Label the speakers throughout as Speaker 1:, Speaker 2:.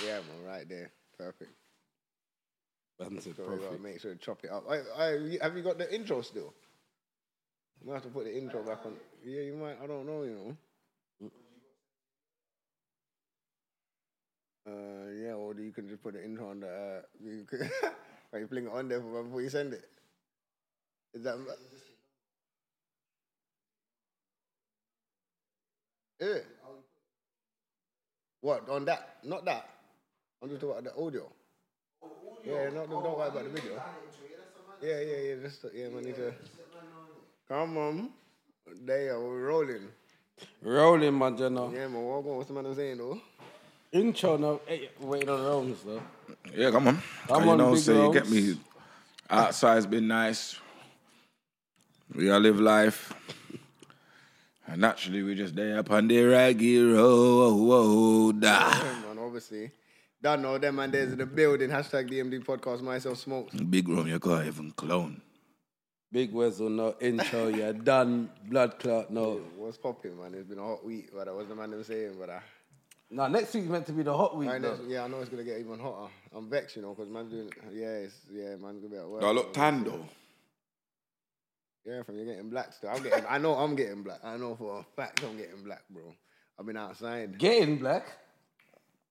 Speaker 1: Gamma right there. Perfect.
Speaker 2: Bands are
Speaker 1: So we gotta
Speaker 2: perfect.
Speaker 1: make sure to chop it up. I, I, have you got the intro still? You might have to put the intro back on. Yeah, you might. I don't know. You know. Uh, yeah, or you can just put the intro on the. Uh, you can, are you putting it on there for- before you send it? Is that? Is it? What on that? Not that. I'm just talking about the audio. Yeah, no, no, don't worry about the video. Yeah, yeah, yeah. Just yeah, man. Need to come on. They are rolling.
Speaker 2: Rolling, my general.
Speaker 1: Yeah, man. Walk on. What's the man I'm saying though?
Speaker 2: Intro eh, now. Hey, waiting on Roms though.
Speaker 3: Yeah, come on.
Speaker 2: Come
Speaker 3: you
Speaker 2: on,
Speaker 3: know,
Speaker 2: big
Speaker 3: so you get
Speaker 2: rounds.
Speaker 3: me. Outside's been nice. We all live life. And naturally, we just day up on the raggy road. Ah,
Speaker 1: Yeah, man. Obviously, don't know them and there's in the building. Hashtag DMD podcast. Myself smokes.
Speaker 3: Big room, you can't even clone.
Speaker 2: Big Weasel no intro. You're done. Blood clot no.
Speaker 1: What's popping, man? It's been a hot week, but I was the man I'm saying, but I.
Speaker 2: Now next week's meant to be the hot week
Speaker 1: I know,
Speaker 2: though.
Speaker 1: yeah, I know it's gonna get even hotter. I'm vexed, you know, because man's doing. Yeah, it's, yeah, man's gonna be at work.
Speaker 3: Do I look tan though?
Speaker 1: Yeah, from you're getting black still. I'm getting. I know I'm getting black. I know for a fact I'm getting black, bro. I've been outside.
Speaker 2: Getting black.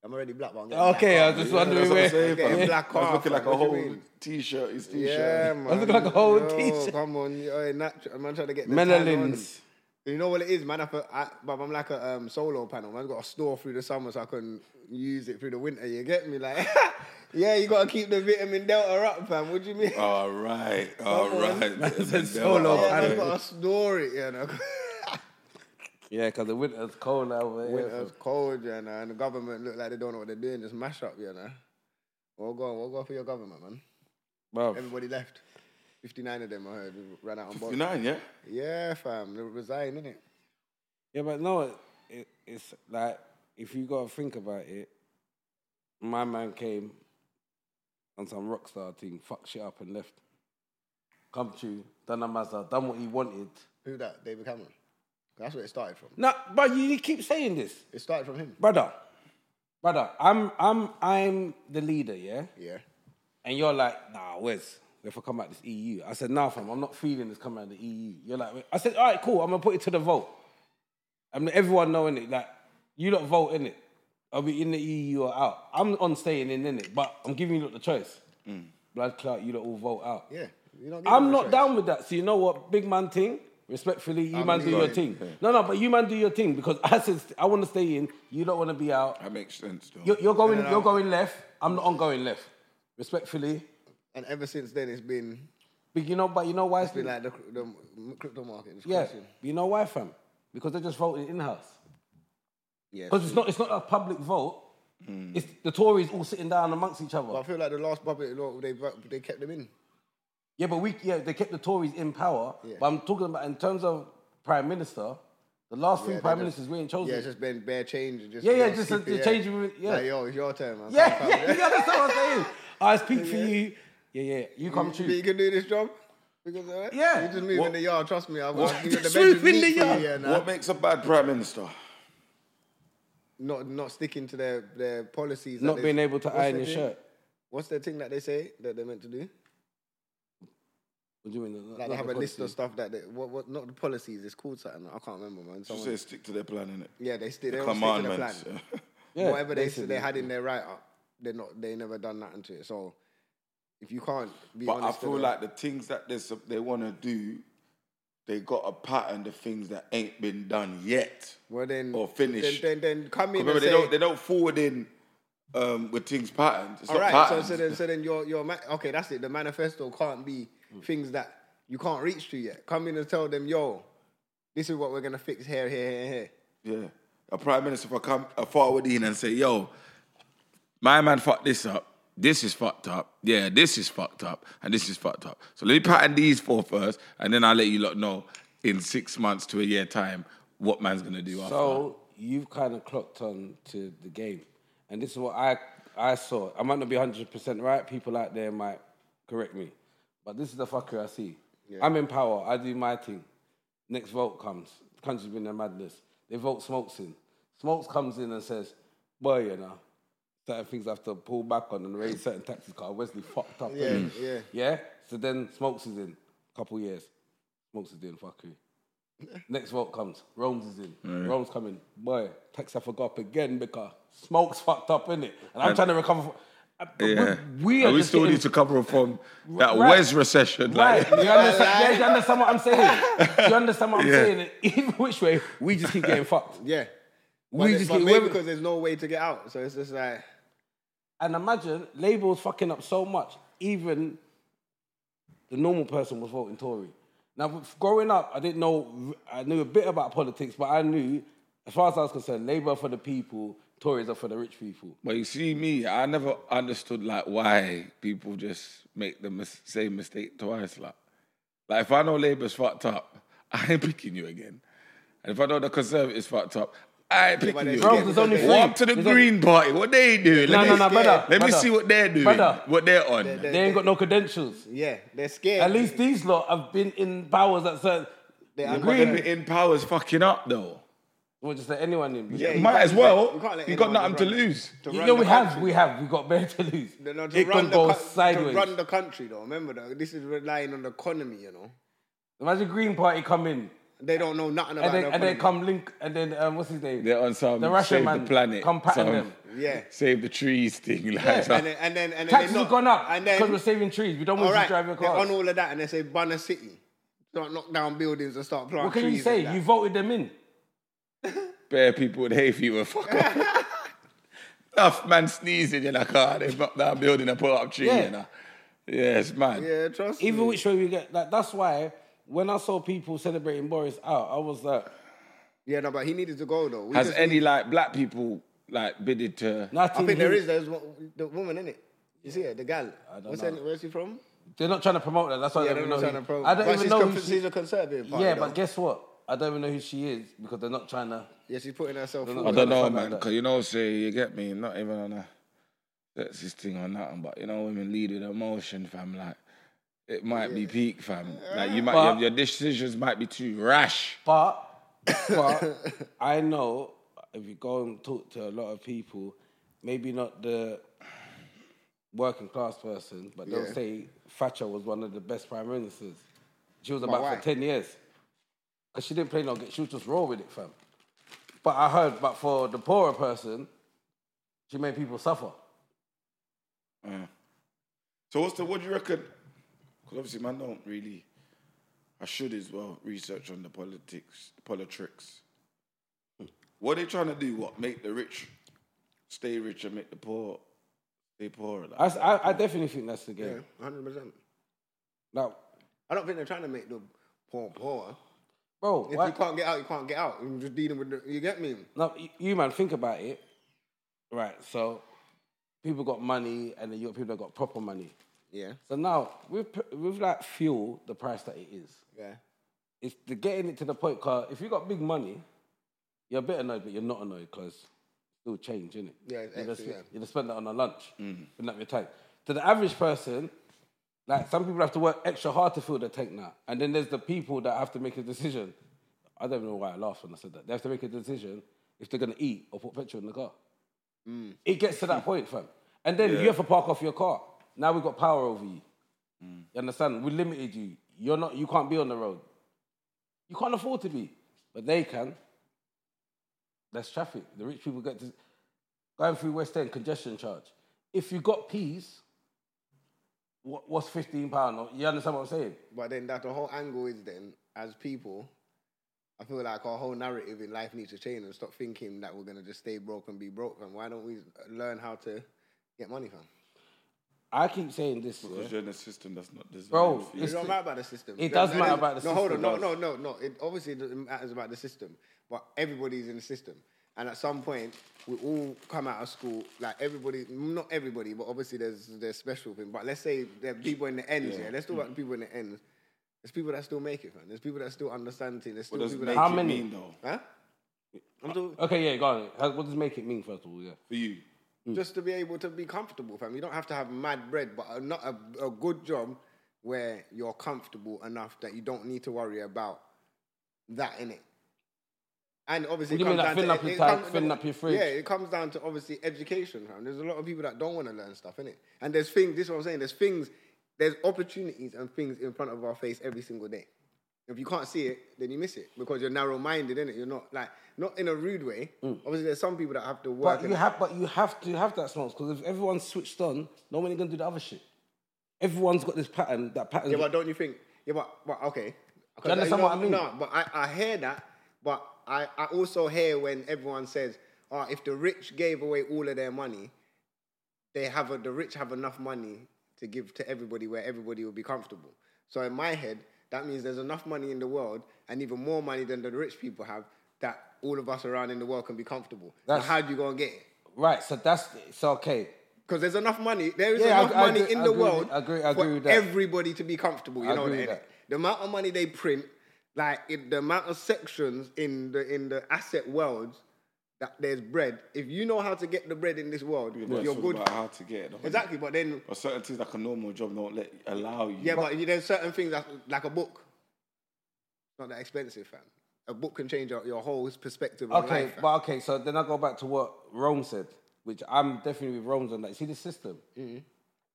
Speaker 1: I'm already black, but I'm getting
Speaker 2: Okay,
Speaker 1: black.
Speaker 2: I was just wondering
Speaker 3: what I'm
Speaker 2: where.
Speaker 3: saying,
Speaker 1: Getting
Speaker 3: fam.
Speaker 1: black
Speaker 3: I was
Speaker 1: off,
Speaker 3: looking like
Speaker 1: fam.
Speaker 3: a
Speaker 1: What do you
Speaker 3: whole
Speaker 1: mean?
Speaker 3: t-shirt. His t-shirt.
Speaker 1: Yeah, man.
Speaker 2: looking like a whole
Speaker 1: Yo,
Speaker 2: t-shirt.
Speaker 1: Come on, yo, natural. Man, trying to get the tan on.
Speaker 2: Melons.
Speaker 1: You know what it is, man. I, feel- I, but I'm like a um, solar panel. Man's got a store through the summer, so I can use it through the winter. You get me? Like, yeah, you gotta keep the vitamin delta up, fam. What do you mean?
Speaker 3: All right, all
Speaker 1: Come on.
Speaker 3: right.
Speaker 2: That's a
Speaker 1: yeah,
Speaker 2: solo
Speaker 1: man's
Speaker 2: panel.
Speaker 1: got to store it, you know.
Speaker 2: Yeah, because the winter's cold over here.
Speaker 1: Winter's cold, you know, and the government look like they don't know what they're doing. Just mash up, you know. Well, go on, well, go for your government, man.
Speaker 2: Bruv.
Speaker 1: Everybody left. 59 of them, I heard, ran out on board.
Speaker 3: You nine, yeah.
Speaker 1: Yeah, fam, they resigned, innit?
Speaker 2: Yeah, but no, it, it's like if you gotta think about it, my man came on some rock star thing, fucked shit up and left. Come to done a mazza, done what he wanted.
Speaker 1: Who that? David Cameron. That's where it started from.
Speaker 2: No, but you keep saying this,
Speaker 1: It started from him.
Speaker 2: brother, brother. I'm I'm I'm the leader, yeah.
Speaker 1: Yeah.
Speaker 2: And you're like, nah, Wes, we have to come out this EU. I said, nah, fam, I'm not feeling this coming out of the EU. You're like, I said, all right, cool, I'm gonna put it to the vote. I mean, everyone knowing it, like, you lot vote in it. Are we in the EU or out? I'm on staying in, in it, but I'm giving you lot the choice. Blood clot, you lot all vote out.
Speaker 1: Yeah. You're not giving
Speaker 2: I'm
Speaker 1: him a
Speaker 2: not
Speaker 1: choice.
Speaker 2: down with that. So you know what, big man thing. Respectfully, you
Speaker 1: I'm
Speaker 2: man do your
Speaker 1: leaving.
Speaker 2: thing. No, no, but you man do your thing because I said I want to stay in. You don't want to be out.
Speaker 3: That makes sense though.
Speaker 2: You're, you're going, you're going left. I'm not on going left. Respectfully,
Speaker 1: And ever since then, it's been,
Speaker 2: but you know, but you know why it's
Speaker 1: it's been like
Speaker 2: been
Speaker 1: the, the crypto market. It's
Speaker 2: yeah.
Speaker 1: crashing.
Speaker 2: You know why, fam? Because they just voted in house.
Speaker 1: Yeah.
Speaker 2: Because it's not it's not a public vote.
Speaker 1: Hmm.
Speaker 2: It's the Tories all sitting down amongst each other.
Speaker 1: But I feel like the last puppet, law, they, they kept them in.
Speaker 2: yeah, but we yeah they kept the Tories in power.
Speaker 1: Yeah.
Speaker 2: But I'm talking about in terms of prime minister, the last three
Speaker 1: Yeah, they
Speaker 2: prime
Speaker 1: just-
Speaker 2: ministers we ain't chosen.
Speaker 1: Yeah, it's just been bare change. Just,
Speaker 2: Yeah, yeah,
Speaker 1: you know,
Speaker 2: just
Speaker 1: keep
Speaker 2: the
Speaker 1: it,
Speaker 2: change with- yeah.
Speaker 1: Like, yo, it's your turn, man.
Speaker 2: Yeah,
Speaker 1: Come, come,
Speaker 2: yeah, you understand what I'm saying? I speak for you. Yeah, yeah, you come
Speaker 1: You, think
Speaker 2: true.
Speaker 1: you can do this job? Because, uh,
Speaker 2: Yeah.
Speaker 1: You just move in the yard, trust me. I've
Speaker 3: What?
Speaker 1: got the
Speaker 2: Sweep
Speaker 1: bedroom
Speaker 2: in
Speaker 1: neat
Speaker 2: the
Speaker 1: for you,
Speaker 2: yard.
Speaker 1: yeah, nah.
Speaker 3: What makes a bad prime minister?
Speaker 1: Not, not sticking to their, their policies. that
Speaker 2: Not
Speaker 1: they-
Speaker 2: being able to
Speaker 1: what's
Speaker 2: iron
Speaker 1: their thing?
Speaker 2: your shirt.
Speaker 1: What's the thing that they say that they're meant to do?
Speaker 2: What do you mean?
Speaker 1: Like they have a list of stuff that they, what, what, not the policies, it's called something. I can't remember, man.
Speaker 3: Just
Speaker 1: Someone,
Speaker 3: say stick to their plan, innit?
Speaker 1: yeah, they, sti- they all stick to the plan.
Speaker 3: Commandments.
Speaker 2: Yeah,
Speaker 1: Whatever they,
Speaker 2: basically.
Speaker 1: they had in their write up, they're not, they never done nothing to it. So if you can't be
Speaker 3: But I
Speaker 1: honest,
Speaker 3: feel
Speaker 1: and-
Speaker 3: like the things that they sup- they want to do, they got a pattern of things that ain't been done yet.
Speaker 1: well, then,
Speaker 3: or finished.
Speaker 1: Then, then, then come in
Speaker 3: Remember,
Speaker 1: and
Speaker 3: they
Speaker 1: say,
Speaker 3: don't they don't forward in um, with things patterned. It's
Speaker 1: All
Speaker 3: not
Speaker 1: right, so,
Speaker 3: patterned.
Speaker 1: so then, so then your your ma- okay, that's it. The manifesto can't be
Speaker 3: Mm.
Speaker 1: things that you can't reach to yet. Come in and tell them, yo, this is what we're gonna fix here, here, here, here.
Speaker 3: yeah, a prime minister for come uh, forward in and say, "Yo, my man fucked this up. This is fucked up. Yeah, this is fucked up, and this is fucked up. So let me pattern these four first, and then I'll let you lot know in six months to a year time what man's gonna do after."
Speaker 2: So you've kind of clocked on to the game, and this is what I I saw. I might not be hundred percent right. People out there might correct me, but this is the fucker I see. I'm in power. I do my thing. Next vote comes. The country's been in madness. They vote Smokes in. Smokes comes in and says, "Boy, you know, certain things I have to pull back on and raise certain taxes because Wesley fucked up.
Speaker 1: Yeah,
Speaker 2: innit?
Speaker 1: yeah.
Speaker 2: Yeah? So then Smokes is in. Couple years. Smokes is doing fuckery. Next vote comes. Rome's is in. Rome's coming. Boy, tax I forgot up again because Smokes fucked up, innit? And I'm trying to recover. From, Uh, but we-
Speaker 3: Yeah.
Speaker 2: We, are
Speaker 3: and we
Speaker 2: just
Speaker 3: still
Speaker 2: getting-
Speaker 3: need to cover from that
Speaker 2: Right.
Speaker 3: Wes recession.
Speaker 2: Right.
Speaker 3: Like,
Speaker 2: You understand, yeah, you understand what I'm saying? Do you understand what I'm
Speaker 3: Yeah.
Speaker 2: saying? Either which way, we just keep getting fucked.
Speaker 1: Yeah. But,
Speaker 2: We
Speaker 1: it-
Speaker 2: just
Speaker 1: but
Speaker 2: keep
Speaker 1: maybe
Speaker 2: women-
Speaker 1: because there's no way to get out. So it's just like,
Speaker 2: And imagine labels fucking up so much, even the normal person was voting Tory. Now, with- growing up, I didn't know, I knew a bit about politics, but I knew, as far as I was concerned, Labour are for the people, Tories are for the rich people.
Speaker 3: But you see me, I never understood like why people just make the mis- same mistake twice. Like, like if I know Labour's fucked up, I ain't picking you again. And if I know the Conservatives fucked up, I ain't picking
Speaker 1: but
Speaker 3: you
Speaker 1: there's-
Speaker 3: again.
Speaker 1: Bro, there's only
Speaker 2: three.
Speaker 3: Walk to the
Speaker 2: There's
Speaker 3: Green Party. What they do?
Speaker 2: No, no, no,
Speaker 1: scared.
Speaker 2: brother.
Speaker 3: Let me
Speaker 2: brother.
Speaker 3: see what they're doing.
Speaker 2: Brother.
Speaker 3: What they're on.
Speaker 2: They ain't got no credentials.
Speaker 1: yeah, they're scared.
Speaker 2: At least these lot have been in powers that said,
Speaker 1: They
Speaker 2: the
Speaker 1: are-
Speaker 3: But them
Speaker 2: Green,
Speaker 3: in power's fucking up though.
Speaker 2: we'll just let anyone in.
Speaker 1: Yeah, you
Speaker 3: Might
Speaker 1: can't
Speaker 3: as
Speaker 1: let-
Speaker 3: well.
Speaker 1: you can't let
Speaker 3: You got
Speaker 1: anyone
Speaker 3: nothing to
Speaker 1: run-
Speaker 3: lose.
Speaker 1: to
Speaker 2: You
Speaker 1: run
Speaker 2: know,
Speaker 1: the
Speaker 2: we have,
Speaker 1: country.
Speaker 2: we have, we got bare to lose.
Speaker 1: No, no, to
Speaker 2: it
Speaker 1: run
Speaker 2: can
Speaker 1: the
Speaker 2: go
Speaker 1: coun-
Speaker 2: sideways.
Speaker 1: To run the country, though. Remember, though, this is relying on the economy, you know.
Speaker 2: Imagine Green Party come in
Speaker 1: They don't know nothing about
Speaker 2: and then
Speaker 1: the
Speaker 2: and
Speaker 1: economy.
Speaker 2: then come Link and then um, what's his name?
Speaker 3: They're on some
Speaker 2: the Russian
Speaker 3: save
Speaker 2: man
Speaker 3: the planet,
Speaker 2: come pattern
Speaker 3: some
Speaker 2: them.
Speaker 1: Yeah.
Speaker 3: save the trees thing. Like,
Speaker 1: And then, and then, and then they
Speaker 2: Taxes
Speaker 1: knock-
Speaker 2: have gone up
Speaker 1: And
Speaker 2: because we're
Speaker 1: then,
Speaker 2: saving trees. We don't
Speaker 1: all
Speaker 2: want you to
Speaker 1: right,
Speaker 2: drive your
Speaker 1: they're
Speaker 2: cars.
Speaker 1: on all of that, and they say, "Ban a city, don't knock down buildings and start planting
Speaker 2: What can you
Speaker 1: trees."
Speaker 2: say?
Speaker 1: and
Speaker 2: You
Speaker 1: that.
Speaker 2: voted them in.
Speaker 3: bare people would hate you and fuck off. Enough man sneezing, you're like, ah, they've knocked down building and put up tree.
Speaker 2: Yeah.
Speaker 3: Yeah, you know? yeah it's mad.
Speaker 1: yeah, trust
Speaker 2: Even
Speaker 1: me.
Speaker 2: which way we get, like that's why when I saw people celebrating Boris out, I was uh, like,
Speaker 1: yeah, no, but he needed to go though. We
Speaker 3: Has
Speaker 1: just-
Speaker 3: any like black people like bidded to?
Speaker 1: I
Speaker 2: nothing.
Speaker 1: think there is. There's one, the woman in it. You see her, the gal. What's her, where's she from?
Speaker 2: They're not trying to promote that. That's why
Speaker 1: Yeah,
Speaker 2: I
Speaker 1: they're
Speaker 2: don't
Speaker 1: not
Speaker 2: know.
Speaker 1: trying
Speaker 2: who-
Speaker 1: to promote.
Speaker 2: I don't
Speaker 1: but
Speaker 2: even
Speaker 1: she's
Speaker 2: know.
Speaker 1: com-
Speaker 2: who she-
Speaker 1: she's a conservative. Party,
Speaker 2: yeah,
Speaker 1: though.
Speaker 2: but guess what? I don't even know who she is because they're not trying to.
Speaker 1: yeah, she's putting herself.
Speaker 2: I
Speaker 1: forward.
Speaker 3: I don't know,
Speaker 2: Something like
Speaker 3: man.
Speaker 2: that.
Speaker 3: Cause you know, say you get me, not even on a sexist thing or nothing, but you know, women lead with emotion, fam. Like it might be peak, fam. Like you might
Speaker 2: But-
Speaker 3: your, your decisions might be too rash.
Speaker 2: But, but I know if you go and talk to a lot of people, maybe not the working class person, but they'll
Speaker 1: Yeah.
Speaker 2: say Thatcher was one of the best prime ministers. She was
Speaker 1: But
Speaker 2: about
Speaker 1: why?
Speaker 2: for ten years, and she didn't play no. game. She was just raw with it, fam. But I heard, but for the poorer person, she made people suffer.
Speaker 3: Mm. So what's the what do you reckon? Because obviously, man, don't really. I should as well research on the politics, politics. What they trying to do? What make the rich stay rich and make the poor stay poorer? Like,
Speaker 2: I, s- I- I definitely think that's the game.
Speaker 1: hundred percent.
Speaker 2: Now,
Speaker 1: I don't think they're trying to make the poor poor.
Speaker 2: bro,
Speaker 1: If
Speaker 2: why-
Speaker 1: you can't get out, you can't get out. You're just dealing with the, you get me?
Speaker 2: Now, y- you man, think about it. Right, so people got money, and then you got people that got proper money.
Speaker 1: Yeah.
Speaker 2: So now, with p- with like fuel, the price that it is,
Speaker 1: Yeah.
Speaker 2: it's the getting it to the point. Cause if you got big money, you're a bit annoyed, but you're not annoyed because still change, innit?
Speaker 1: Yeah, it's
Speaker 2: you just
Speaker 1: extra, yeah.
Speaker 2: you just spend that on a lunch, filling up your tank. To the average person, like some people have to work extra hard to fill their tank now, and then there's the people that have to make a decision. I don't know why I laughed when I said that. They have to make a decision if they're gonna eat or put petrol in the car.
Speaker 1: Mm.
Speaker 2: It gets to that point, fam, and then you have to park off your car. Now we've got power over you. You understand? We limited you. You're not. You can't be on the road. You can't afford to be, but they can. That's traffic. The rich people get to going through West End congestion charge. If you got peas, what, what's fifteen pound? You understand what I'm saying?
Speaker 1: But then that the whole angle is then as people, I feel like our whole narrative in life needs to change and stop thinking that we're gonna just stay broke and be broke. And why don't we learn how to get money from?
Speaker 2: I keep saying this, yeah.
Speaker 3: Because you're in a system that's not designed.
Speaker 2: bro.
Speaker 3: for you.
Speaker 1: It
Speaker 2: It's
Speaker 1: don't matter about the system.
Speaker 2: It does
Speaker 1: That- that
Speaker 2: matter
Speaker 1: is-
Speaker 2: about the
Speaker 1: no, hold on.
Speaker 2: system,
Speaker 1: No,
Speaker 2: though.
Speaker 1: no, no, no. It obviously doesn't matters about the system, but everybody's in the system, and at some point we all come out of school. Like everybody, not everybody, but obviously there's there's special thing. But let's say there are people in the ends. Yeah, let's talk
Speaker 2: Mm.
Speaker 1: about the people in the ends. There's people that still make it, man. There's people that still understand things. There's
Speaker 3: what
Speaker 1: still
Speaker 3: does
Speaker 1: people
Speaker 3: make
Speaker 1: that
Speaker 2: How
Speaker 3: it
Speaker 2: many?
Speaker 3: mean though
Speaker 1: Huh? I'm talking-
Speaker 2: okay, yeah, go on. How- What does make it mean first of all? Yeah,
Speaker 3: for you?
Speaker 2: Mm.
Speaker 1: just to be able to be comfortable, fam. You don't have to have mad bread, but a, not a, a good job where you're comfortable enough that you don't need to worry about that in it. And obviously,
Speaker 2: What do you
Speaker 1: it comes down
Speaker 2: mean,
Speaker 1: to,
Speaker 2: like, filling
Speaker 1: it-
Speaker 2: up your
Speaker 1: it
Speaker 2: tank,
Speaker 1: comes-
Speaker 2: filling up your fridge?
Speaker 1: Yeah, it comes down to obviously education, fam. There's a lot of people that don't want to learn stuff, innit? And there's things. This is what I'm saying. There's things. There's opportunities and things in front of our face every single day. If you can't see it, then you miss it because you're narrow-minded, innit? You're not like not in a rude way. Obviously, there's some people that have to work.
Speaker 2: Mm. But you
Speaker 1: and-
Speaker 2: have, but you have to have that smarts because if everyone's switched on, nobody's gonna do the other shit. Everyone's got this pattern. That pattern.
Speaker 1: Yeah, but don't you think? Yeah, but, but okay.
Speaker 2: Do you understand what I mean?
Speaker 1: No, but I, I hear that, but I, I also hear when everyone says, oh, if the rich gave away all of their money, they have a, the rich have enough money to give to everybody where everybody will be comfortable. So in my head, that means there's enough money in the world and even more money than the rich people have that all of us around in the world can be comfortable.
Speaker 2: That's-
Speaker 1: now, how do you go and get it?
Speaker 2: right. So that's so okay.
Speaker 1: Because there's enough money, there is
Speaker 2: Yeah, I-
Speaker 1: enough
Speaker 2: I
Speaker 1: money
Speaker 2: agree-
Speaker 1: in
Speaker 2: I
Speaker 1: the
Speaker 2: agree with-
Speaker 1: world
Speaker 2: I agree- I
Speaker 1: for
Speaker 2: agree with that.
Speaker 1: everybody to be comfortable. You
Speaker 2: I
Speaker 1: know
Speaker 2: agree
Speaker 1: that,
Speaker 2: with
Speaker 1: innit?
Speaker 2: that.
Speaker 1: The amount of money they print, like it, the amount of sections in the in the asset world that there's bread. If you know how to get the bread in this world,
Speaker 3: It's
Speaker 1: you're
Speaker 3: all
Speaker 1: good.
Speaker 3: About how to get it.
Speaker 1: Exactly, but then
Speaker 3: But certain things like a normal job don't let allow you.
Speaker 1: yeah, but there's certain things that, like a book, It's not that expensive, fam. A book can change your, your whole perspective. on
Speaker 2: Okay,
Speaker 1: life, fam.
Speaker 2: but okay. So then I go back to what Rome said, which I'm definitely with Rome's on that. See the system. Mm-hmm.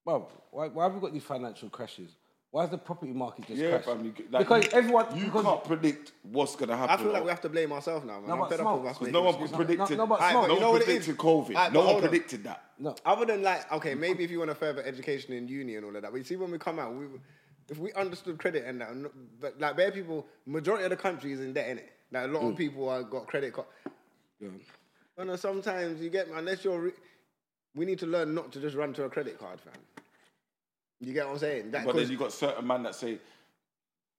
Speaker 2: Well, why, why have we got these financial crashes? Why has the property market just
Speaker 3: yeah,
Speaker 2: crashed?
Speaker 3: fam, you, get- like,
Speaker 2: because
Speaker 3: you-
Speaker 2: everyone.
Speaker 3: you
Speaker 2: because,
Speaker 3: can't predict what's gonna happen.
Speaker 1: I feel like we have to blame ourselves now, man.
Speaker 2: No,
Speaker 1: I'm
Speaker 2: but
Speaker 1: fed up
Speaker 2: smoke.
Speaker 1: with us.
Speaker 2: 'Cause
Speaker 1: making
Speaker 3: no one
Speaker 1: excuses.
Speaker 3: predicted.
Speaker 2: No, no, but
Speaker 3: Aight,
Speaker 2: Smoke.
Speaker 1: But you
Speaker 3: one
Speaker 1: know what it
Speaker 3: predicted
Speaker 1: is?
Speaker 3: COVID.
Speaker 1: Aight,
Speaker 3: no
Speaker 1: but
Speaker 3: one
Speaker 1: hold on.
Speaker 3: predicted that.
Speaker 2: No.
Speaker 1: Other than like, okay, maybe if you want a further education in uni and all of that, but you see when we come out, we, if we understood credit and that, no- but like bare people, majority of the country is in debt, innit? Like a lot
Speaker 3: Mm.
Speaker 1: of people are got credit card. You know, sometimes you get unless you're, re- we need to learn not to just run to a credit card, fam. You get what I'm saying? That
Speaker 3: But then
Speaker 1: 'cause-
Speaker 3: you got certain man that say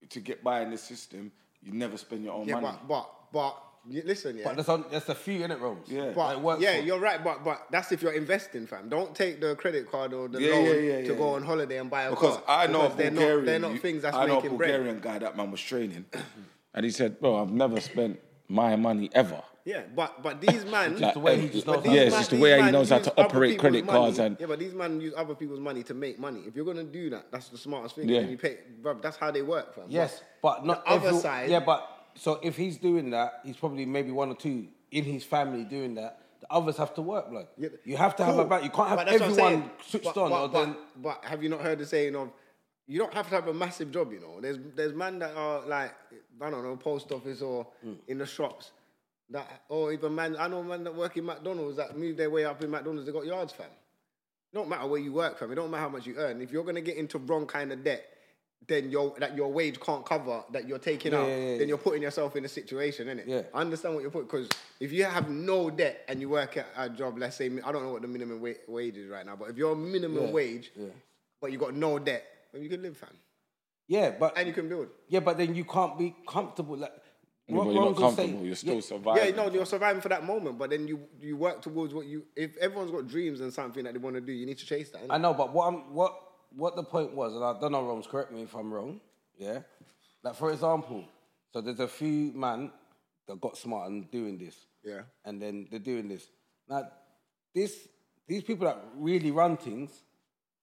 Speaker 3: to get by in the system, you never spend your own
Speaker 1: yeah,
Speaker 3: money.
Speaker 1: but but but you- listen, yeah.
Speaker 2: But there's, on, there's a few in it, Rome.
Speaker 3: Yeah.
Speaker 1: But
Speaker 2: Like, work
Speaker 1: yeah,
Speaker 2: for-
Speaker 1: you're right. But but that's if you're investing, fam. Don't take the credit card or the
Speaker 3: Yeah,
Speaker 1: loan
Speaker 3: yeah, yeah,
Speaker 1: to
Speaker 3: yeah,
Speaker 1: go
Speaker 3: yeah.
Speaker 1: on holiday and buy a
Speaker 3: Because
Speaker 1: car.
Speaker 3: I know a
Speaker 1: they're
Speaker 3: Bulgarian.
Speaker 1: not they're not
Speaker 3: you-
Speaker 1: things that's
Speaker 3: I know a
Speaker 1: making bread.
Speaker 3: Bulgarian guy that man was training, and he said, "Bro, I've never spent my money ever."
Speaker 1: Yeah, but but these man,
Speaker 3: Like,
Speaker 2: the way he
Speaker 3: eh,
Speaker 2: just knows
Speaker 1: but these
Speaker 2: how to-
Speaker 3: yeah,
Speaker 2: man-
Speaker 3: it's just the
Speaker 1: these
Speaker 3: way he
Speaker 1: man
Speaker 3: knows how
Speaker 1: use
Speaker 3: to
Speaker 1: other
Speaker 3: operate
Speaker 1: people's
Speaker 3: credit
Speaker 1: money.
Speaker 3: cards and
Speaker 1: yeah, but these man use other people's money to make money. If you're gonna do that, that's the smartest thing.
Speaker 3: Yeah.
Speaker 1: And you pay, bruv, that's how they work, fam.
Speaker 2: Yes, but not
Speaker 1: the other
Speaker 2: every-
Speaker 1: side-
Speaker 2: Yeah, but so if he's doing that, he's probably maybe one or two in his family doing that. The others have to work, blood.
Speaker 1: Yeah.
Speaker 2: You have to have a
Speaker 1: Cool.
Speaker 2: back. You can't
Speaker 1: But
Speaker 2: have
Speaker 1: that's what I'm
Speaker 2: everyone
Speaker 1: saying.
Speaker 2: switched
Speaker 1: But-
Speaker 2: on,
Speaker 1: but-
Speaker 2: or
Speaker 1: but-
Speaker 2: then
Speaker 1: But have you not heard the saying of, you don't have to have a massive job, you know? There's there's man that are like, I don't know, post office or
Speaker 2: Hmm.
Speaker 1: in the shops. That or even man, I know man that work in McDonald's that move their way up in McDonald's. They got yards, fam. It don't matter where you work, fam. It don't matter how much you earn. If you're gonna get into wrong kind of debt, then your that your wage can't cover that you're taking out.
Speaker 2: yeah, yeah,
Speaker 1: Then you're putting yourself in a situation, innit?
Speaker 2: Yeah.
Speaker 1: I understand what you're putting because if you have no debt and you work at a job, let's say I don't know what the minimum wa- wage is right now, but if your minimum
Speaker 2: Yeah,
Speaker 1: wage,
Speaker 2: yeah.
Speaker 1: but you got no debt, well, you can live, fam,
Speaker 2: yeah, but
Speaker 1: and you can build.
Speaker 2: yeah, but then you can't be comfortable. Like
Speaker 3: Yeah, but
Speaker 2: what
Speaker 3: you're
Speaker 2: Ron's
Speaker 3: not
Speaker 2: gonna say-
Speaker 3: comfortable. You're still
Speaker 2: yeah,
Speaker 3: surviving.
Speaker 1: Yeah, no, you're surviving for that moment, but then you you work towards what you. If everyone's got dreams and something that they want to do, you need to chase that. innit?
Speaker 2: I know, but what I'm what what the point was, and I don't know Rome's correct me if I'm wrong. Yeah, like for example, so there's a few man that got smart and doing this.
Speaker 1: Yeah.
Speaker 2: and then they're doing this. Now, this these people that really run things,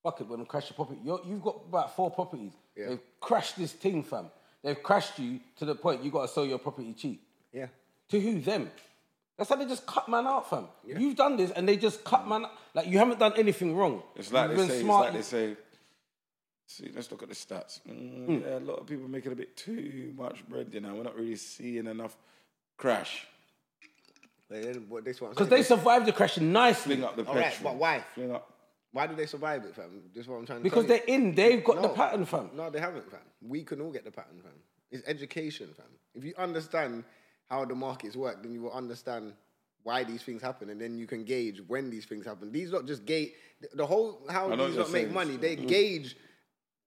Speaker 2: fuck it, when they crash your property, you're, you've got about four properties.
Speaker 1: Yeah.
Speaker 2: They've crashed this thing, fam. They've crashed you to the point you got to sell your property cheap.
Speaker 1: yeah,
Speaker 2: To who? Them. That's how they just cut man out, fam. You've done this, and they just
Speaker 1: Mm.
Speaker 2: cut man. Like you haven't done anything wrong.
Speaker 3: It's like
Speaker 2: You've
Speaker 3: they
Speaker 2: been
Speaker 3: say.
Speaker 2: smart.
Speaker 3: It's like they say. See, let's look at the stats. Mm,
Speaker 1: Hmm.
Speaker 3: Yeah, a lot of people making a bit too much bread. You know, we're not really seeing enough crash.
Speaker 1: But then what this one
Speaker 2: because they survived the crash nicely.
Speaker 3: Fling up the
Speaker 1: All
Speaker 3: petrol.
Speaker 1: right, but why?
Speaker 3: Fling up.
Speaker 1: Why do they survive it, fam? This is what I'm trying to.
Speaker 2: Because
Speaker 1: tell you.
Speaker 2: they're in. They've got the
Speaker 1: No. Mm.
Speaker 2: pattern, fam.
Speaker 1: No, they haven't, fam. We can all get the pattern, fam. It's education, fam. If you understand how the markets work, then you will understand why these things happen, and then you can gauge when these things happen. These not just gauge the whole how
Speaker 3: I know
Speaker 1: these not
Speaker 3: what
Speaker 1: make
Speaker 3: you're saying. Mm.
Speaker 1: money. They gauge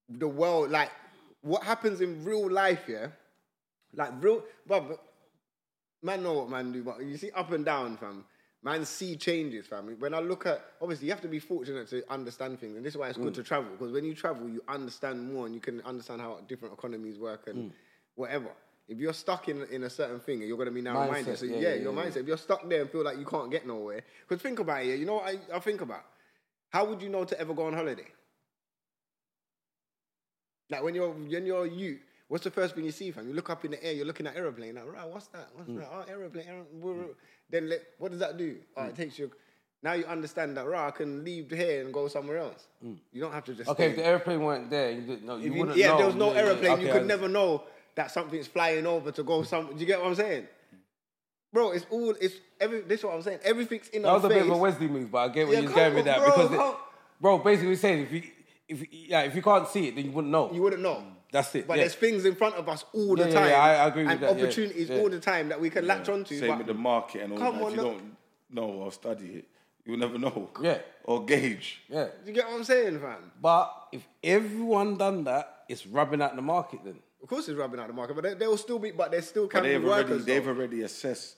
Speaker 1: the world, like what happens in real life, yeah. Like real, but man know what man do, but you see up and down, fam. Man see changes, fam. When I look at, obviously, you have to be fortunate to understand things, and this is why it's
Speaker 2: Mm.
Speaker 1: good to travel because when you travel, you understand more and you can understand how different economies work
Speaker 2: Mm.
Speaker 1: and whatever. If you're stuck in, in a certain thing, you're gonna be narrow-minded.
Speaker 2: Mindset,
Speaker 1: So
Speaker 2: yeah,
Speaker 1: yeah,
Speaker 2: yeah,
Speaker 1: your
Speaker 2: yeah,
Speaker 1: mindset. If you're stuck there and feel like you can't get nowhere, because think about it. yeah, You know what I, I think about? How would you know to ever go on holiday? Like when you're when you're you What's the first thing you see, fam? You look up in the air, you're looking at aeroplane. Like, right, what's that? What's
Speaker 2: Mm.
Speaker 1: that? Oh, aeroplane. aero- woo- woo." Then let, what does that do? Oh, it
Speaker 2: Mm.
Speaker 1: takes you. Now you understand that, right? I can leave here and go somewhere else. You don't have to just.
Speaker 2: Mm. Okay, if
Speaker 1: stay.
Speaker 2: the airplane weren't there, you didn't know. You
Speaker 1: If you-
Speaker 2: wouldn't
Speaker 1: yeah,
Speaker 2: know.
Speaker 1: if there was no
Speaker 2: Yeah, yeah,
Speaker 1: aeroplane, you
Speaker 2: okay,
Speaker 1: could
Speaker 2: I-
Speaker 1: never know that something's flying over to go some. Do you get what I'm saying? Bro, it's all. It's every. This is what I'm saying. Everything's in
Speaker 2: That
Speaker 1: our
Speaker 2: was a
Speaker 1: face.
Speaker 2: bit of a Wesley move, but I get where
Speaker 1: Yeah,
Speaker 2: you're going with
Speaker 1: come
Speaker 2: that
Speaker 1: on, bro,
Speaker 2: because, it-
Speaker 1: come-
Speaker 2: bro, basically we're saying if you if you- yeah, if you can't see it, then you wouldn't know.
Speaker 1: you wouldn't know.
Speaker 2: That's it,
Speaker 1: But
Speaker 2: yeah.
Speaker 1: there's things in front of us all the
Speaker 2: Yeah, yeah,
Speaker 1: time.
Speaker 2: yeah, I- I agree with
Speaker 1: and
Speaker 2: that, yeah,
Speaker 1: opportunities
Speaker 2: yeah.
Speaker 1: all the time that we can latch onto.
Speaker 3: Same
Speaker 1: but-
Speaker 3: with the market and all
Speaker 1: Come
Speaker 3: that.
Speaker 1: on,
Speaker 3: if you
Speaker 1: look.
Speaker 3: don't know or study it, you'll never know.
Speaker 2: Yeah.
Speaker 3: Or gauge.
Speaker 2: yeah,
Speaker 1: you get what I'm saying, fam?
Speaker 2: but if everyone done that, it's rubbing out the market then.
Speaker 1: Of course, it's rubbing out the market, but they, they will still be. But they still can
Speaker 3: But
Speaker 1: be
Speaker 3: they've already
Speaker 1: workers. though.
Speaker 3: they've already assessed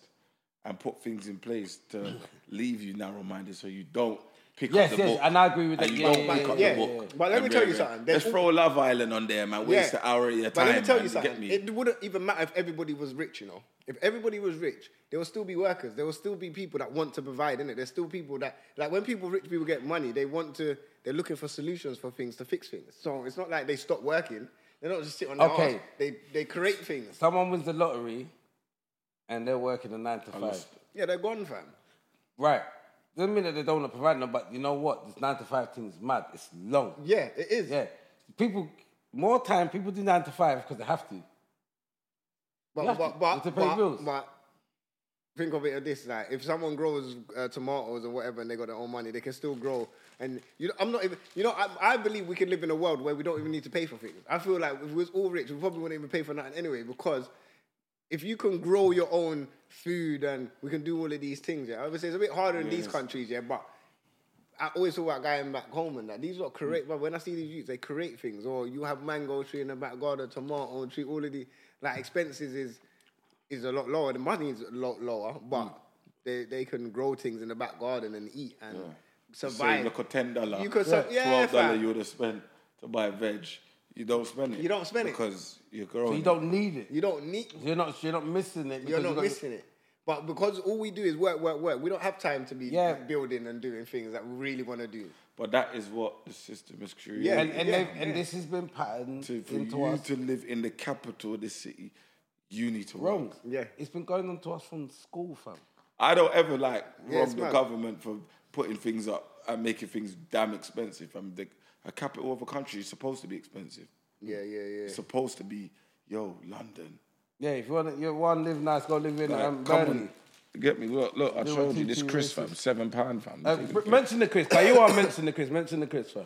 Speaker 3: and put things in place to leave you narrow minded so you don't pick
Speaker 2: Yes,
Speaker 3: up the
Speaker 2: yes,
Speaker 3: book.
Speaker 2: and I agree with that.
Speaker 3: And you
Speaker 2: Yeah,
Speaker 3: don't
Speaker 2: yeah,
Speaker 3: pick
Speaker 2: yeah,
Speaker 3: up
Speaker 1: yeah,
Speaker 3: the
Speaker 1: yeah,
Speaker 3: book.
Speaker 1: yeah. But let me
Speaker 3: and
Speaker 1: tell you
Speaker 3: read it.
Speaker 1: something. There's
Speaker 3: Let's
Speaker 1: all-
Speaker 3: throw Love Island on there, man. Waste an hour of
Speaker 1: But
Speaker 3: your uh, time.
Speaker 1: let me tell you
Speaker 3: man.
Speaker 1: something.
Speaker 3: Get me.
Speaker 1: It wouldn't even matter if everybody was rich, you know. If everybody was rich, there will still be workers. There will still be people that want to provide, innit? There's still people that like when people rich people get money, they want to they're looking for solutions for things to fix things. So it's not like they stop working. They don't just sit on their
Speaker 2: Okay.
Speaker 1: arse. They they create things.
Speaker 2: Someone wins the lottery, and they're working a nine to five.
Speaker 3: lost-
Speaker 1: Yeah, they're gone, fam.
Speaker 2: Right. Doesn't mean that they don't want to provide no, but you know what? This nine to five thing is mad. It's long.
Speaker 1: Yeah, it is.
Speaker 2: Yeah. People, more time, people do nine to five because they have to.
Speaker 1: But
Speaker 2: You have to-
Speaker 1: but but,
Speaker 2: to pay
Speaker 1: but,
Speaker 2: bills.
Speaker 1: but think of it as this: like if someone grows uh, tomatoes or whatever, and they got their own money, they can still grow. And you, I'm not even. You know, I, I believe we can live in a world where we don't even need to pay for things. I feel like if we was all rich, we probably wouldn't even pay for nothing anyway, because. If you can grow your own food and we can do all of these things, yeah. Obviously, it's a bit harder in these countries, yeah. But I always talk about going back home and that. These lot create,
Speaker 3: Mm.
Speaker 1: but when I see these youths, they create things. Or you have mango tree in the back garden, tomato tree, all of the like expenses is is a lot lower. The money is a lot lower, but
Speaker 3: Mm.
Speaker 1: they, they can grow things in the back garden and eat and survive.
Speaker 3: Save like a ten dollar.
Speaker 1: You could sur- Yeah. yeah,
Speaker 3: twelve dollar
Speaker 1: fam.
Speaker 3: you would have spent to buy veg. You don't spend it.
Speaker 1: You don't spend it.
Speaker 3: because you're growing.
Speaker 2: You don't need it.
Speaker 1: you don't need
Speaker 2: You're not, you're not missing it.
Speaker 1: you're
Speaker 2: because
Speaker 1: not
Speaker 2: got-
Speaker 1: missing it. But because all we do is work, work, work, we don't have time to be
Speaker 2: Yeah.
Speaker 1: building and doing things that we really want to do.
Speaker 3: But that is what the system is creating.
Speaker 1: Yeah,
Speaker 2: And, and,
Speaker 1: yeah,
Speaker 2: they've- and this has been patterned
Speaker 3: to, for
Speaker 2: into
Speaker 3: you
Speaker 2: us.
Speaker 3: to live in the capital of the city, you need to
Speaker 2: Wrong.
Speaker 3: work.
Speaker 1: Yeah.
Speaker 2: It's been going on to us from school, fam.
Speaker 3: I don't ever like
Speaker 1: Yeah,
Speaker 3: rob
Speaker 1: it's
Speaker 3: the
Speaker 1: mad.
Speaker 3: government for putting things up and making things damn expensive. I mean, the, a capital of a country is supposed to be expensive.
Speaker 1: Yeah, yeah, yeah.
Speaker 3: It's supposed to be, yo, London.
Speaker 2: Yeah, if you want to you wanna live nice, go live in
Speaker 3: Like,
Speaker 2: um,
Speaker 3: come
Speaker 2: Burnley.
Speaker 3: on. Get me. Look, look, I
Speaker 2: They were
Speaker 3: showed you this
Speaker 2: teaching
Speaker 3: Chris
Speaker 2: racist.
Speaker 3: fam, seven pound fam.
Speaker 2: Uh,
Speaker 3: Taking
Speaker 2: br-
Speaker 3: the piss.
Speaker 2: mention the Chris, but you are mentioning the Chris. Mention the Chris, fam.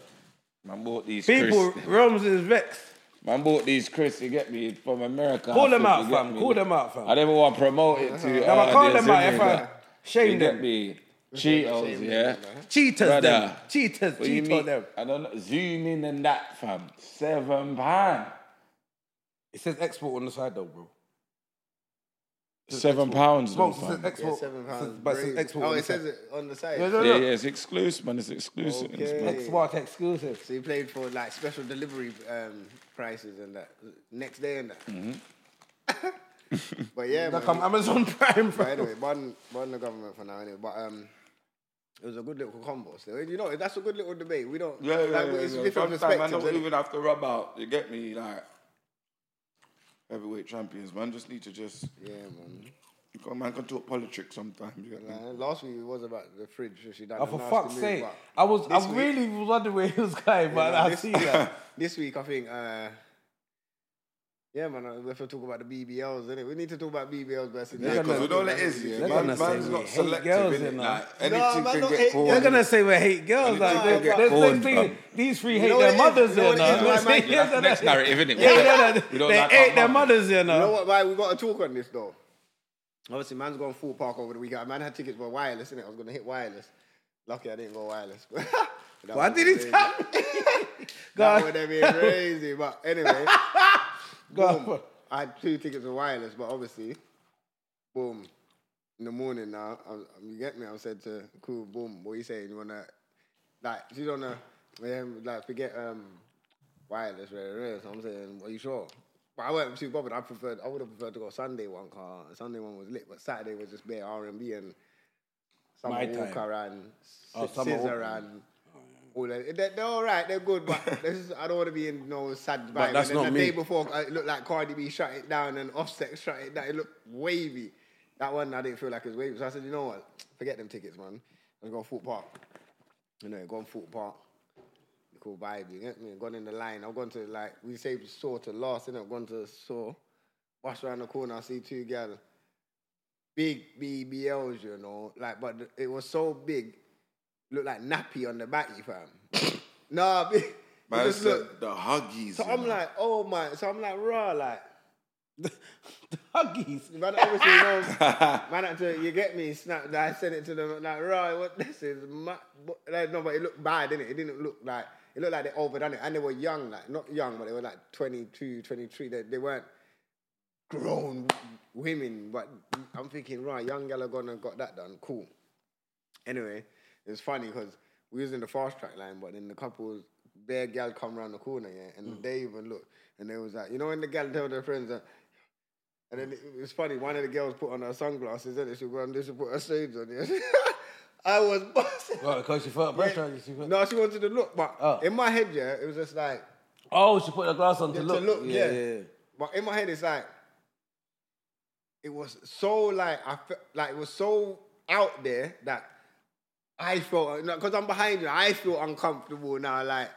Speaker 3: Man bought these
Speaker 2: People,
Speaker 3: Chris.
Speaker 2: Rome's is vexed.
Speaker 3: Man bought these Chris. You get me from America.
Speaker 2: Call them
Speaker 3: You
Speaker 2: out,
Speaker 3: get
Speaker 2: fam.
Speaker 3: me?
Speaker 2: Call them out, fam.
Speaker 3: I never want to promote it to.
Speaker 2: No, but
Speaker 3: uh,
Speaker 2: call
Speaker 3: the
Speaker 2: them out,
Speaker 3: Zimbabwe,
Speaker 2: if I
Speaker 3: but You
Speaker 2: shame
Speaker 3: get
Speaker 2: them.
Speaker 3: me. Cheetos, yeah.
Speaker 2: Cheaters,
Speaker 3: Brother.
Speaker 2: them. Cheaters,
Speaker 3: What do you
Speaker 2: cheat on
Speaker 3: mean?
Speaker 2: them.
Speaker 3: I don't know. Zoom in and that, fam. Seven pound.
Speaker 2: It says export on the side, though, bro.
Speaker 3: Seven pounds, though,
Speaker 2: Smokes, it
Speaker 1: Yeah,
Speaker 2: says export.
Speaker 3: fam.
Speaker 1: seven
Speaker 2: It says-
Speaker 1: pounds.
Speaker 2: But it says
Speaker 1: Great.
Speaker 2: export.
Speaker 1: oh,
Speaker 2: on
Speaker 1: it
Speaker 2: the side.
Speaker 1: says it on the side.
Speaker 2: Yeah, no,
Speaker 3: Yeah,
Speaker 2: no.
Speaker 3: yeah, it's exclusive, man. It's exclusive. It's
Speaker 1: Okay.
Speaker 3: mad.
Speaker 2: Export exclusive.
Speaker 1: So you played for like special delivery um, prices and that next day and that.
Speaker 3: Mm-hmm.
Speaker 1: but yeah,
Speaker 2: Like
Speaker 1: man.
Speaker 2: I'm Amazon Prime,
Speaker 1: But
Speaker 2: fam.
Speaker 1: anyway, pardon, pardon the government for now. Anyway, but um, it was a good little combo. So you know, that's a good little debate. We don't.
Speaker 3: Yeah, yeah,
Speaker 1: like,
Speaker 3: yeah,
Speaker 1: It's
Speaker 3: yeah.
Speaker 1: different
Speaker 3: Sometimes I
Speaker 1: perspectives.
Speaker 3: don't
Speaker 1: innit?
Speaker 3: even have to rub out. You get me, like heavyweight champions, man. Just need to just
Speaker 1: Yeah, man.
Speaker 3: you can, man can talk politics sometimes. You get me?
Speaker 1: Like, last week it was about the fridge. so She done
Speaker 2: Oh,
Speaker 1: a
Speaker 2: for
Speaker 1: nasty
Speaker 2: fuck's
Speaker 1: move,
Speaker 2: sake.
Speaker 1: but
Speaker 2: I was,
Speaker 1: this
Speaker 2: I
Speaker 1: week-
Speaker 2: really was wondering where he was going, but
Speaker 1: Yeah,
Speaker 2: I
Speaker 1: this-
Speaker 2: see that.
Speaker 1: This week, I think. Uh, yeah, man, uh, we have to talk about the BBLs, innit? We need to talk about BBLs versus
Speaker 3: Yeah, because we know what it is. Yeah,
Speaker 2: They're
Speaker 3: man,
Speaker 2: gonna
Speaker 3: man's
Speaker 2: say we
Speaker 3: not
Speaker 2: hate
Speaker 3: selective.
Speaker 2: girls,
Speaker 3: innit?
Speaker 2: innit?
Speaker 3: Like,
Speaker 1: No,
Speaker 3: anything
Speaker 1: man,
Speaker 3: can
Speaker 1: not
Speaker 3: get
Speaker 1: hate-
Speaker 3: called.
Speaker 2: They're gonna say we hate girls.
Speaker 3: Anything
Speaker 2: Like,
Speaker 1: can
Speaker 2: they-
Speaker 1: get
Speaker 2: they- they
Speaker 3: bored,
Speaker 2: think
Speaker 3: fam.
Speaker 2: these three hate
Speaker 1: know
Speaker 2: their
Speaker 1: what it
Speaker 2: mothers
Speaker 1: is? You
Speaker 2: here
Speaker 1: know what it
Speaker 2: now.
Speaker 1: is, my man?
Speaker 2: Yeah,
Speaker 3: That's the next narrative, isn't it?
Speaker 2: Yeah, you know that-
Speaker 3: We don't
Speaker 2: they
Speaker 3: like our
Speaker 2: hate their
Speaker 3: mothers.
Speaker 2: mothers here
Speaker 1: You know
Speaker 2: now.
Speaker 1: what, man? We got to talk on this though. Obviously, man's gone full park over the weekend. Man had tickets for wireless, innit? I was gonna hit wireless. Lucky I didn't go wireless. But that
Speaker 2: Why
Speaker 1: would've
Speaker 2: did
Speaker 1: been crazy.
Speaker 2: he tell me?
Speaker 1: That
Speaker 2: God.
Speaker 1: would have been crazy. But anyway,
Speaker 2: God.
Speaker 1: boom. I had two tickets for wireless, but obviously, boom. In the morning now, I, was- you get me? I said to cool, boom. What you saying? You wanna like? You don't know? Yeah, like forget um wireless, rare, rare. So I'm saying, are you sure? But I wasn't too bothered. I preferred. I would have preferred to go Sunday one car. Sunday one was lit, but Saturday was just bare R and B and Summer
Speaker 2: My time.
Speaker 1: Walker and
Speaker 2: Oh,
Speaker 1: S-
Speaker 2: Summer
Speaker 1: Scissor
Speaker 2: Walker.
Speaker 1: and all that. Oh, They- They're all right. They're good, but this is, I don't want to be in no sad vibe.
Speaker 2: that's
Speaker 1: and then
Speaker 2: not
Speaker 1: the
Speaker 2: me.
Speaker 1: day before, uh, it looked like Cardi B shut it down and Offset shut it down. It looked wavy. That one, I didn't feel like it was wavy. So I said, you know what? Forget them tickets, man. I'm going to Foot Park. You know, going Foot Park. Cool vibe, you get me? Gone in the line. I've gone to like we say saw to last, innit? I've gone to saw. Watch around the corner, I see two girls. Big BBLs, you know. Like, but th- it was so big, looked like nappy on the back, you fam. nah, big. it
Speaker 3: Man,
Speaker 1: just
Speaker 3: it's
Speaker 1: look.
Speaker 3: the, the huggies.
Speaker 1: So
Speaker 3: you
Speaker 1: I'm
Speaker 3: know.
Speaker 1: like, oh my. So I'm like, raw, like.
Speaker 2: The huggies.
Speaker 1: Man, obviously, you know, man, had to, you get me? Snap. I sent it to them. Like, right, what this is? Ma- but, like, no, but it looked bad, didn't it? It didn't look like it looked like they overdone it, and they were young, like not young, but they were like 22, 23. They, they weren't grown women, but I'm thinking, right, young gal are gonna got that done. Cool. Anyway, it was funny because we was in the fast track line, but then the couple, bare gal come round the corner, yeah, and
Speaker 2: Mm.
Speaker 1: they even looked, and they was like, you know, when the gal tell their friends that. And then it was funny, one of the girls put on her sunglasses, and she went, she put her shades on. Yeah. I was busting.
Speaker 2: Well, because she felt pressure. She felt-
Speaker 1: No, she wanted to look, but
Speaker 2: Oh.
Speaker 1: in my head, yeah, it was just like,
Speaker 2: Oh, she put the glass on to
Speaker 1: to
Speaker 2: look.
Speaker 1: look, yeah.
Speaker 2: yeah.
Speaker 1: But in my head, it's like it was so like I felt like it was so out there that I felt because I'm behind you. I feel uncomfortable now. Like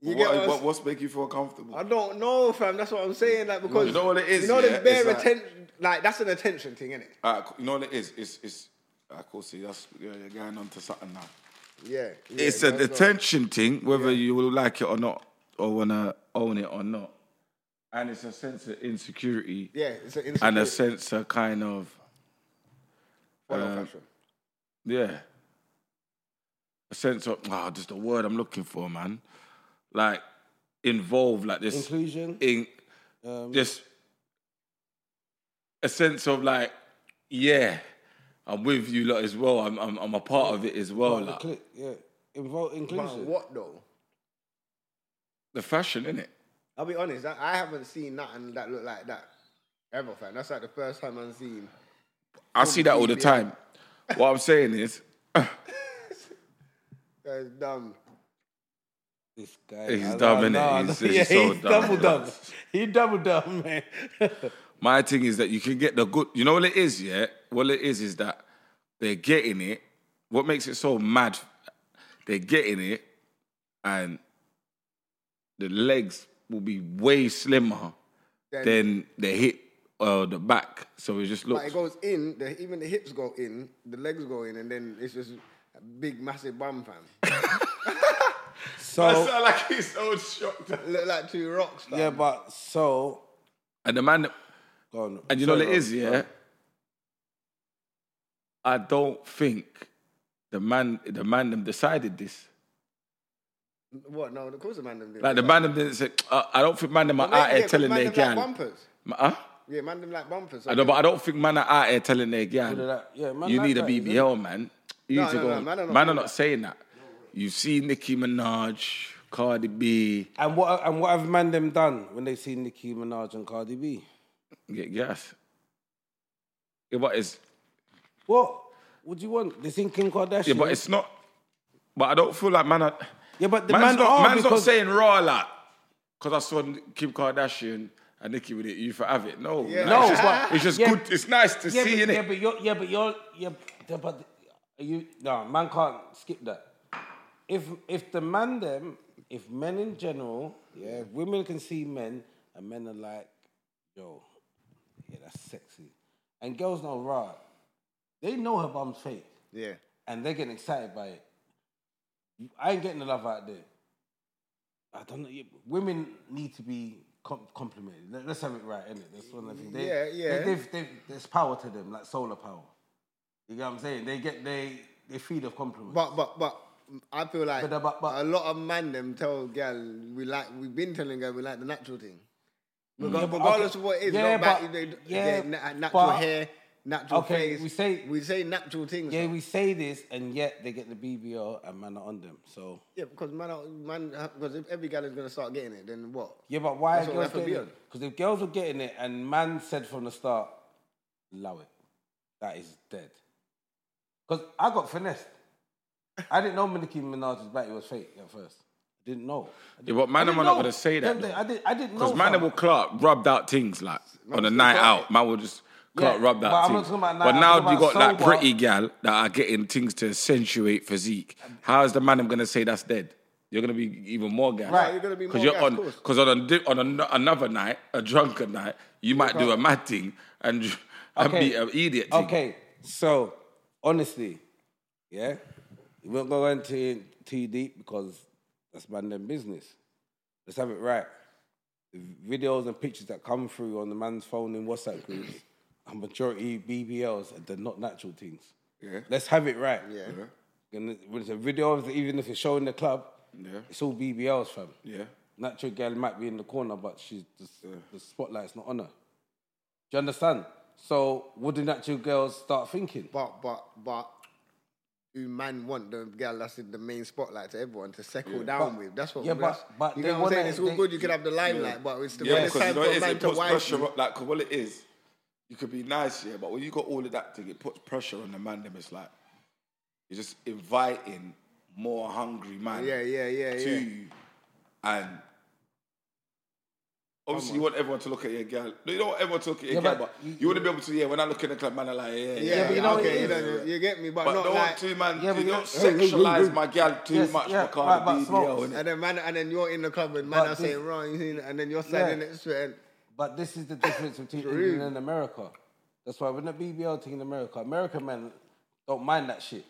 Speaker 1: you
Speaker 3: what,
Speaker 1: get what, I'm
Speaker 3: what,
Speaker 1: s-
Speaker 3: what's making you feel comfortable?
Speaker 1: I don't know, fam. That's what I'm saying. Like because
Speaker 3: You know what it is,
Speaker 1: You know
Speaker 3: yeah?
Speaker 1: the bare
Speaker 3: It's like-
Speaker 1: attention. Like that's an attention thing, isn't it?
Speaker 3: Alright, cool. you know what it is? It's it's. I cool. See, that's you're you're going on to something now.
Speaker 1: Yeah.
Speaker 3: it's
Speaker 1: yeah,
Speaker 3: an
Speaker 1: no, no.
Speaker 3: attention thing, whether you will like it or not, or wanna own it or not. And it's a sense of insecurity
Speaker 1: Yeah, it's an
Speaker 3: and
Speaker 1: insecurity.
Speaker 3: a sense of kind of
Speaker 1: Follow
Speaker 3: uh,
Speaker 1: fashion.
Speaker 3: yeah, a sense of ah, just the word I'm looking for, man. Like involved, like this
Speaker 2: Inclusion.
Speaker 3: in just a sense of like, yeah, I'm with you lot as well. I'm I'm, I'm a part of it as well.
Speaker 2: The
Speaker 3: Like,
Speaker 2: click, yeah. Involve
Speaker 1: But
Speaker 2: inclusion.
Speaker 1: what though?
Speaker 3: the fashion, innit?
Speaker 1: I'll be honest, I, I haven't seen nothing that looked like that ever, fam. That's like the first time I've seen.
Speaker 3: I see that all the
Speaker 1: BBL.
Speaker 3: time. What I'm saying is,
Speaker 1: Uh, dumb.
Speaker 2: This guy.
Speaker 3: He's
Speaker 2: I-
Speaker 3: dumb,
Speaker 2: I-
Speaker 3: innit?
Speaker 2: nah,
Speaker 3: He's-
Speaker 2: nah.
Speaker 3: he's
Speaker 2: yeah,
Speaker 3: so
Speaker 2: he's
Speaker 3: dumb,
Speaker 2: double
Speaker 3: bro.
Speaker 2: dumb. He double dumb, man.
Speaker 3: my thing is that you can get the good. You know what it is, yeah. What it is is that they're getting it. What makes it so mad? They're getting it, and the legs will be way slimmer
Speaker 1: Then-
Speaker 3: than the hip or the back. So it just
Speaker 1: But
Speaker 3: looks.
Speaker 1: it goes in, the, even the hips go in, the legs go in, and then it's just a big, massive bum, fam.
Speaker 2: so
Speaker 3: like he's so shocked.
Speaker 1: Look like two rocks, fam.
Speaker 2: yeah, but so
Speaker 3: And the man,
Speaker 2: go on.
Speaker 3: and you know
Speaker 2: Sorry,
Speaker 3: what it
Speaker 2: bro.
Speaker 3: is, yeah. I don't think the man, the man, them decided this.
Speaker 1: What? No, of course the man them do.
Speaker 3: Like the man them didn't say. Uh, I don't think man them are
Speaker 1: Maybe,
Speaker 3: out
Speaker 1: yeah,
Speaker 3: here
Speaker 1: 'cause
Speaker 3: telling
Speaker 1: man
Speaker 3: their
Speaker 1: them
Speaker 3: gal.
Speaker 1: Like bumpers.
Speaker 3: Ma- huh?
Speaker 1: Yeah, man them like bumpers. so
Speaker 3: I know, but I don't think man are out here telling their
Speaker 2: Look at
Speaker 3: gal.
Speaker 2: that. Yeah, man,
Speaker 3: You
Speaker 2: like
Speaker 3: need a
Speaker 2: that, isn't it?
Speaker 3: BBL, man. You
Speaker 1: No,
Speaker 3: need to
Speaker 1: no,
Speaker 3: go.
Speaker 1: no, man are not
Speaker 3: man are
Speaker 1: doing
Speaker 3: not
Speaker 1: that.
Speaker 3: saying that. You see Nicki Minaj, Cardi B,
Speaker 2: And what and what have man them done when they see Nicki Minaj and Cardi B?
Speaker 3: get gas. Yeah, but it's
Speaker 2: What? What do you want? They think Kim Kardashian.
Speaker 3: yeah, but it's not. But I don't feel like man. Are,
Speaker 2: Yeah, but the
Speaker 3: man's
Speaker 2: man
Speaker 3: not,
Speaker 2: are
Speaker 3: man's not
Speaker 2: because-
Speaker 3: saying raw like because I saw Kim Kardashian and Nicki with it. You for have it? No,
Speaker 1: Yeah.
Speaker 3: like,
Speaker 2: No,
Speaker 3: it's just,
Speaker 2: but-
Speaker 3: it's just
Speaker 2: yeah.
Speaker 3: good. It's nice to
Speaker 2: yeah,
Speaker 3: see
Speaker 2: but,
Speaker 3: in
Speaker 2: yeah,
Speaker 3: it.
Speaker 2: but you're yeah, but you're yeah, but- but are you no man can't skip that. If if the man them, if men in general, yeah, if women can see men and men are like, yo, yeah, that's sexy, and girls know right, they know her bum's fake
Speaker 1: Yeah.
Speaker 2: and they're getting excited by it. I ain't getting the love out there. I don't know. you- Women need to be com- complimented. Let- Let's have it right, innit? That's one of the things. They,
Speaker 1: Yeah, yeah.
Speaker 2: They, they've, they've- there's power to them, like solar power. You get what I'm saying? They get they they feed off compliments.
Speaker 1: But but but I feel like
Speaker 2: But- but- but-
Speaker 1: a lot of man them tell gal we like we've been telling gal we like the natural thing. Regar-
Speaker 2: Yeah, but
Speaker 1: Regardless
Speaker 2: okay.
Speaker 1: of what it is,
Speaker 2: Yeah,
Speaker 1: not back,
Speaker 2: but-
Speaker 1: they-
Speaker 2: yeah,
Speaker 1: they- na- natural
Speaker 2: but-
Speaker 1: hair, natural
Speaker 2: okay,
Speaker 1: face.
Speaker 2: we say-
Speaker 1: we say natural things.
Speaker 2: yeah,
Speaker 1: fam.
Speaker 2: we say this, and yet they get the BBL and man are on them. So
Speaker 1: Yeah, because man, are- man, because if every gal is gonna start getting it, then what?
Speaker 2: yeah, but why
Speaker 1: That's
Speaker 2: are
Speaker 1: what
Speaker 2: girls
Speaker 1: we have to
Speaker 2: getting
Speaker 1: be
Speaker 2: it? Because if girls were getting it, and man said from the start, love it, that is dead. Because I got finessed. I didn't know Nicki Minaj's back was fake at first. Didn't know. I didn't-
Speaker 3: Yeah, but man,
Speaker 2: I didn't
Speaker 3: them are not
Speaker 2: know.
Speaker 3: gonna say that,
Speaker 2: Them
Speaker 3: though.
Speaker 2: thing- I didn't. I didn't know.
Speaker 3: Because man,
Speaker 2: fam.
Speaker 3: will Clark rubbed out things like on a night out. Man will just Clark
Speaker 2: Yeah,
Speaker 3: rubbed
Speaker 2: but
Speaker 3: out
Speaker 2: I'm not
Speaker 3: things.
Speaker 2: talking about night
Speaker 3: but
Speaker 2: out,
Speaker 3: now
Speaker 2: I'm talking
Speaker 3: you got
Speaker 2: about
Speaker 3: that
Speaker 2: sober.
Speaker 3: pretty gal that are getting things to accentuate physique. How is the man I'm gonna say that's dead? You're gonna be even more gas.
Speaker 1: Right, you're gonna be more
Speaker 3: you're
Speaker 1: gas,
Speaker 3: on
Speaker 1: of course.
Speaker 3: because on a, di- on an- another night, a drunken night, you might do a mad thing and and
Speaker 2: Okay.
Speaker 3: be an idiot. Thing.
Speaker 2: Okay, so honestly, yeah, we won't go into too deep because that's man them business. Let's have it right. The videos and pictures that come through on the man's phone in WhatsApp groups are majority BBLs and they're not natural things.
Speaker 3: Yeah.
Speaker 2: Let's have it right.
Speaker 1: Yeah. Yeah.
Speaker 2: And it- when it's a video, of- even if it's showing the club,
Speaker 3: Yeah.
Speaker 2: it's all BBLs, fam.
Speaker 3: Yeah.
Speaker 2: Natural girl might be in the corner, but she's the, the spotlight's not on her. Do you understand? So, what do natural girls start thinking?
Speaker 1: But but but you man want the girl that's in the main spotlight to everyone to settle down
Speaker 2: But-
Speaker 1: with. That's what.
Speaker 2: yeah, but-
Speaker 1: that's,
Speaker 2: but
Speaker 1: you
Speaker 2: they
Speaker 1: know what I'm saying.
Speaker 2: wanna-
Speaker 1: It's all
Speaker 2: they-
Speaker 1: good. You could have the limelight, but it's the
Speaker 3: Yeah,
Speaker 1: when it's
Speaker 3: because you
Speaker 1: time
Speaker 3: know
Speaker 1: for
Speaker 3: what
Speaker 1: a
Speaker 3: it is,
Speaker 1: man
Speaker 3: it
Speaker 1: to
Speaker 3: puts
Speaker 1: wife.
Speaker 3: pressure
Speaker 1: you.
Speaker 3: on, like, 'cause what it is, you could be nice, yeah, but when you got all of that thing, it puts pressure on the man, them, it's like, you're just inviting more hungry man
Speaker 1: Yeah, yeah, yeah,
Speaker 3: to
Speaker 1: yeah.
Speaker 3: you. And obviously, you want everyone to look at your girl. No, you don't want everyone to look at your
Speaker 2: Yeah,
Speaker 3: girl,
Speaker 2: but
Speaker 3: but,
Speaker 2: you-
Speaker 3: you, want to be able to, yeah, when I look in the club, man, I like, yeah, yeah,
Speaker 1: Yeah, but you
Speaker 3: yeah,
Speaker 1: know
Speaker 3: okay,
Speaker 1: what it is,
Speaker 3: yeah,
Speaker 1: though,
Speaker 3: yeah.
Speaker 1: you get me, but
Speaker 3: But
Speaker 1: not
Speaker 3: don't
Speaker 1: like-
Speaker 3: want to, man,
Speaker 2: Yeah, but
Speaker 3: you
Speaker 2: you-
Speaker 3: don't
Speaker 2: Hey, hey, hey,
Speaker 3: sexualize
Speaker 2: hey.
Speaker 3: my girl too
Speaker 2: Yes,
Speaker 3: much,
Speaker 2: yes,
Speaker 3: because
Speaker 2: right, but
Speaker 3: I'm
Speaker 2: smokes.
Speaker 3: BBL, innit?
Speaker 1: And then man, and then you're in the club and man
Speaker 2: But
Speaker 1: are
Speaker 2: this-
Speaker 1: saying wrong, you see, and then you're standing
Speaker 2: Yeah.
Speaker 1: next to it.
Speaker 2: But this is the difference between England and America. That's why when the BBL thing in America, American men don't mind that shit.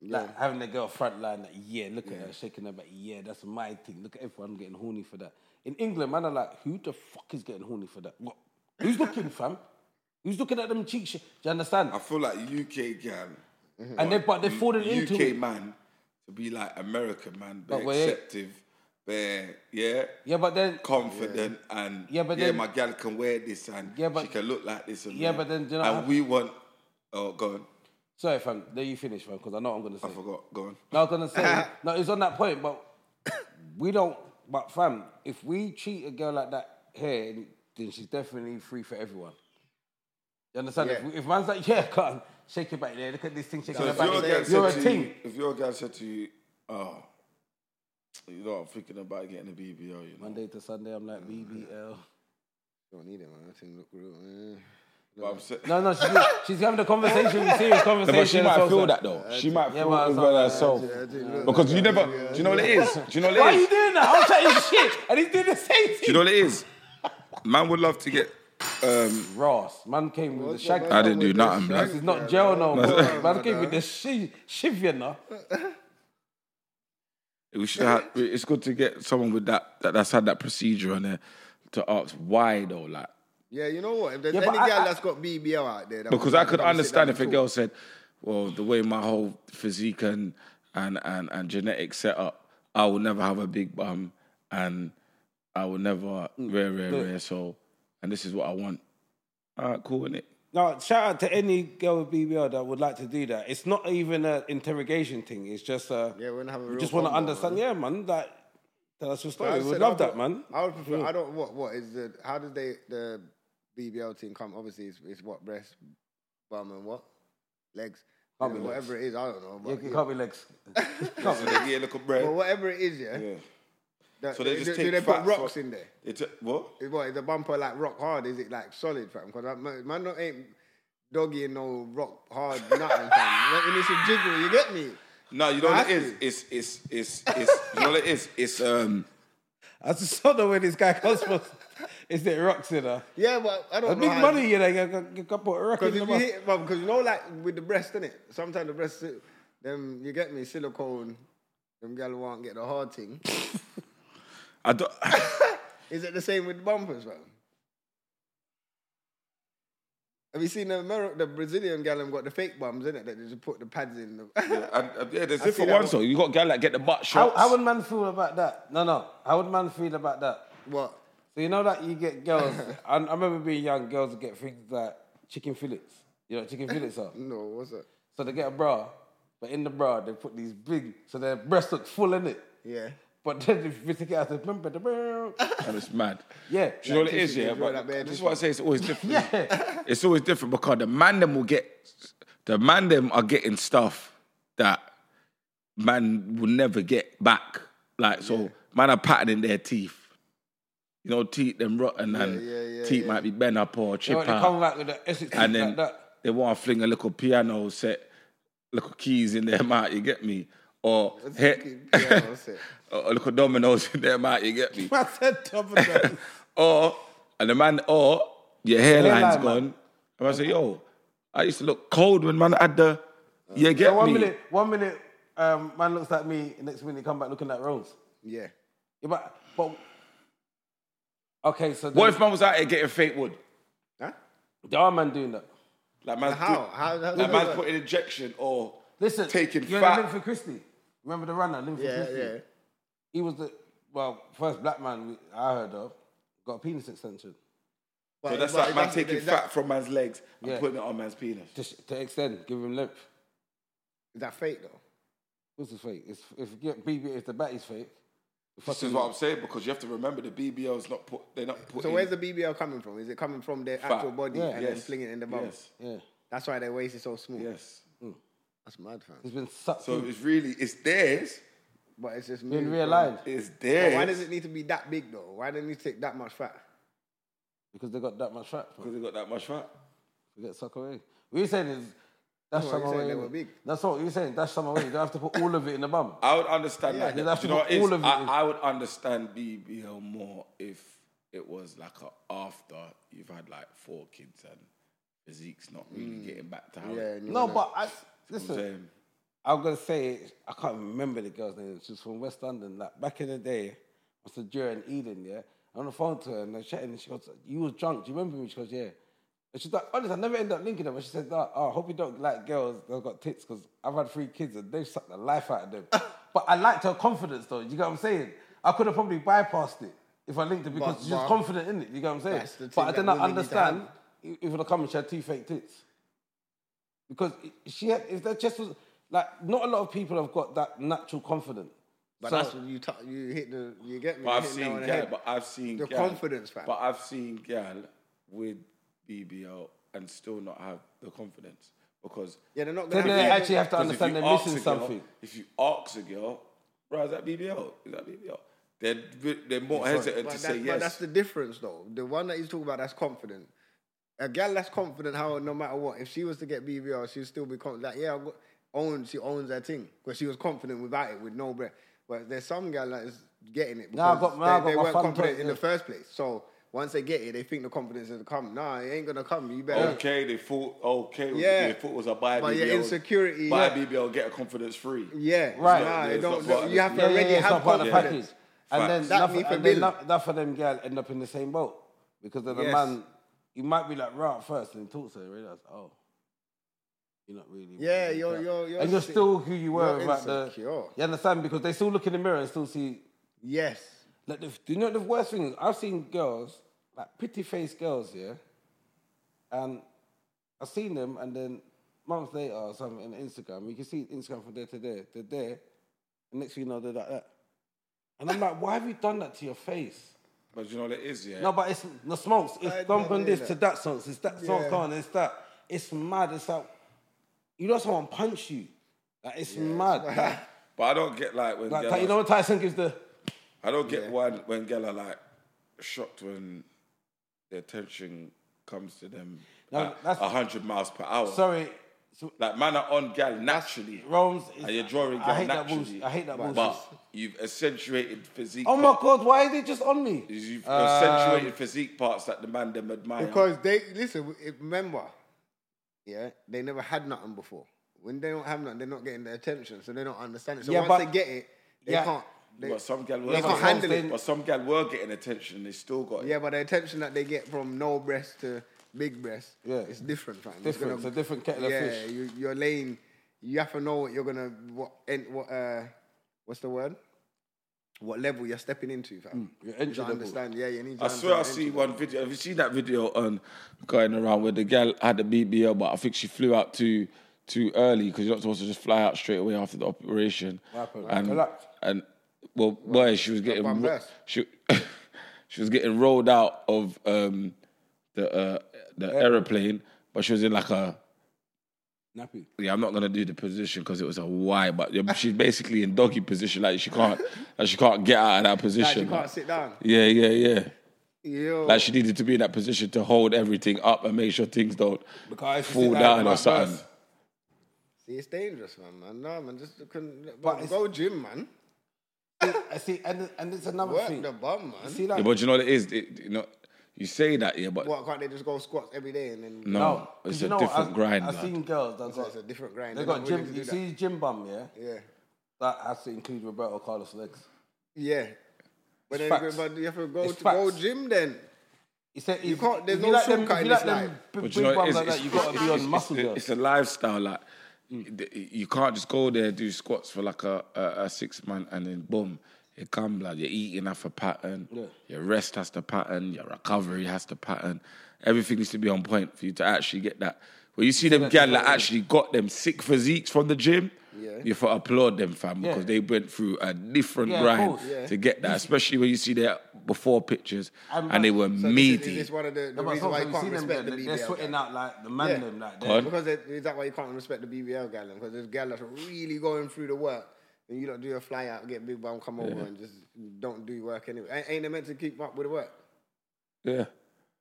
Speaker 2: Like having their girl front line, like, yeah, look at her shaking her back, yeah, that's my thing. Look at everyone getting horny for that. In England, man, are like, who the fuck is getting horny for that? What? Who's looking, fam? Who's looking at them cheeks? Do you understand?
Speaker 3: I feel like UK girl.
Speaker 2: And they, but they're falling into
Speaker 3: UK
Speaker 2: it.
Speaker 3: man to be like American man,
Speaker 2: But
Speaker 3: they're
Speaker 2: we're-
Speaker 3: acceptive, they're yeah,
Speaker 2: Yeah, but then
Speaker 3: confident, and
Speaker 2: Yeah, but then-
Speaker 3: my gal can wear this and
Speaker 2: Yeah, but-
Speaker 3: she can look like this and
Speaker 2: Yeah,
Speaker 3: that.
Speaker 2: but then do you know
Speaker 3: and
Speaker 2: what-
Speaker 3: we want. Oh, go on.
Speaker 2: sorry, fam. There you finish, fam, because I know what I'm gonna say.
Speaker 3: I forgot. Go on.
Speaker 2: No, I was gonna say no. It's on that point, but we don't. But fam, if we treat a girl like that here, then she's definitely free for everyone. You understand? If,
Speaker 1: Yeah.
Speaker 2: we- if man's like, yeah, come shake it back there. Look at this thing, shake
Speaker 3: So
Speaker 2: it
Speaker 3: if
Speaker 2: back
Speaker 3: your,
Speaker 2: there.
Speaker 3: girl
Speaker 1: gal
Speaker 3: said
Speaker 2: You're a
Speaker 3: to
Speaker 2: thing.
Speaker 3: You, if your girl said to you, oh, you know, I'm thinking about getting a BBL, you know.
Speaker 2: Monday to Sunday, I'm like BBL.
Speaker 1: Don't need it, man. That thing look real. eh.
Speaker 3: But I'm saying.
Speaker 2: No, no, she's, she's having a conversation, serious conversation.
Speaker 3: but she might
Speaker 2: so-
Speaker 3: feel that though. She might
Speaker 2: Yeah,
Speaker 3: feel
Speaker 2: but
Speaker 3: it
Speaker 2: it's
Speaker 3: within
Speaker 2: not-
Speaker 3: herself because you never. Do you know what it is? Do you know
Speaker 2: Why
Speaker 3: what
Speaker 2: are
Speaker 3: it
Speaker 2: you
Speaker 3: is?
Speaker 2: doing that? I'm chatting shit, and he's doing the same
Speaker 3: Do you
Speaker 2: thing.
Speaker 3: know what it is? Man would love to get. Um,
Speaker 2: Ross, man came with the shag.
Speaker 3: I didn't do nothing,
Speaker 2: This is not jail no more. Man came with the shi- shiv, you know.
Speaker 3: We should have. It's good to get someone with that, that that's had that procedure on there to ask why though, like
Speaker 1: Yeah, you know what? If there's
Speaker 2: Yeah, but
Speaker 1: any
Speaker 2: I-
Speaker 1: girl
Speaker 2: I-
Speaker 1: that's got BBL out there, that
Speaker 3: because
Speaker 1: wants
Speaker 3: I
Speaker 1: to
Speaker 3: could
Speaker 1: come and sit down
Speaker 3: understand if a
Speaker 1: and
Speaker 3: girl said, "Well, the way my whole physique and and and, and genetic setup, I will never have a big bum, and I will never rare rare rare." So, and this is what I want. All right, cool, innit?
Speaker 2: No, shout out to any girl with BBL that would like to do that. It's not even an interrogation thing. It's just a,
Speaker 1: Yeah, we're gonna have a
Speaker 2: we
Speaker 1: real
Speaker 2: just want to
Speaker 1: combo,
Speaker 2: understand. Yeah, man, that that's your
Speaker 1: I
Speaker 2: story. We
Speaker 1: said
Speaker 2: would
Speaker 1: I
Speaker 2: love that, man.
Speaker 1: I would prefer. I don't. What? What is the? How does they the BBL team come? Obviously, it's, it's what breast, bum, and what legs,
Speaker 2: Can't be
Speaker 1: whatever it is. I don't know.
Speaker 2: You
Speaker 1: But,
Speaker 2: can cut me legs.
Speaker 3: So they get a little bread.
Speaker 1: but whatever it is, yeah.
Speaker 3: Yeah.
Speaker 1: that-
Speaker 3: So they
Speaker 1: do,
Speaker 3: just
Speaker 1: do
Speaker 3: take
Speaker 1: they put
Speaker 3: fat
Speaker 1: rocks
Speaker 3: from-
Speaker 1: in there?
Speaker 3: They t- what?
Speaker 1: Is what is the bumper like rock hard? Is it like solid, fam? Because man, man not ain't doggying no rock hard nothing, fam. Like, When it's a jiggle, you get me?
Speaker 3: No, you know what it is.
Speaker 1: Nasty.
Speaker 3: It's it's it's it's. You know what it is. It's um.
Speaker 2: I just don't know where this guy comes from. Is it rocks in her?
Speaker 1: Yeah, but I don't know.
Speaker 2: That's big
Speaker 1: how-
Speaker 2: money, you know. You can- you can put a rock in
Speaker 1: Because
Speaker 2: the
Speaker 1: if you
Speaker 2: mouth.
Speaker 1: hit, because you know, like with the breast, innit? Sometimes the breast, them you get me silicone. Them gal won't get the hard thing.
Speaker 3: I don't.
Speaker 1: Is it the same with bumpers, man? Have you seen the Ameri- the Brazilian gal them got the fake bums, innit? That they just put the pads in. The-
Speaker 3: And, and, yeah, there's
Speaker 1: see
Speaker 3: different
Speaker 1: that
Speaker 3: ones though. You got gal that get the butt
Speaker 2: How,
Speaker 3: shots.
Speaker 2: how would man feel about that? No, no. How would man feel about that?
Speaker 1: what?
Speaker 2: So you know that you get girls. I, I remember being young. Girls would get things like chicken fillets. You know what chicken fillets are.
Speaker 1: No, what's that?
Speaker 2: So they get a bra, but in the bra they put these big, so their breasts look full in it.
Speaker 1: Yeah.
Speaker 2: But then if you take it out, they remember the
Speaker 3: and it's mad.
Speaker 2: Yeah.
Speaker 3: Do you know what it
Speaker 1: Like
Speaker 3: is?
Speaker 1: tissue,
Speaker 3: Yeah,
Speaker 1: you know
Speaker 3: but
Speaker 1: that bare
Speaker 3: this is what I say. It's always different.
Speaker 2: Yeah.
Speaker 3: It's always different because the man them will get, the man them are getting stuff that man will never get back. Like so, man are patterning their teeth. You know, teeth them rotten and
Speaker 1: yeah, yeah,
Speaker 3: teeth might be bent up or
Speaker 2: They
Speaker 3: chip
Speaker 2: want to
Speaker 3: out
Speaker 2: come back with the Essex
Speaker 3: and then
Speaker 2: like that.
Speaker 3: they want to fling a little piano set, little keys in their mouth. You get me? Or hit,
Speaker 1: piano set?
Speaker 3: or little dominoes in their mouth. You get me?
Speaker 2: I said double that.
Speaker 3: or and the man, or your hairline's
Speaker 2: Hairline, man.
Speaker 3: gone. And I say, yo, I used to look cold when man had the. You get
Speaker 2: one
Speaker 3: me?
Speaker 2: minute, one minute, um, man looks at me. Next minute, come back looking at Rose.
Speaker 1: Yeah.
Speaker 2: Yeah, but, but okay, so
Speaker 3: What
Speaker 2: what
Speaker 3: if man was out here getting fake wood?
Speaker 1: Huh?
Speaker 2: there are man doing that.
Speaker 3: Like man's
Speaker 1: How?
Speaker 3: doing-
Speaker 1: How? how
Speaker 3: like
Speaker 1: how-
Speaker 3: man's putting injection or
Speaker 2: Listen,
Speaker 3: taking
Speaker 2: you
Speaker 3: fat.
Speaker 2: remember Linford Christie? Remember the runner, Linford
Speaker 1: Yeah,
Speaker 2: Christie?
Speaker 1: yeah.
Speaker 2: He was the well first black man we- I heard of got a penis extension
Speaker 3: so that's
Speaker 1: but
Speaker 3: like man
Speaker 1: that's-
Speaker 3: taking
Speaker 1: that-
Speaker 3: fat from man's legs and
Speaker 2: Yeah.
Speaker 3: putting it on man's penis.
Speaker 2: to, sh- to extend, give him length.
Speaker 1: Is that fake though?
Speaker 2: What's is fake? It's, if you get BB, if the bat is fake, the
Speaker 3: This is
Speaker 2: fucking-
Speaker 3: what I'm saying because you have to remember the BBL's not put. They're not put.
Speaker 1: So where's the BBL coming from? Is it coming from their actual body
Speaker 2: Yeah.
Speaker 1: and then
Speaker 3: Yes.
Speaker 1: flinging it in the mouth?
Speaker 3: Yes.
Speaker 2: yeah,
Speaker 1: That's why their waist is so smooth.
Speaker 3: Yes.
Speaker 1: That's mad, fam.
Speaker 2: it's been sucked
Speaker 3: So
Speaker 2: in,
Speaker 3: it's really it's theirs.
Speaker 1: But it's just
Speaker 2: in
Speaker 1: moved,
Speaker 2: real
Speaker 1: fam.
Speaker 2: life
Speaker 3: It's
Speaker 1: But
Speaker 3: theirs.
Speaker 1: why does it need to be that big though? Why do not need to take that much fat?
Speaker 2: because they got that much fat.
Speaker 3: Because they got that much fat.
Speaker 2: We get sucked away. What you saying is dash
Speaker 1: No,
Speaker 2: some
Speaker 1: you said
Speaker 2: away.
Speaker 1: they
Speaker 2: innit?
Speaker 1: were big.
Speaker 2: That's what you're saying. Dash some away. You don't have to put all of it in the bum.
Speaker 3: I would understand
Speaker 1: Yeah,
Speaker 3: that.
Speaker 2: you'd have
Speaker 3: Do
Speaker 2: to
Speaker 3: you know
Speaker 2: put
Speaker 3: what it is?
Speaker 2: all of it
Speaker 3: I,
Speaker 2: in.
Speaker 3: I would understand BBL more if it was like a after you've had like four kids and physique's not really getting back to how.
Speaker 1: Mm. Yeah.
Speaker 3: it-
Speaker 1: and you
Speaker 2: No,
Speaker 1: wanna-
Speaker 2: but I
Speaker 3: I'm
Speaker 2: listen.
Speaker 3: saying.
Speaker 2: I'm gonna say it. I can't remember the girl's name. She's from West London. Like back in the day, I said during Eden, yeah. I'm on the phone to her and I'm chatting. And she goes, "You was drunk. Do you remember me?" She goes, "Yeah." And she's like, "Honest, I never end up linking them." But she said, "Nah, "Oh, I hope you don't like girls that got tits because I've had three kids and they've sucked the life out of them." but I liked her confidence though. You get what I'm saying? I could have probably bypassed it if I linked it because
Speaker 1: But-
Speaker 2: she's
Speaker 1: but-
Speaker 2: confident in it. You get what I'm saying?
Speaker 1: That's the thing
Speaker 2: But I
Speaker 1: that
Speaker 2: did not
Speaker 1: women need to
Speaker 2: understand
Speaker 1: have.
Speaker 2: if if it come and she had two fake tits. Because she had, if that chest was like, not a lot of people have got that natural confidence.
Speaker 1: But
Speaker 2: So-
Speaker 1: that's what you tou- you hit the you get me.
Speaker 3: But I've
Speaker 1: hitting that on
Speaker 3: seen
Speaker 1: the
Speaker 3: gal,
Speaker 1: head.
Speaker 3: but I've seen
Speaker 1: The
Speaker 3: gal-
Speaker 1: confidence, fam.
Speaker 3: But I've seen gal with BBL and still not have the confidence because
Speaker 1: yeah, they're not
Speaker 2: Then
Speaker 1: gonna
Speaker 2: they
Speaker 1: have
Speaker 2: actually have to
Speaker 3: Because if
Speaker 2: understand
Speaker 3: you
Speaker 2: they're
Speaker 3: ask
Speaker 2: missing
Speaker 3: a girl-
Speaker 2: something.
Speaker 3: If you ask a girl, bro, is that BBL? Is that BBL? They're, they're more hesitant
Speaker 1: but
Speaker 3: to
Speaker 1: that-
Speaker 3: say
Speaker 1: But that's
Speaker 3: yes.
Speaker 1: the difference, though. The one that he's talking about that's confident. A gal that's confident, how no matter what, if she was to get BBL, she'd still be confident. Like, yeah, I got, own, she owns her thing because she was confident without it, with no breath. But there's some gal that is getting it because
Speaker 2: Nah, I got-
Speaker 1: they,
Speaker 2: nah, I got
Speaker 1: they
Speaker 2: my
Speaker 1: weren't
Speaker 2: thumb
Speaker 1: confident
Speaker 2: toe,
Speaker 1: in
Speaker 2: yeah.
Speaker 1: the first place. So once they get it, they think the confidence is gonna come. Nah, it ain't gonna come. You better.
Speaker 3: Okay, they thought. Okay,
Speaker 1: Yeah.
Speaker 3: they thought was a buy
Speaker 1: But
Speaker 3: BBL.
Speaker 1: your insecurity-
Speaker 3: Buy
Speaker 1: Yeah.
Speaker 3: BBL, get a confidence free.
Speaker 1: Yeah,
Speaker 2: Right.
Speaker 1: Nah,
Speaker 3: Yeah,
Speaker 1: it
Speaker 3: it's
Speaker 1: don't,
Speaker 3: not part of
Speaker 1: you
Speaker 3: the-
Speaker 1: have to
Speaker 2: Yeah, yeah,
Speaker 1: already
Speaker 2: yeah, it's
Speaker 1: have
Speaker 2: not part of the
Speaker 1: confidence.
Speaker 2: package. And
Speaker 3: Facts.
Speaker 2: then,
Speaker 1: That
Speaker 2: enough,
Speaker 1: me for
Speaker 2: and then
Speaker 1: Bill.
Speaker 2: enough, enough of them girl end up in the same boat because of the
Speaker 1: Yes.
Speaker 2: man. He might be like right at first and talks to her and realize, oh, you're not really. what
Speaker 1: Yeah,
Speaker 2: you think
Speaker 1: you're-
Speaker 2: you are."
Speaker 1: you're- you're
Speaker 2: and you're
Speaker 1: si-
Speaker 2: still who you were
Speaker 1: you're
Speaker 2: about the.
Speaker 1: insecure.
Speaker 2: You understand because they still look in the mirror and still see
Speaker 1: Yes.
Speaker 2: Like the, do you know the worst thing is I've seen girls, like pretty faced girls, yeah, and I've seen them and then months later or something on Instagram, you can see Instagram from there to there, they're there, and next thing you know, they're like that. And I'm like, why have you done that to your face?
Speaker 3: But you know what it is, yeah.
Speaker 2: No, but it's the smokes,
Speaker 1: I
Speaker 2: it's gone
Speaker 1: don't
Speaker 2: from this
Speaker 1: hear
Speaker 2: to
Speaker 1: that.
Speaker 2: that songs, it's that song
Speaker 1: Yeah.
Speaker 2: gone, it's that. It's mad, it's like, you know someone punch you. Like, it's mad. Like,
Speaker 3: But I don't get like when
Speaker 2: like,
Speaker 3: girls-
Speaker 2: you know when Tyson gives the,
Speaker 3: I don't get why when girls are like shocked when their attention comes to them
Speaker 2: No,
Speaker 3: at
Speaker 2: that's-
Speaker 3: hundred miles per hour.
Speaker 2: sorry, so-
Speaker 3: Like man are on gal naturally.
Speaker 2: Rome's.
Speaker 3: And you're drawing
Speaker 2: I
Speaker 3: gal
Speaker 2: hate that
Speaker 3: naturally.
Speaker 2: bullshit. I hate that bullshit.
Speaker 3: But you've accentuated physique.
Speaker 2: oh my god, why is it just on me?
Speaker 3: You've
Speaker 2: Um,
Speaker 3: accentuated physique parts that the man them admire.
Speaker 1: Because they listen, it- remember, yeah, they never had nothing before. When they don't have nothing, they're not getting the attention, so they don't understand it. So
Speaker 2: Yeah,
Speaker 1: once
Speaker 2: but-
Speaker 1: they get it, they
Speaker 2: yeah.
Speaker 1: can't. They,
Speaker 3: but some gal were
Speaker 1: they can't
Speaker 3: but-
Speaker 1: handle it.
Speaker 3: But some gal were getting attention and they still got it.
Speaker 1: yeah, but the attention that they get from no breast to big breast,
Speaker 2: Yeah.
Speaker 1: it's different, fam.
Speaker 2: Different. It's a different kettle of
Speaker 1: yeah,
Speaker 2: fish.
Speaker 1: you, your lane, you have to know what you're gonna what en- what uh, what's the word? What level you're stepping into, fam?
Speaker 2: Mm, your
Speaker 1: you
Speaker 2: entry
Speaker 1: don't
Speaker 2: level.
Speaker 1: understand. Yeah, you need. To
Speaker 3: I swear I
Speaker 1: understand
Speaker 3: see
Speaker 1: entry.
Speaker 3: one video. Have you seen that video on going around where the girl had a BBL, but I think she flew out too too early because you're not supposed to just fly out straight away after the operation.
Speaker 2: What happened?
Speaker 3: And,
Speaker 2: Collapsed?
Speaker 3: and well, boy, she was getting
Speaker 1: bum
Speaker 3: ro-
Speaker 1: rest?
Speaker 3: she she was getting rolled out of um, the uh, the aeroplane, but she was in like a
Speaker 2: Nappy.
Speaker 3: Yeah, I'm not gonna do the position because it was a why, but yeah, she's basically in doggy position. Like she can't, like she can't get out of that
Speaker 1: Like
Speaker 3: position.
Speaker 1: you can't sit down.
Speaker 3: yeah, yeah, yeah.
Speaker 1: Yo.
Speaker 3: Like she needed to be in that position to hold everything up and make sure things don't
Speaker 2: Because if you
Speaker 3: fall
Speaker 2: sit down,
Speaker 3: down
Speaker 2: it
Speaker 3: or
Speaker 2: might
Speaker 3: something.
Speaker 2: burst.
Speaker 1: See, it's dangerous, man. man. No, man, just couldn't,
Speaker 2: But
Speaker 1: but
Speaker 2: it's-
Speaker 1: go gym, man.
Speaker 2: I see, and and it's another
Speaker 1: Work
Speaker 2: thing.
Speaker 1: the bum, man.
Speaker 2: See that?
Speaker 3: Yeah, but you know what it is. It, you know, you say that, yeah, but
Speaker 1: What can't they just go squats every day and then?
Speaker 3: no,
Speaker 2: no, 'cause
Speaker 3: it's
Speaker 2: you
Speaker 3: a
Speaker 2: know,
Speaker 3: different
Speaker 2: I,
Speaker 3: grind.
Speaker 2: I've
Speaker 3: lad.
Speaker 2: seen girls that
Speaker 1: So it's
Speaker 2: got
Speaker 1: a different grind.
Speaker 2: they
Speaker 1: They're
Speaker 2: got
Speaker 1: not willing
Speaker 2: gym.
Speaker 1: to
Speaker 2: You
Speaker 1: do
Speaker 2: see gym bum, yeah.
Speaker 1: that. Yeah,
Speaker 2: That has to include Roberto Carlos legs.
Speaker 1: yeah. But then,
Speaker 2: facts.
Speaker 1: but you have to go
Speaker 2: It's
Speaker 1: to go
Speaker 2: facts.
Speaker 1: gym then.
Speaker 2: He said, if-
Speaker 1: can't- there's
Speaker 2: if
Speaker 1: no
Speaker 2: you like them,
Speaker 1: shortcut
Speaker 2: if
Speaker 1: in
Speaker 2: you like
Speaker 1: this
Speaker 2: them
Speaker 1: life.
Speaker 2: b-
Speaker 3: But
Speaker 2: big
Speaker 3: you know,
Speaker 2: bums
Speaker 3: it's,
Speaker 2: like that,
Speaker 3: it's,
Speaker 2: you got to be
Speaker 3: it's-
Speaker 2: on muscle
Speaker 3: it's,
Speaker 2: girls.
Speaker 3: it's a lifestyle. Like th- you can't just go there do squats for like a, a, a six man and then boom, you come like you're eating off a pattern. Your rest has to pattern. Your recovery has to pattern. Everything needs to be on point for you to actually get that. When you see them gal that actually got them sick physiques from the gym,
Speaker 1: Yeah.
Speaker 3: you for applaud them fam because
Speaker 2: Yeah.
Speaker 3: they went through a different
Speaker 2: Yeah, of
Speaker 3: grind
Speaker 2: course. Yeah.
Speaker 3: to get that. Especially when you see their before pictures
Speaker 2: I'm-
Speaker 3: and they were
Speaker 1: So this is-
Speaker 3: meaty.
Speaker 1: Is this one of the, the
Speaker 2: No, but
Speaker 1: reasons why
Speaker 2: sometimes
Speaker 1: you
Speaker 2: see
Speaker 1: can't
Speaker 2: them,
Speaker 1: respect
Speaker 2: they're-
Speaker 1: the BBL?
Speaker 2: They're sweating
Speaker 1: gal?
Speaker 2: out like the man
Speaker 1: Yeah.
Speaker 2: them, like
Speaker 3: Go on.
Speaker 2: they're-
Speaker 1: Because it, is that why you can't respect the BBL gal? Because there's gal that's really going through the work, and you don't do your fly out, get big bum, come over, and just don't do work anyway. Ain't- Ain't they meant to keep up with the work?
Speaker 3: yeah.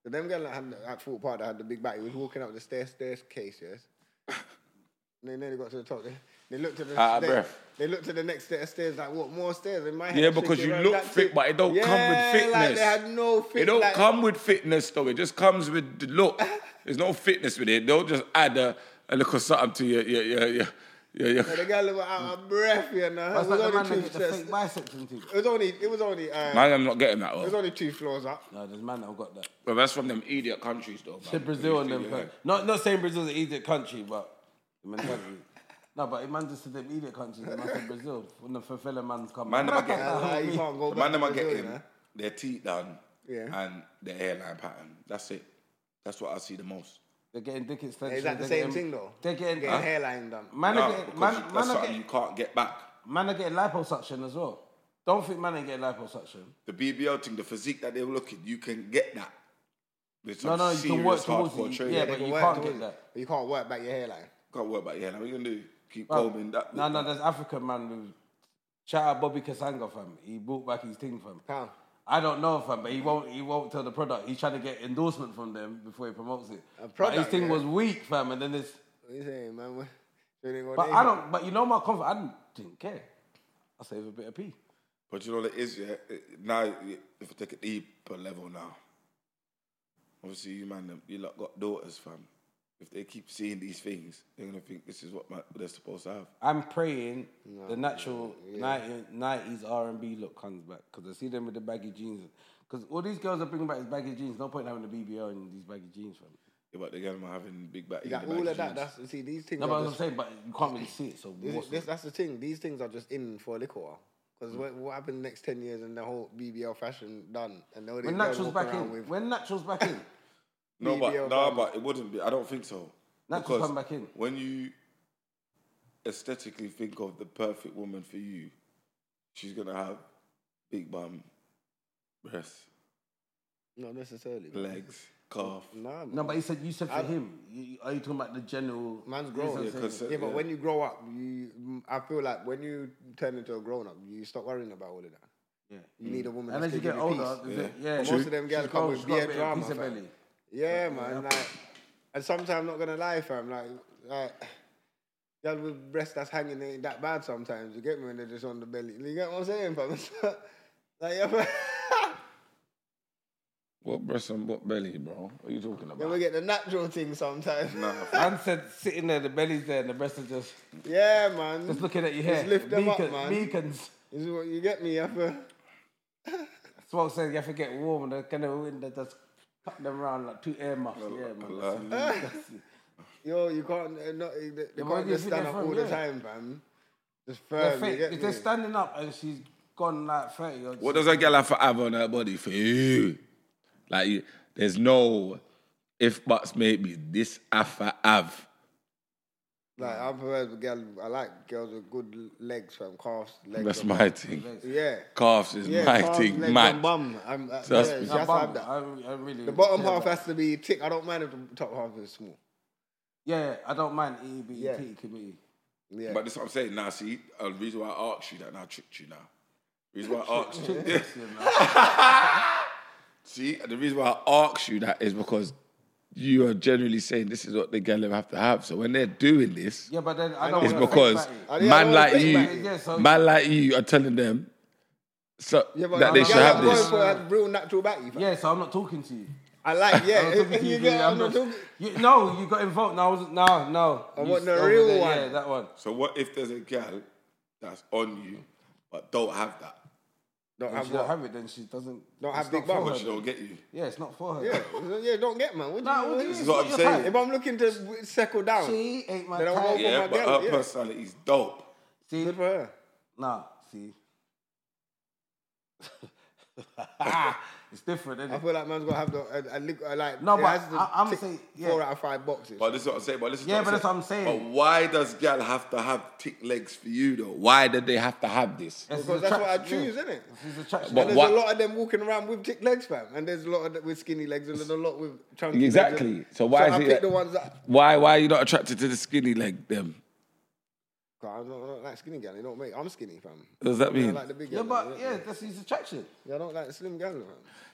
Speaker 1: So them girl that had the- at Fort Park that had the big back, he was walking up the stairs staircase, yes. and then they got to the top. They, they looked to the
Speaker 3: Ah,
Speaker 1: they,
Speaker 3: breath.
Speaker 1: they looked to the next set of stairs like what more stairs in my head.
Speaker 3: Yeah,
Speaker 1: I'm
Speaker 3: because
Speaker 1: thinking,
Speaker 3: you
Speaker 1: "Right,
Speaker 3: look
Speaker 1: that's
Speaker 3: fit,
Speaker 1: it."
Speaker 3: but it don't come with
Speaker 1: Yeah,
Speaker 3: fitness.
Speaker 1: Like they had no fit.
Speaker 3: It don't
Speaker 1: like-
Speaker 3: come with fitness though. It just comes with the look. There's no fitness with it. They'll just add a, a little something to your your your your, your, your.
Speaker 1: The girl was out of breath, you know.
Speaker 2: That's
Speaker 1: It
Speaker 2: like
Speaker 1: was,
Speaker 2: the man
Speaker 1: only two
Speaker 2: that get the
Speaker 1: steps-
Speaker 2: fake biceps and things.
Speaker 1: it was only it was only uh,
Speaker 3: Man, I'm not getting that.
Speaker 1: it
Speaker 3: Well.
Speaker 1: was only two floors up.
Speaker 2: No, there's man that got that.
Speaker 3: Well, that's from them idiot countries though.
Speaker 2: The
Speaker 3: man.
Speaker 2: Brazil and
Speaker 3: Yeah.
Speaker 2: them. Not not saying Brazil's an idiot country, but the mentality. no, but it man just said them idiot countries. The man said Brazil when the favela man's come.
Speaker 3: Man, them are
Speaker 1: Uh,
Speaker 3: getting.
Speaker 1: like, you can't go
Speaker 3: The
Speaker 1: back
Speaker 3: man, them
Speaker 1: to
Speaker 3: are
Speaker 1: Brazil, you
Speaker 3: getting
Speaker 1: know.
Speaker 3: their teeth done
Speaker 1: Yeah.
Speaker 3: and their hairline pattern. That's it. That's what I see the most.
Speaker 2: They're getting dick extensions.
Speaker 1: Is that the
Speaker 2: they're
Speaker 1: same
Speaker 2: getting-
Speaker 1: thing though?
Speaker 2: They're getting.
Speaker 1: Getting hairline done.
Speaker 2: Man,
Speaker 3: No,
Speaker 2: are getting,
Speaker 3: because
Speaker 2: man,
Speaker 3: you- that's
Speaker 2: man, are
Speaker 3: something
Speaker 2: getting,
Speaker 3: you can't get back.
Speaker 2: man are getting liposuction as well. Don't think man ain't getting liposuction.
Speaker 3: the BBL thing, the physique that they were looking, you can get that. With
Speaker 2: No, no, you can work
Speaker 3: serious
Speaker 2: towards
Speaker 3: hardcore
Speaker 2: it,
Speaker 3: training.
Speaker 2: yeah,
Speaker 3: you
Speaker 2: but-
Speaker 1: can
Speaker 2: you
Speaker 1: work
Speaker 2: can't
Speaker 1: towards
Speaker 2: get
Speaker 1: it,
Speaker 2: that.
Speaker 1: But you can't work back your hairline.
Speaker 3: can't work about yeah. Now we're gonna do keep
Speaker 2: Bro,
Speaker 3: combing that.
Speaker 2: No, no, there's African man. Who, shout out Bobby Kasanga, fam. He brought back his thing, fam.
Speaker 1: How?
Speaker 2: I don't know, fam, but he won't. He won't tell the product. He's trying to get endorsement from them before he promotes it. but his
Speaker 1: product,
Speaker 2: thing
Speaker 1: yeah.
Speaker 2: was weak, fam, and then this.
Speaker 1: What you saying, man? What- so they go
Speaker 2: But
Speaker 1: there.
Speaker 2: I don't. But you know my comfort. I didn't, didn't care. I save a bit of pee.
Speaker 3: But you know what it is, yeah. It- eh, Now if you take it deeper level now, obviously you man, them- you lot got daughters, fam. If they keep seeing these things, they're gonna think this is what my, they're supposed to have.
Speaker 2: I'm praying the natural 90 90s R&B look comes back because I see them with the baggy jeans. Because all these girls are bringing back is baggy jeans. No point having the BBL in these baggy jeans, fam.
Speaker 3: Yeah, but they're gonna having big back.
Speaker 1: Like, all of that. That's see these things.
Speaker 2: No,
Speaker 1: are
Speaker 2: but
Speaker 1: just-
Speaker 2: I'm saying, but you can't really see it. So
Speaker 1: This,
Speaker 2: what's
Speaker 1: is- this, that's the thing. These things are just in for a little while. Because what, what happened next 10 years and the whole BBL fashion done? And all these
Speaker 2: When
Speaker 1: girls
Speaker 2: natural's
Speaker 1: walk
Speaker 2: back
Speaker 1: around
Speaker 2: in,
Speaker 1: with.
Speaker 2: when natural's back in,
Speaker 3: No, but
Speaker 1: BBL
Speaker 3: no,
Speaker 1: band.
Speaker 3: but it wouldn't be. I don't think so.
Speaker 2: Not to
Speaker 3: Because
Speaker 2: come back in.
Speaker 3: When you aesthetically think of the perfect woman for you, she's gonna have big bum, breasts,
Speaker 1: Not necessarily.
Speaker 3: legs, calf.
Speaker 1: Nah, man.
Speaker 2: no, but he said you said for him. You, you- are you talking about the general?
Speaker 1: Man's
Speaker 2: You know what
Speaker 1: grown.
Speaker 2: I'm
Speaker 1: Yeah,
Speaker 2: saying?
Speaker 3: 'cause, uh,
Speaker 1: but
Speaker 3: yeah.
Speaker 1: when you grow up, you, mm, I feel like when you turn into a grown up, you stop worrying about all of that.
Speaker 2: Yeah.
Speaker 1: You need a woman
Speaker 2: And
Speaker 1: that's
Speaker 2: as you
Speaker 1: giving
Speaker 2: get
Speaker 1: you peace.
Speaker 2: older, yeah, yeah.
Speaker 1: Most
Speaker 2: she's
Speaker 1: of them girls
Speaker 2: grown,
Speaker 1: come
Speaker 2: she's
Speaker 1: with
Speaker 2: got a
Speaker 1: beer
Speaker 2: bit of
Speaker 1: drama.
Speaker 2: piece of
Speaker 1: fam.
Speaker 2: belly.
Speaker 1: Yeah, man. Like, and sometimes I'm not gonna lie, fam. Like, like girls with breasts that's hanging ain't that bad sometimes. You get me when they're just on the belly. You get what I'm saying, fam? like, yeah, fam.
Speaker 3: What breasts and what belly, bro? What are you talking about?
Speaker 1: Then we get the natural thing sometimes.
Speaker 3: Nah,
Speaker 2: Man said sitting there, the belly's there, and the breasts are just
Speaker 1: Yeah, man.
Speaker 2: just looking at your hair.
Speaker 1: Just lift them up,
Speaker 2: Beacon-
Speaker 1: man.
Speaker 2: Beacons.
Speaker 1: This is what you get me, yeah, fam.
Speaker 2: Smoke says you have to get warm and they're gonna win. They just cut them around like two air muffs. Yeah, man. That's- that's it.
Speaker 1: Yo, you can't. uh, Not, they they
Speaker 2: Yeah, where
Speaker 1: can't
Speaker 2: do you
Speaker 1: just
Speaker 2: think
Speaker 1: stand
Speaker 2: they're
Speaker 1: up
Speaker 2: from?
Speaker 1: all
Speaker 2: Yeah.
Speaker 1: the time, fam. Just
Speaker 2: They're
Speaker 1: firm. You
Speaker 2: fit.
Speaker 1: get
Speaker 2: If
Speaker 1: me?
Speaker 2: they're standing up and she's gone like thirty, or
Speaker 3: What does a girl have to have on her body for you? Like, you- there's no if buts maybe this have to have.
Speaker 1: Like I'm prepared with girls. I like girls with good legs, fam. Calves, legs.
Speaker 3: That's
Speaker 1: and-
Speaker 3: my thing.
Speaker 1: Yeah.
Speaker 3: Calves is
Speaker 1: Yeah,
Speaker 3: my
Speaker 1: calves,
Speaker 3: thing,
Speaker 1: legs,
Speaker 3: man.
Speaker 1: and bum. I'm, uh,
Speaker 3: That's-
Speaker 1: yeah,
Speaker 3: Nah,
Speaker 1: she
Speaker 2: Nah,
Speaker 1: has to
Speaker 2: bum,
Speaker 1: have that.
Speaker 2: I, I really
Speaker 1: The bottom
Speaker 2: yeah,
Speaker 1: half
Speaker 2: but-
Speaker 1: has to be thick. I don't mind if the top half is small.
Speaker 2: Yeah, I don't mind E EEBET
Speaker 1: Yeah.
Speaker 2: committee.
Speaker 1: Yeah.
Speaker 3: But this is what I'm saying now. See, uh, the reason why I asked you that now I tricked you now. The reason why I asked you, yeah,
Speaker 2: You know?
Speaker 3: see, the reason why I asked you that is because you are generally saying this is what the girl have to have. So when they're doing this,
Speaker 2: yeah, but then I don't
Speaker 3: it's
Speaker 2: wanna think
Speaker 3: because
Speaker 2: about it.
Speaker 1: I- yeah,
Speaker 3: man
Speaker 1: I
Speaker 3: like
Speaker 1: wanna
Speaker 3: you,
Speaker 1: think about it,
Speaker 2: yeah, so-
Speaker 3: man like you are telling them so
Speaker 1: yeah, but
Speaker 3: that they
Speaker 1: I'm
Speaker 3: should
Speaker 1: not
Speaker 3: have
Speaker 1: going
Speaker 3: this.
Speaker 1: for a real natural baddie. fam.
Speaker 2: Yeah, so I'm not talking to you.
Speaker 1: I like,
Speaker 2: I'm
Speaker 1: yeah.
Speaker 2: not
Speaker 1: If,
Speaker 2: talking
Speaker 1: if
Speaker 2: to you,
Speaker 1: you
Speaker 2: Billy,
Speaker 1: get,
Speaker 2: I'm
Speaker 1: I'm not talking.
Speaker 2: You, no, you got involved. No, I wasn't, no, no.
Speaker 1: I
Speaker 2: You
Speaker 1: want the
Speaker 2: over
Speaker 1: real
Speaker 2: there,
Speaker 1: one.
Speaker 2: Yeah, that one.
Speaker 3: So what if there's a girl that's on you but don't have that?
Speaker 1: Don't
Speaker 2: If
Speaker 1: have
Speaker 2: she don't
Speaker 1: what?
Speaker 2: have it, then she doesn't.
Speaker 1: Don't have
Speaker 2: it's
Speaker 1: big
Speaker 2: not for
Speaker 1: bum.
Speaker 3: But
Speaker 2: her.
Speaker 3: she don't get you.
Speaker 2: Yeah, it's not for her.
Speaker 1: Yeah, yeah. Don't get man. What do
Speaker 2: Nah,
Speaker 1: you-
Speaker 2: what do you
Speaker 1: what-
Speaker 2: mean?
Speaker 3: is
Speaker 2: It's
Speaker 3: what I'm
Speaker 2: not your
Speaker 3: saying.
Speaker 1: If
Speaker 2: type.
Speaker 1: I'm looking to settle down,
Speaker 2: She ain't my
Speaker 1: Then I won't
Speaker 2: type.
Speaker 1: go-
Speaker 3: Yeah,
Speaker 1: my
Speaker 3: but
Speaker 1: girl,
Speaker 3: her
Speaker 1: yeah.
Speaker 3: personality is dope.
Speaker 2: See,
Speaker 1: good for her.
Speaker 2: nah, see. it's different, isn't
Speaker 1: I
Speaker 2: it?
Speaker 1: feel like man's gonna have the a, a, lick- a like.
Speaker 2: No,
Speaker 1: it
Speaker 2: but
Speaker 1: has to
Speaker 2: I- I'm
Speaker 1: tick
Speaker 2: saying,
Speaker 1: four
Speaker 2: yeah.
Speaker 1: out of five boxes.
Speaker 3: But this is what I'm saying. But this is
Speaker 2: Yeah,
Speaker 3: what
Speaker 2: but that's what I'm saying.
Speaker 3: But why does gal have to have thick legs for you though? Why did they have to have this?
Speaker 2: It's
Speaker 1: Because that's what I
Speaker 2: attraction,
Speaker 1: choose,
Speaker 2: yeah.
Speaker 1: innit?
Speaker 2: It's attraction.
Speaker 3: But
Speaker 1: and there's
Speaker 3: what-
Speaker 1: a lot of them walking around with thick legs, fam. And there's a lot of th- with skinny legs, and there's a lot with chunky. legs.
Speaker 3: Exactly. So why is
Speaker 1: I
Speaker 3: it
Speaker 1: pick
Speaker 3: that-
Speaker 1: the ones that?
Speaker 3: Why why are you not attracted to the skinny leg them?
Speaker 1: God, I don't, I don't like skinny gal. They don't make. I'm skinny, fam.
Speaker 3: What does that
Speaker 1: I
Speaker 3: mean?
Speaker 1: like the big
Speaker 2: Yeah,
Speaker 1: gal.
Speaker 2: but yeah, that's his attraction.
Speaker 1: Yeah, I don't like slim gal, fam.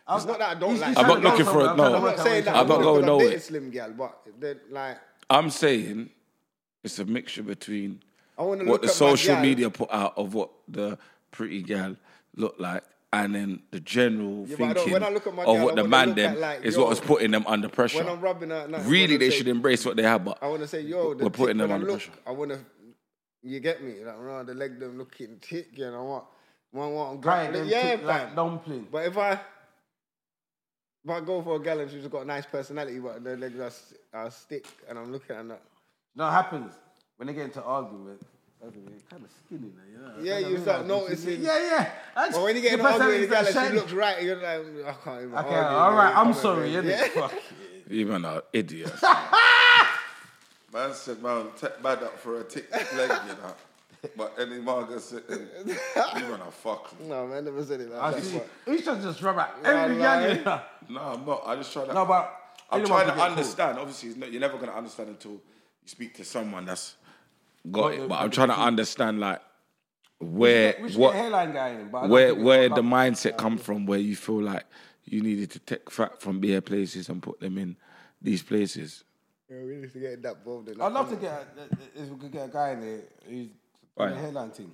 Speaker 2: I-
Speaker 1: It's not that I don't
Speaker 2: he's-
Speaker 1: like.
Speaker 2: he's
Speaker 1: slim
Speaker 3: I'm
Speaker 2: trying
Speaker 3: not
Speaker 2: to go
Speaker 3: looking for
Speaker 2: somewhere. I'm
Speaker 3: it,
Speaker 2: trying
Speaker 3: no.
Speaker 2: to
Speaker 1: I'm
Speaker 2: work
Speaker 1: not
Speaker 2: out
Speaker 1: saying
Speaker 2: where
Speaker 1: that.
Speaker 3: I'm
Speaker 2: he's
Speaker 3: not
Speaker 2: going.
Speaker 3: going
Speaker 1: because I
Speaker 3: nowhere.
Speaker 1: dated slim gal, but they're like.
Speaker 3: I'm saying it's a mixture between
Speaker 1: I wanna
Speaker 3: what
Speaker 1: look
Speaker 3: the
Speaker 1: at my
Speaker 3: social
Speaker 1: gal.
Speaker 3: media put out of what the pretty gal look like and then the general
Speaker 1: Yeah, but I don't-
Speaker 3: thinking
Speaker 1: when I look at my
Speaker 3: of
Speaker 1: gal,
Speaker 3: what
Speaker 1: I
Speaker 3: the
Speaker 1: wanna
Speaker 3: man
Speaker 1: look
Speaker 3: them
Speaker 1: at, like,
Speaker 3: is
Speaker 1: yo,
Speaker 3: what was putting them under pressure.
Speaker 1: When I'm rubbing her, at night, I
Speaker 3: really
Speaker 1: wanna
Speaker 3: they
Speaker 1: say-
Speaker 3: should embrace what they have, but
Speaker 1: I want to say, yo, the
Speaker 3: We're
Speaker 1: tick
Speaker 3: putting them
Speaker 1: when I
Speaker 3: under
Speaker 1: look,
Speaker 3: pressure.
Speaker 1: I want to, you get me? Like, no, the leg them looking tick, you know what? One, one,
Speaker 2: Right, them
Speaker 1: yeah,
Speaker 2: tick like
Speaker 1: fam.
Speaker 2: dumpling.
Speaker 1: But if I, if I go for a gal and she's got a nice personality, but the legs are, s- are stick, and I'm looking at that.
Speaker 2: No, it happens when they get into argument. Kind of skinny now, you know.
Speaker 1: Yeah,
Speaker 2: Kinda
Speaker 1: you start
Speaker 2: realize this is-
Speaker 1: noticing.
Speaker 2: Yeah, yeah. That's-
Speaker 1: But when you get in
Speaker 2: the
Speaker 1: an argument with a gal
Speaker 2: personality's
Speaker 1: and she
Speaker 2: ashamed.
Speaker 1: looks right, you're like, "Mm, I can't even.
Speaker 2: Okay,
Speaker 1: argue,
Speaker 2: all
Speaker 1: man.
Speaker 2: right.
Speaker 1: You
Speaker 2: I'm
Speaker 1: can't
Speaker 2: sorry,
Speaker 1: even-
Speaker 2: innit?
Speaker 1: Yeah.
Speaker 2: Fuck.
Speaker 3: Even an idiot. man said, man, take bad up for a tick leg, you know. But any marga said, you wanna fuck me.
Speaker 1: No, man, never said it like
Speaker 2: I
Speaker 1: that.
Speaker 2: see.
Speaker 1: but-
Speaker 2: We should just rub out
Speaker 1: Yeah,
Speaker 2: every gal.
Speaker 1: like-
Speaker 2: you know.
Speaker 3: No, I'm not. I just try to.
Speaker 2: No, but
Speaker 3: I'm
Speaker 2: anyone
Speaker 3: trying
Speaker 2: can
Speaker 3: to
Speaker 2: get
Speaker 3: understand. Obviously, it's not, you're never gonna understand until you speak to someone that's got
Speaker 2: the-
Speaker 3: it. But I'm trying to understand like where
Speaker 2: We should get a
Speaker 3: what
Speaker 2: hairline guy in. But I don't
Speaker 3: where
Speaker 2: think it
Speaker 3: where
Speaker 2: will
Speaker 3: the
Speaker 2: come.
Speaker 3: mindset come from where you feel like you needed to take fat from bare places and put them in these places.
Speaker 1: Yeah, we used to get that involved. in that.
Speaker 2: I'd love to get a, if we could get a guy in there who's doing
Speaker 3: Right.
Speaker 2: the hairline thing.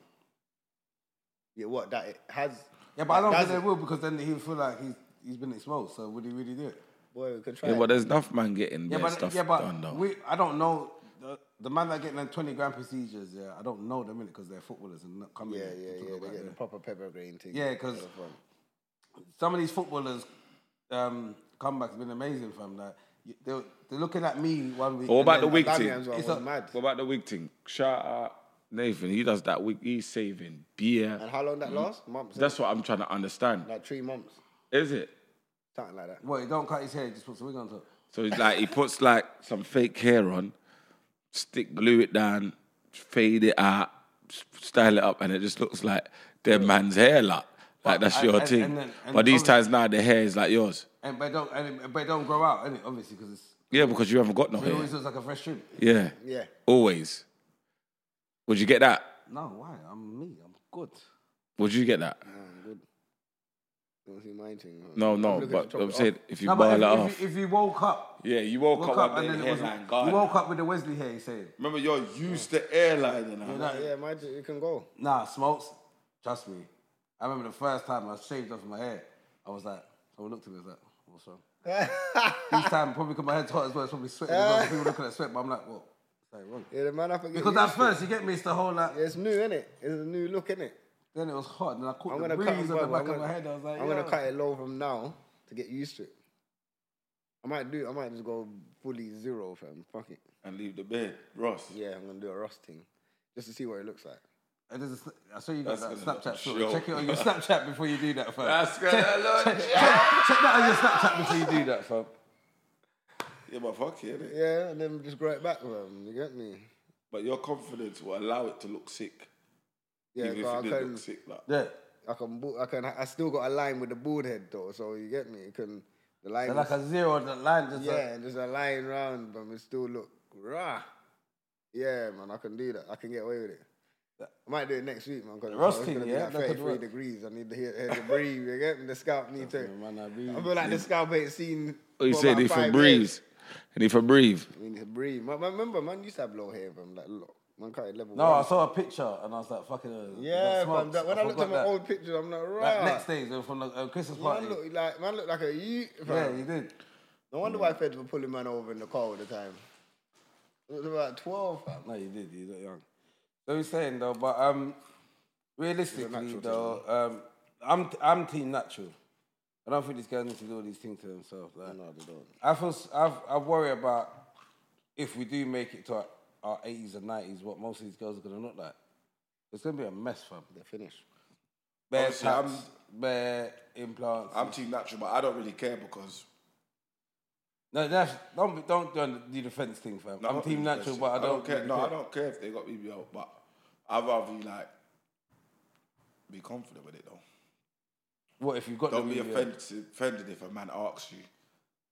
Speaker 1: Yeah, what that it has.
Speaker 2: Yeah, but I don't
Speaker 1: Does
Speaker 2: think
Speaker 1: it?
Speaker 2: they will because then he'll feel like he's he's been exposed. So would he really do it?
Speaker 1: Boy, we could try.
Speaker 3: Yeah,
Speaker 1: it.
Speaker 3: but there's enough man getting
Speaker 2: Yeah,
Speaker 3: their
Speaker 2: but
Speaker 3: stuff
Speaker 2: yeah, but
Speaker 3: done though.
Speaker 2: we I don't know the, the man that getting them twenty grand procedures. Yeah, I don't know them in because they're footballers and not coming.
Speaker 1: Yeah,
Speaker 2: to
Speaker 1: yeah,
Speaker 2: talk
Speaker 1: yeah. They
Speaker 2: about
Speaker 1: get the
Speaker 2: their-
Speaker 1: proper peppergreen thing.
Speaker 2: Yeah, 'cause- some of these footballers um, comebacks been amazing from that. They're, they're looking at me one week.
Speaker 3: But what
Speaker 2: and
Speaker 3: about
Speaker 2: then-
Speaker 3: the wig
Speaker 1: Damn,
Speaker 3: thing?
Speaker 1: yeah, as well,
Speaker 2: It's
Speaker 1: was
Speaker 2: a-
Speaker 1: mad.
Speaker 3: What about the wig thing? Shout out Nathan. He does that wig. He's saving beer.
Speaker 1: And how long that
Speaker 2: Mm-hmm.
Speaker 1: lasts? Months. innit?
Speaker 3: That's what I'm trying to understand.
Speaker 1: like three months,
Speaker 3: Is it?
Speaker 1: something like that.
Speaker 2: Well, he don't cut his hair. He just puts a wig on top.
Speaker 3: So it's like he puts like some fake hair on, stick glue it down, fade it out, s- style it up, and it just looks like dead man's hair lot. Like that's
Speaker 2: I-
Speaker 3: your
Speaker 2: and-
Speaker 3: thing.
Speaker 2: and then- and
Speaker 3: but these
Speaker 2: obvi-
Speaker 3: times now the hair is like yours.
Speaker 2: And but it don't and it, but it don't grow out, innit? Obviously, because it's
Speaker 3: Yeah, because you haven't got no
Speaker 2: it
Speaker 3: hair.
Speaker 2: always looks like a fresh trim.
Speaker 3: Yeah.
Speaker 1: Yeah.
Speaker 3: Always. Would you get that?
Speaker 2: No, why? I'm me. I'm good.
Speaker 3: Would you get that?
Speaker 1: Um, good. Don't see my thing. huh?
Speaker 3: No, no.
Speaker 1: Look at
Speaker 3: But
Speaker 1: the top
Speaker 3: I'm
Speaker 1: of-
Speaker 3: saying if you
Speaker 2: No,
Speaker 3: ball
Speaker 2: but if,
Speaker 3: it
Speaker 2: if,
Speaker 3: off.
Speaker 2: you, if you woke up,
Speaker 3: Yeah, you woke,
Speaker 2: woke
Speaker 3: up
Speaker 2: up
Speaker 3: one day
Speaker 2: and then
Speaker 3: the
Speaker 2: it was
Speaker 3: hairline gone.
Speaker 2: you woke up with the Wesley hair. He said,
Speaker 3: Remember, you're used to airline, you know.
Speaker 1: Oh, yeah, my thing, you can go.
Speaker 2: "Nah, smokes. Trust me. I remember the first time I shaved off my hair. I was like, someone looked at me. I was like, what's wrong? Each time, probably because my head's hot as well. It's probably sweating. as well. People looking at sweat, but I'm like, what? Like wrong.
Speaker 1: Yeah, the man, I forget.
Speaker 2: Because at first, you get me, it's the whole like.
Speaker 1: Yeah, it's new, innit? It's a new look, innit?
Speaker 2: Then it was hot, and I caught
Speaker 1: I'm
Speaker 2: the
Speaker 1: gonna
Speaker 2: breeze
Speaker 1: cut.
Speaker 2: on the
Speaker 1: bro,
Speaker 2: back
Speaker 1: I'm
Speaker 2: of
Speaker 1: gonna-
Speaker 2: my head. I was like,
Speaker 1: I'm
Speaker 2: "Yo."
Speaker 1: gonna cut it low from now to get used to it. I might do. I might just go fully zero, fam. Fuck it.
Speaker 3: and leave the bed. Ross.
Speaker 1: Yeah, I'm gonna do a rust thing, just to see what it looks like.
Speaker 2: And there's a sn- I saw you got
Speaker 3: That's
Speaker 2: that
Speaker 3: gonna
Speaker 2: Snapchat
Speaker 3: look
Speaker 2: filter.
Speaker 3: sure.
Speaker 2: Check it on your Snapchat before you do that, fam.
Speaker 3: That's good.
Speaker 2: check, check that on your Snapchat before you do that, fam.
Speaker 3: Yeah, but fuck it. innit?
Speaker 1: Yeah, and then just grow it back, fam. You get me?
Speaker 3: But your confidence will allow it to look sick.
Speaker 1: Yeah,
Speaker 3: even
Speaker 1: so
Speaker 3: if
Speaker 1: I
Speaker 3: it did
Speaker 1: can.
Speaker 3: look sick. Like.
Speaker 2: Yeah.
Speaker 1: I can, bo- I can, I still got a line with the bald head though. So you get me? You can the line,
Speaker 2: So like a zero on the line, just
Speaker 1: yeah,
Speaker 2: yeah.
Speaker 1: and there's a line round, but it still look
Speaker 2: Rah.
Speaker 1: Yeah, man, I can do that. I can get away with it. I might do it next week, man. Cause
Speaker 2: Rusty,
Speaker 1: it's gonna
Speaker 2: yeah,
Speaker 1: be
Speaker 2: that
Speaker 1: like
Speaker 2: could
Speaker 1: 33
Speaker 2: work.
Speaker 1: degrees. I need to hear, hear the breeze. You get me? The scalp need to.
Speaker 2: Man, I
Speaker 1: I
Speaker 2: breathe.
Speaker 1: feel like the scalp ain't seen.
Speaker 3: Oh, you
Speaker 1: for
Speaker 3: said
Speaker 1: about
Speaker 3: if I
Speaker 1: five
Speaker 3: breathe,
Speaker 1: years.
Speaker 3: and if I breathe,
Speaker 1: I mean, it's breathe. Man, man, remember, man used to have low hair, man. Like, look, man can't level.
Speaker 2: No, I
Speaker 1: one.
Speaker 2: saw a picture and I was like, fucking. Uh,
Speaker 1: yeah,
Speaker 2: that
Speaker 1: man.
Speaker 2: smokes.
Speaker 1: That, when I, looked at
Speaker 2: forgot
Speaker 1: my
Speaker 2: that.
Speaker 1: old pictures, I'm like, right.
Speaker 2: Like, next days, they were from the uh, Christmas party.
Speaker 1: man look like man look like a youth.
Speaker 2: yeah,
Speaker 1: fam.
Speaker 2: you did.
Speaker 1: No wonder why feds were pulling man over in the car all the time. It was about twelve. fam.
Speaker 2: No, you did. You look young. So he's saying though, but um, realistically
Speaker 1: natural
Speaker 2: though, um, I'm I'm team natural. I don't think these guys need to do all these things to themselves. Like,
Speaker 1: No, they don't.
Speaker 2: I feel s- I've, I worry about if we do make it to our, our 80s and 90s, what most of these girls are gonna look like. It's gonna be a mess, fam.
Speaker 1: They're finished.
Speaker 2: Bare
Speaker 3: Obviously, I'm-
Speaker 2: tats, bare implants.
Speaker 3: I'm too natural, but I don't really care because
Speaker 2: no, that's, don't be- don't don't do the fence thing, fam.
Speaker 3: No,
Speaker 2: I'm
Speaker 3: not
Speaker 2: team
Speaker 3: really
Speaker 2: natural,
Speaker 3: aggressive.
Speaker 2: but I don't,
Speaker 3: care.
Speaker 2: really
Speaker 3: no, I don't care if they got BBL, but I'd rather you like be confident with it though.
Speaker 2: What if you've got
Speaker 3: Don't
Speaker 2: the
Speaker 3: be
Speaker 2: BBL?
Speaker 3: offended, offended if a man asks you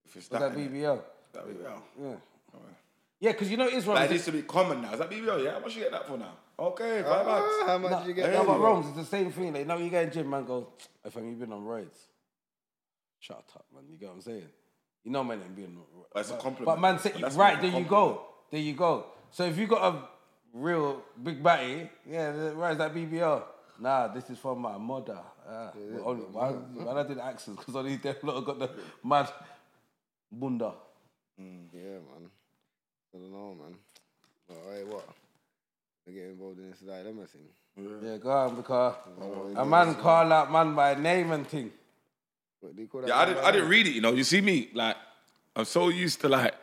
Speaker 3: if it's
Speaker 2: What's
Speaker 3: that.
Speaker 2: that
Speaker 3: innit?
Speaker 2: BBL?
Speaker 3: That BBL.
Speaker 2: Yeah,
Speaker 3: Alright.
Speaker 2: yeah, because you know it Oh, is wrong.
Speaker 3: Like, it used to be common now. Is that BBL? Yeah, how much you get that for now? Okay, five
Speaker 1: Ah,
Speaker 3: bucks.
Speaker 1: how much you get?
Speaker 2: No,
Speaker 1: paid?
Speaker 2: but Rome's it's the same thing. Like, now you go in gym, man, go, if I'm, you've been on roids. Shut up, man. You get what I'm saying? You know, man, I'm being on roids.
Speaker 3: But it's a compliment.
Speaker 2: But man, say,
Speaker 3: But that's
Speaker 2: right,
Speaker 3: not a
Speaker 2: there you go. There you go. So if you got a real big batty, yeah, th- where's that BBL? Nah, this is from my mother. Ah, well, only, why, why I did accents? Because only them lot got the mad bunda.
Speaker 1: Yeah, man. I don't know, man. But hey, what? I get involved in this dilemma thing.
Speaker 2: Yeah, go on, because a man call out man by name and thing.
Speaker 1: What do you call that?
Speaker 3: Yeah, I didn't, I didn't read it, you know. You see me, like, I'm so used to, like,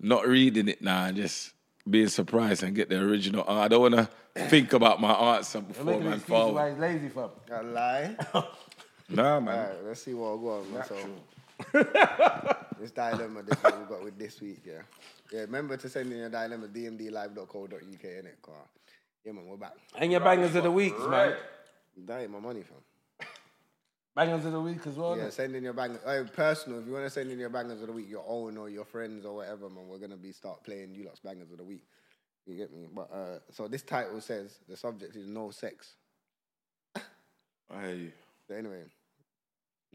Speaker 3: not reading it now and just being surprised and get the original. Uh, I don't want to think about my answer
Speaker 2: You're
Speaker 3: before
Speaker 2: making
Speaker 3: man
Speaker 2: excuses why
Speaker 3: forward.
Speaker 2: he's lazy, fam.
Speaker 1: A lie.
Speaker 3: Nah, man.
Speaker 1: Alright, let's see what I got on myself. this dilemma this what we got with this week, yeah. Yeah, remember to send in your dilemma dmdlive.co.uk innit, car. Yeah man, we're back.
Speaker 2: And your bangers of the weeks, man.
Speaker 1: That ain't my money fam.
Speaker 2: Bangers of the week as well.
Speaker 1: Yeah,
Speaker 2: innit?
Speaker 1: send in your bangers. Oh, personal, if you want to send in your bangers of the week, your own or your friends or whatever, man, we're gonna be start playing you lot's bangers of the week. You get me? But uh so this title says the subject is no sex.
Speaker 3: I hear you.
Speaker 1: So anyway,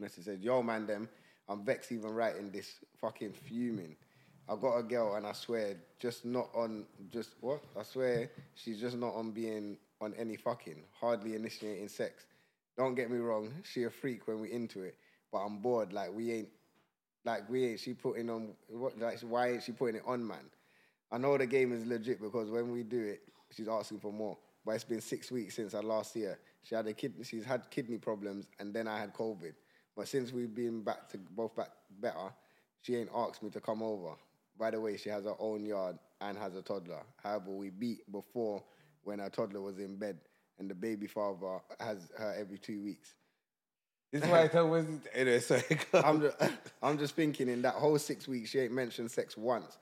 Speaker 1: Messi said, "Yo, man, them, I'm vexed even writing this. Fucking fuming. I got a girl, and I swear, just not on just what? I swear, she's just not on being on any fucking. Hardly initiating sex. Don't get me wrong, she a freak when we into it, but I'm bored. Like we ain't, like we ain't. She putting on what? Like why ain't she putting it on, man? I know the game is legit because when we do it, she's asking for more. But it's been six weeks since I last see her. She had a kid, she's had kidney problems, and then I had COVID. But since we've been back to both back better, she ain't asked me to come over. By the way, she has her own yard and has a toddler. However, we beat before when her toddler was in bed, and the baby father has her every two weeks.
Speaker 2: This is why I tell eh, Wesley. Anyway, sorry. go on.
Speaker 1: I'm just, I'm just thinking in that whole six weeks, she ain't mentioned sex once.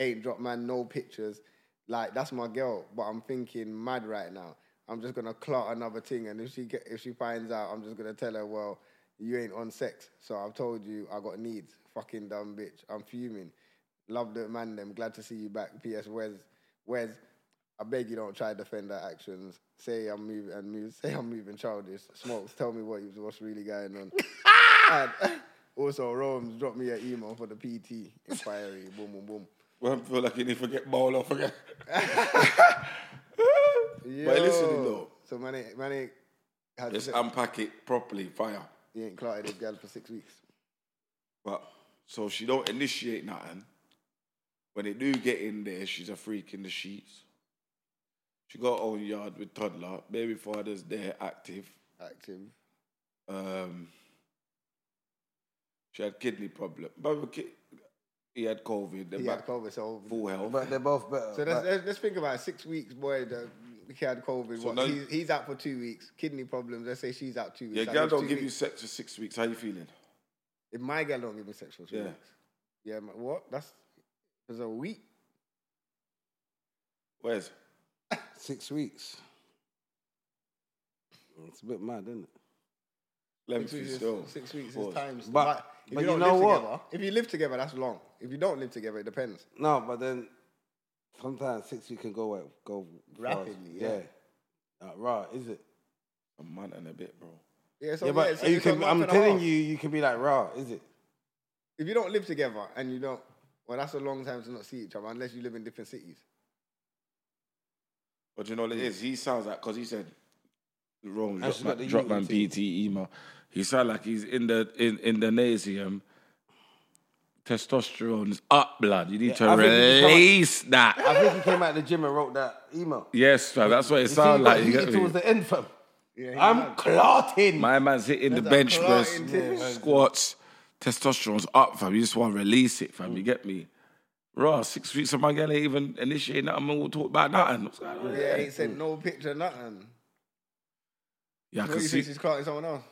Speaker 1: Ain't dropped man no pictures. Like that's my girl, but I'm thinking mad right now. I'm just gonna clot another thing, and if she get, if she finds out, I'm just gonna tell her, well, you ain't on sex. So I've told you I got needs. Fucking dumb bitch. I'm fuming. Love the man. Them glad to see you back. P.S. Where's where's I beg you don't try to defend her actions. Say I'm moving and move, say I'm moving childish. Smokes, tell me what you, what's really going on. and also, Rome's dropped me an email for the PT inquiry. boom, boom, boom.
Speaker 3: Well, I feel like you need to forget ball or forget. But listening
Speaker 1: Yo.
Speaker 3: though,
Speaker 1: So man, ain't- man ain't had
Speaker 3: just
Speaker 1: sex-
Speaker 3: unpack it properly, fire.
Speaker 1: he ain't clotted his girl for six weeks.
Speaker 3: But so she don't initiate nothing. When they do get in there, she's a freak in the sheets. She got her own yard with toddler. Baby father's there, active.
Speaker 1: Active.
Speaker 3: Um, she had kidney problem. But ki- he had COVID. Then
Speaker 1: He
Speaker 3: back
Speaker 1: had COVID, so
Speaker 3: full health.
Speaker 2: But they're both better.
Speaker 1: so
Speaker 2: but-
Speaker 1: let's, let's, let's think about it. six weeks, boy. The, he had COVID.
Speaker 3: So
Speaker 1: what,
Speaker 3: now-
Speaker 1: he's, he's out for two weeks. Kidney problems. Let's say she's out two weeks.
Speaker 3: Your
Speaker 1: That
Speaker 3: girl
Speaker 1: leaves
Speaker 3: don't
Speaker 1: two
Speaker 3: give
Speaker 1: weeks.
Speaker 3: you sex for six weeks. How you feeling?
Speaker 1: If my girl don't give me sex for two
Speaker 3: Yeah.
Speaker 1: weeks. Yeah, man, what? That's it's a week.
Speaker 3: Where's?
Speaker 2: Six weeks. It's a bit mad, isn't it?
Speaker 3: Let me
Speaker 1: Six
Speaker 3: see
Speaker 1: weeks,
Speaker 3: still.
Speaker 1: is, six weeks
Speaker 3: Pause.
Speaker 1: is times.
Speaker 2: But-
Speaker 1: if you,
Speaker 2: but you
Speaker 1: don't
Speaker 2: know
Speaker 1: live
Speaker 2: what?
Speaker 1: Together, if you live together, that's long. If you don't live together, it depends.
Speaker 2: No, but then sometimes six weeks can go like, go fast.
Speaker 1: Rapidly, yeah.
Speaker 2: yeah. Like, raw, is it?
Speaker 3: A month and a bit, bro.
Speaker 1: Yeah, so
Speaker 2: yeah,
Speaker 1: yeah,
Speaker 2: but
Speaker 1: so
Speaker 2: you
Speaker 1: it's a
Speaker 2: can,
Speaker 1: month
Speaker 2: I'm
Speaker 1: and a
Speaker 2: telling
Speaker 1: half.
Speaker 2: you, you can be like, raw, is it?
Speaker 1: if you don't live together and you don't, well, that's a long time to not see each other unless you live in different cities.
Speaker 3: But you know what it is? He sounds like because he said wrong
Speaker 2: And she's got the
Speaker 3: drop man
Speaker 2: unity.
Speaker 3: PT email. He sound like he's in the in, in the nasium. Testosterone is up, blood. You need
Speaker 2: I
Speaker 3: to
Speaker 2: think it's how-
Speaker 3: release that.
Speaker 2: I think he came out of the gym and wrote that email.
Speaker 3: yes, fam, that's what it
Speaker 2: You see,
Speaker 3: sounds
Speaker 2: he got
Speaker 3: like. You
Speaker 2: heated
Speaker 3: get me? Um,
Speaker 2: towards the end, fam.
Speaker 1: Yeah, he
Speaker 2: I'm
Speaker 1: mad.
Speaker 2: clotting.
Speaker 3: My man's hitting the
Speaker 1: That's a
Speaker 3: bench
Speaker 1: clot
Speaker 3: press,
Speaker 1: in tissue. Yeah,
Speaker 3: squats, testosterone's up, fam. You just want to release it, fam. You get me? Raw, six weeks of my girl ain't even initiating nothing. We'll talk about nothing. What's going on?
Speaker 1: yeah, he said no picture, nothing.
Speaker 3: Yeah, I
Speaker 1: What
Speaker 3: can
Speaker 1: do you think
Speaker 3: see.
Speaker 1: she's clotting someone else?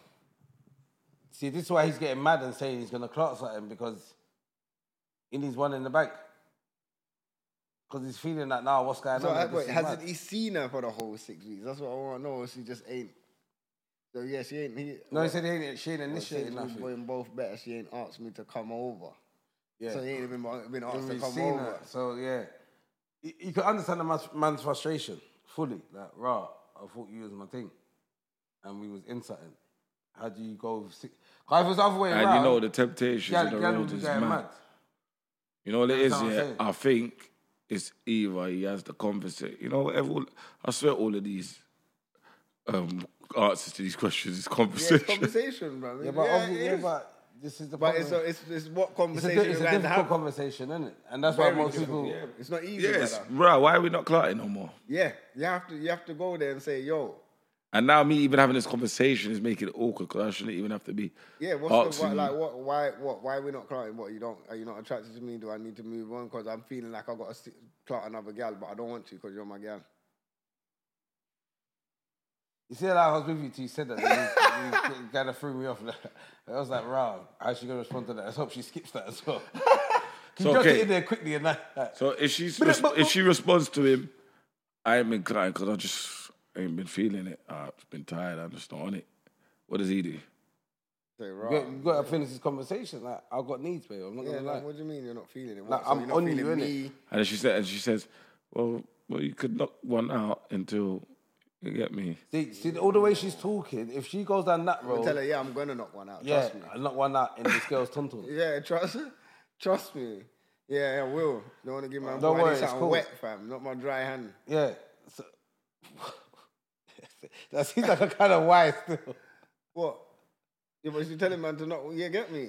Speaker 2: See, this is why he's getting mad and saying he's gonna clock something because he needs one in the bank. Because he's feeling that now, what's going
Speaker 1: So
Speaker 2: on?
Speaker 1: I,
Speaker 2: This
Speaker 1: wait,
Speaker 2: is
Speaker 1: hasn't
Speaker 2: mad.
Speaker 1: he seen her for the whole six weeks? That's what I want to know. She just ain't. So yeah, she ain't. He, oh,
Speaker 2: No, he said he ain't, she ain't
Speaker 1: well, since
Speaker 2: initiating
Speaker 1: we've
Speaker 2: nothing.
Speaker 1: been both better. She ain't asked me to come over.
Speaker 2: Yeah.
Speaker 1: So he ain't even been- been asked to
Speaker 2: We've
Speaker 1: come
Speaker 2: seen
Speaker 1: over.
Speaker 2: that, So yeah, you, you can understand the man's, man's frustration fully. Like, rah, I thought you was my thing, and we was insulting. How do you go? With six? Cause if it was the other way
Speaker 3: And
Speaker 2: around,
Speaker 3: you know the temptations
Speaker 2: gal-
Speaker 3: of the
Speaker 2: gal
Speaker 3: road
Speaker 2: would be
Speaker 3: is
Speaker 2: going
Speaker 3: mad. You know what it is,
Speaker 2: That's what I'm
Speaker 3: yeah?
Speaker 2: saying.
Speaker 3: I think it's either he has the conversation. You know, everyone, I swear all of these um, answers to these questions is
Speaker 1: Yeah, it's
Speaker 3: conversation.
Speaker 1: conversation, bro.
Speaker 2: Yeah, but
Speaker 1: yeah,
Speaker 2: obvi-
Speaker 1: it
Speaker 2: yeah,
Speaker 1: is.
Speaker 2: but this is the
Speaker 1: But
Speaker 2: problem.
Speaker 1: it's, a, it's, it's what
Speaker 2: It's a,
Speaker 1: conversation
Speaker 2: di- it's a
Speaker 1: we're going to
Speaker 2: difficult
Speaker 1: have.
Speaker 2: conversation, isn't it? And that's
Speaker 1: Very
Speaker 2: why most
Speaker 1: difficult.
Speaker 2: people.
Speaker 1: It's not easy.
Speaker 3: yes,
Speaker 1: brother.
Speaker 3: bro, why are we not clarting no more?
Speaker 1: Yeah, you have to you have to go there and say, yo,
Speaker 3: And now me even having this conversation is making it awkward because I shouldn't even have to be
Speaker 1: yeah, what's the,
Speaker 3: asking
Speaker 1: what,
Speaker 3: Oh,
Speaker 1: like
Speaker 3: you.
Speaker 1: what why what why are we not clotting? What you don't are you not attracted to me? Do I need to move on? Because I'm feeling like I got to clot another gal, but I don't want to because you're my gal.
Speaker 2: You see that I was with you till you said that. You, you kind of threw me off. I was like, "Rah, how's she gonna respond to that?" Let's hope she skips that as well. Can you
Speaker 3: So,
Speaker 2: just
Speaker 3: okay.
Speaker 2: get in there quickly and that? that-
Speaker 3: So if she's
Speaker 2: But- but-
Speaker 3: if she responds to him, I ain't been crying because I just ain't been feeling it. I've just been tired. I'm just not on it. What does he do?
Speaker 1: Say,
Speaker 2: You
Speaker 1: right.
Speaker 2: got, you got to finish this conversation. Like, I've got needs, babe. I'm not
Speaker 1: Yeah,
Speaker 2: gonna
Speaker 1: like,
Speaker 2: lie.
Speaker 1: what do you mean you're not feeling it? What,
Speaker 2: Like,
Speaker 1: so
Speaker 2: I'm
Speaker 1: you're not
Speaker 2: on you,
Speaker 1: feeling
Speaker 2: innit?
Speaker 1: me.
Speaker 3: And then she said, and she says, well, well, you could knock one out until you get me.
Speaker 2: See, see, all the way she's talking. If she goes down that road,
Speaker 1: Tell her, yeah, I'm gonna knock one out.
Speaker 2: yeah,
Speaker 1: Trust me.
Speaker 2: I'll knock one out in this girl's tonton.
Speaker 1: Yeah, trust trust me. Yeah, I will. Don't want to give my
Speaker 2: Don't
Speaker 1: body
Speaker 2: worry, it's
Speaker 1: something
Speaker 2: cool.
Speaker 1: wet, fam. Not my dry hand.
Speaker 2: Yeah. So, that seems like a kind of wise still.
Speaker 1: What? Yeah, but you telling man to not. Yeah, get me.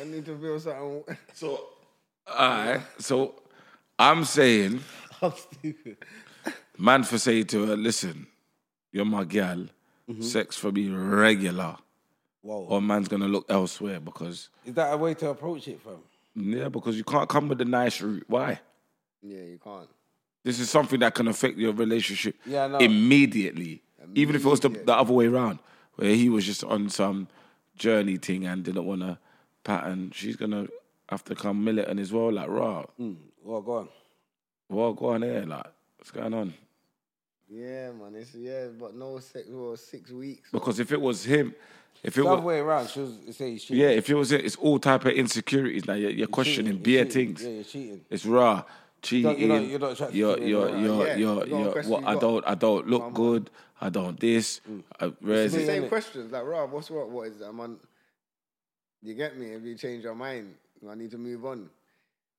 Speaker 1: I need to feel something.
Speaker 3: So, all right. So I'm saying,
Speaker 2: I'm stupid.
Speaker 3: man, for say to her, listen, you're my gal.
Speaker 1: Mm-hmm.
Speaker 3: Sex for me regular,
Speaker 2: Whoa.
Speaker 3: or man's gonna look elsewhere because
Speaker 2: Is that a way to approach it, fam?
Speaker 3: yeah, because you can't come with the nice route. Why?
Speaker 1: Yeah, you can't.
Speaker 3: This is something that can affect your relationship
Speaker 2: Yeah, I know.
Speaker 3: immediately. Even if it was the, the other way around, where he was just on some journey thing and didn't want to pattern, she's going to have to come militant as well. Like, raw,
Speaker 2: Hmm. Well, go on.
Speaker 3: well, go on here. Like, what's going on?
Speaker 1: Yeah, man. It's yeah, but no sex. Well, six weeks.
Speaker 3: Because if it was him, if it
Speaker 2: The other
Speaker 3: was,
Speaker 2: way around, she was saying she.
Speaker 3: yeah, if it was it, it's all type of insecurities now. You're, you're questioning bare
Speaker 2: cheating.
Speaker 3: things.
Speaker 2: Yeah, you're cheating.
Speaker 3: It's raw.
Speaker 2: don't-
Speaker 3: Cheating.
Speaker 2: you're not- you're not attracted to
Speaker 3: You're
Speaker 2: me,
Speaker 3: you're
Speaker 2: right?
Speaker 3: you're
Speaker 1: Yeah,
Speaker 3: you're,
Speaker 1: you got a
Speaker 3: you're-
Speaker 1: question,
Speaker 3: what,
Speaker 1: you
Speaker 3: I
Speaker 1: got-
Speaker 3: don't I don't look good. I don't this.
Speaker 2: Mm.
Speaker 3: uh, I, whereas
Speaker 1: It's the
Speaker 3: it,
Speaker 1: same
Speaker 2: innit?
Speaker 1: questions. Like, Rob, what's what? What is that, man? You get me? If you change your mind, I need to move on.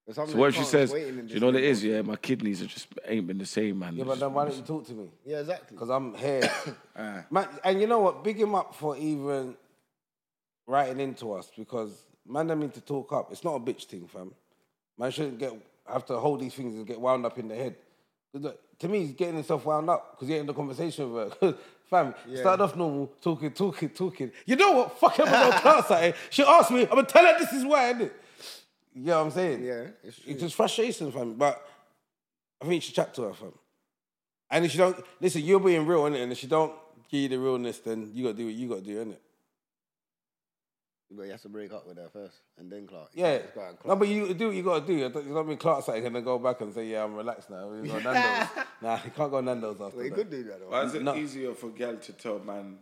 Speaker 1: But
Speaker 3: So what if she
Speaker 1: sometimes
Speaker 3: says,
Speaker 1: waiting and
Speaker 3: do you
Speaker 1: just
Speaker 3: know what it
Speaker 1: move
Speaker 3: is? Yeah, my kidneys are just ain't been the same, man.
Speaker 2: Yeah, but then why don't you talk to me?
Speaker 1: on." Yeah, exactly.
Speaker 2: because I'm here.
Speaker 1: Ah.
Speaker 2: man, and you know what? Big him up for even writing into us because man, I mean to talk up. It's not a bitch thing, fam. Man shouldn't get have to hold these things and get wound up in the head. 'Cause look, to me, he's getting himself wound up because he ain't in the conversation with her. Fam, start off normal, talking, talking, talking. You know what? Fuck her, I'm gonna class at it. She asked me, I'm gonna tell her this is why, innit? You know what I'm saying?
Speaker 1: Yeah, it's true.
Speaker 2: It's just frustration, fam. But I think you should chat to her, fam. And if she don't listen, you're being real, innit? And if she don't give you the realness, then you gotta do what you gotta do, innit?
Speaker 1: But you have to break up with her first, and then Clark. You
Speaker 2: Yeah.
Speaker 1: just go and
Speaker 2: No,
Speaker 1: Clark.
Speaker 2: but you do what you gotta do. You don't, you don't mean Clark's like gonna go back and say, Yeah, I'm relaxed now. You go Nando's. nah, you can't go Nando's after
Speaker 1: Well, you
Speaker 2: that.
Speaker 1: could do that. Though.
Speaker 3: Why is it
Speaker 2: No.
Speaker 3: easier for gal to tell man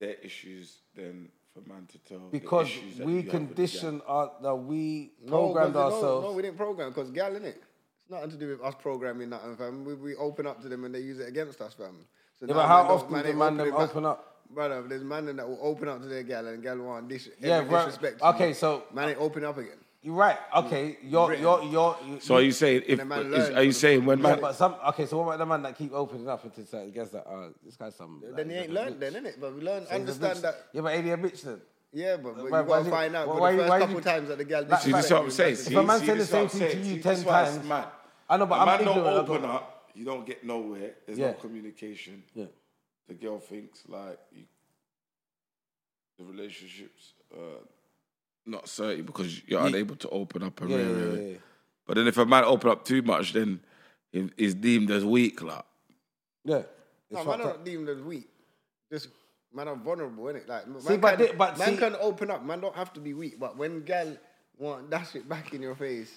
Speaker 3: their issues than for man to tell the
Speaker 2: Because
Speaker 3: issues that you
Speaker 2: we
Speaker 3: have with the gal?
Speaker 2: conditioned our that we
Speaker 1: No, 'cause
Speaker 2: programmed
Speaker 1: it- no,
Speaker 2: ourselves.
Speaker 1: No, we didn't program because gal in it. It's It's nothing to do with us programming nothing, fam. We, we open up to them and they use it against us, fam. So
Speaker 2: Yeah,
Speaker 1: now
Speaker 2: but how
Speaker 1: man, those-
Speaker 2: often
Speaker 1: they
Speaker 2: do man them
Speaker 1: it back-
Speaker 2: open up?
Speaker 1: Brother, there's man them that will open up to their gal and gal want dis-
Speaker 2: Yeah,
Speaker 1: yeah,
Speaker 2: bro.
Speaker 1: disrespect.
Speaker 2: Okay, so-
Speaker 1: man, they open up again.
Speaker 2: You're right. Okay, you're
Speaker 1: Written.
Speaker 2: you're you're. you-
Speaker 3: So are you saying if
Speaker 1: the man
Speaker 3: is,
Speaker 1: learns
Speaker 3: are you
Speaker 1: from
Speaker 3: saying when
Speaker 2: yeah,
Speaker 3: man
Speaker 2: but some okay. So what about the man that keep opening up into certain guess that uh, this guy's some. like,
Speaker 1: Then he
Speaker 2: he's
Speaker 1: ain't
Speaker 2: like a
Speaker 1: learned
Speaker 2: bitch.
Speaker 1: then, innit? But we learn,
Speaker 2: He's a
Speaker 1: understand
Speaker 2: bitch.
Speaker 1: that.
Speaker 2: Yeah, but ain't he a bitch then?
Speaker 1: Yeah, but, but you
Speaker 2: why- why
Speaker 1: gotta
Speaker 2: is it-
Speaker 1: find out.
Speaker 2: why-
Speaker 1: But
Speaker 2: why-
Speaker 1: the first
Speaker 2: why you-
Speaker 1: couple times that the gal
Speaker 2: Like,
Speaker 3: See, this
Speaker 1: disrespect
Speaker 3: is what
Speaker 1: you,
Speaker 3: I'm saying.
Speaker 1: that's-
Speaker 3: See,
Speaker 2: If a man
Speaker 3: see,
Speaker 2: said the
Speaker 3: this is what
Speaker 2: same
Speaker 3: I'm
Speaker 2: thing to
Speaker 3: saying.
Speaker 2: you
Speaker 3: See,
Speaker 2: 10
Speaker 3: this is why it's
Speaker 2: times,
Speaker 3: mad.
Speaker 2: I know, but
Speaker 3: The
Speaker 2: I'm
Speaker 3: man don't
Speaker 2: ignorant, I
Speaker 3: open
Speaker 2: don't-
Speaker 3: up. You don't get nowhere. There's
Speaker 2: Yeah.
Speaker 3: no communication.
Speaker 2: Yeah.
Speaker 3: The girl thinks like you, the relationships uh, not certain because you're unable to open up and
Speaker 2: Yeah,
Speaker 3: really,
Speaker 2: yeah,
Speaker 3: really.
Speaker 2: yeah, yeah.
Speaker 3: But then if a man open up too much, then he- he's deemed as weak. Like
Speaker 2: Yeah. It's
Speaker 1: No,
Speaker 2: fucked
Speaker 1: man
Speaker 2: up.
Speaker 1: are not even as weak. Just man are vulnerable, innit? Like man
Speaker 2: See, but
Speaker 1: can,
Speaker 2: thi- but
Speaker 1: man
Speaker 2: see-
Speaker 1: can open up. Man don't have to be weak. But when gal want dash it back in your face,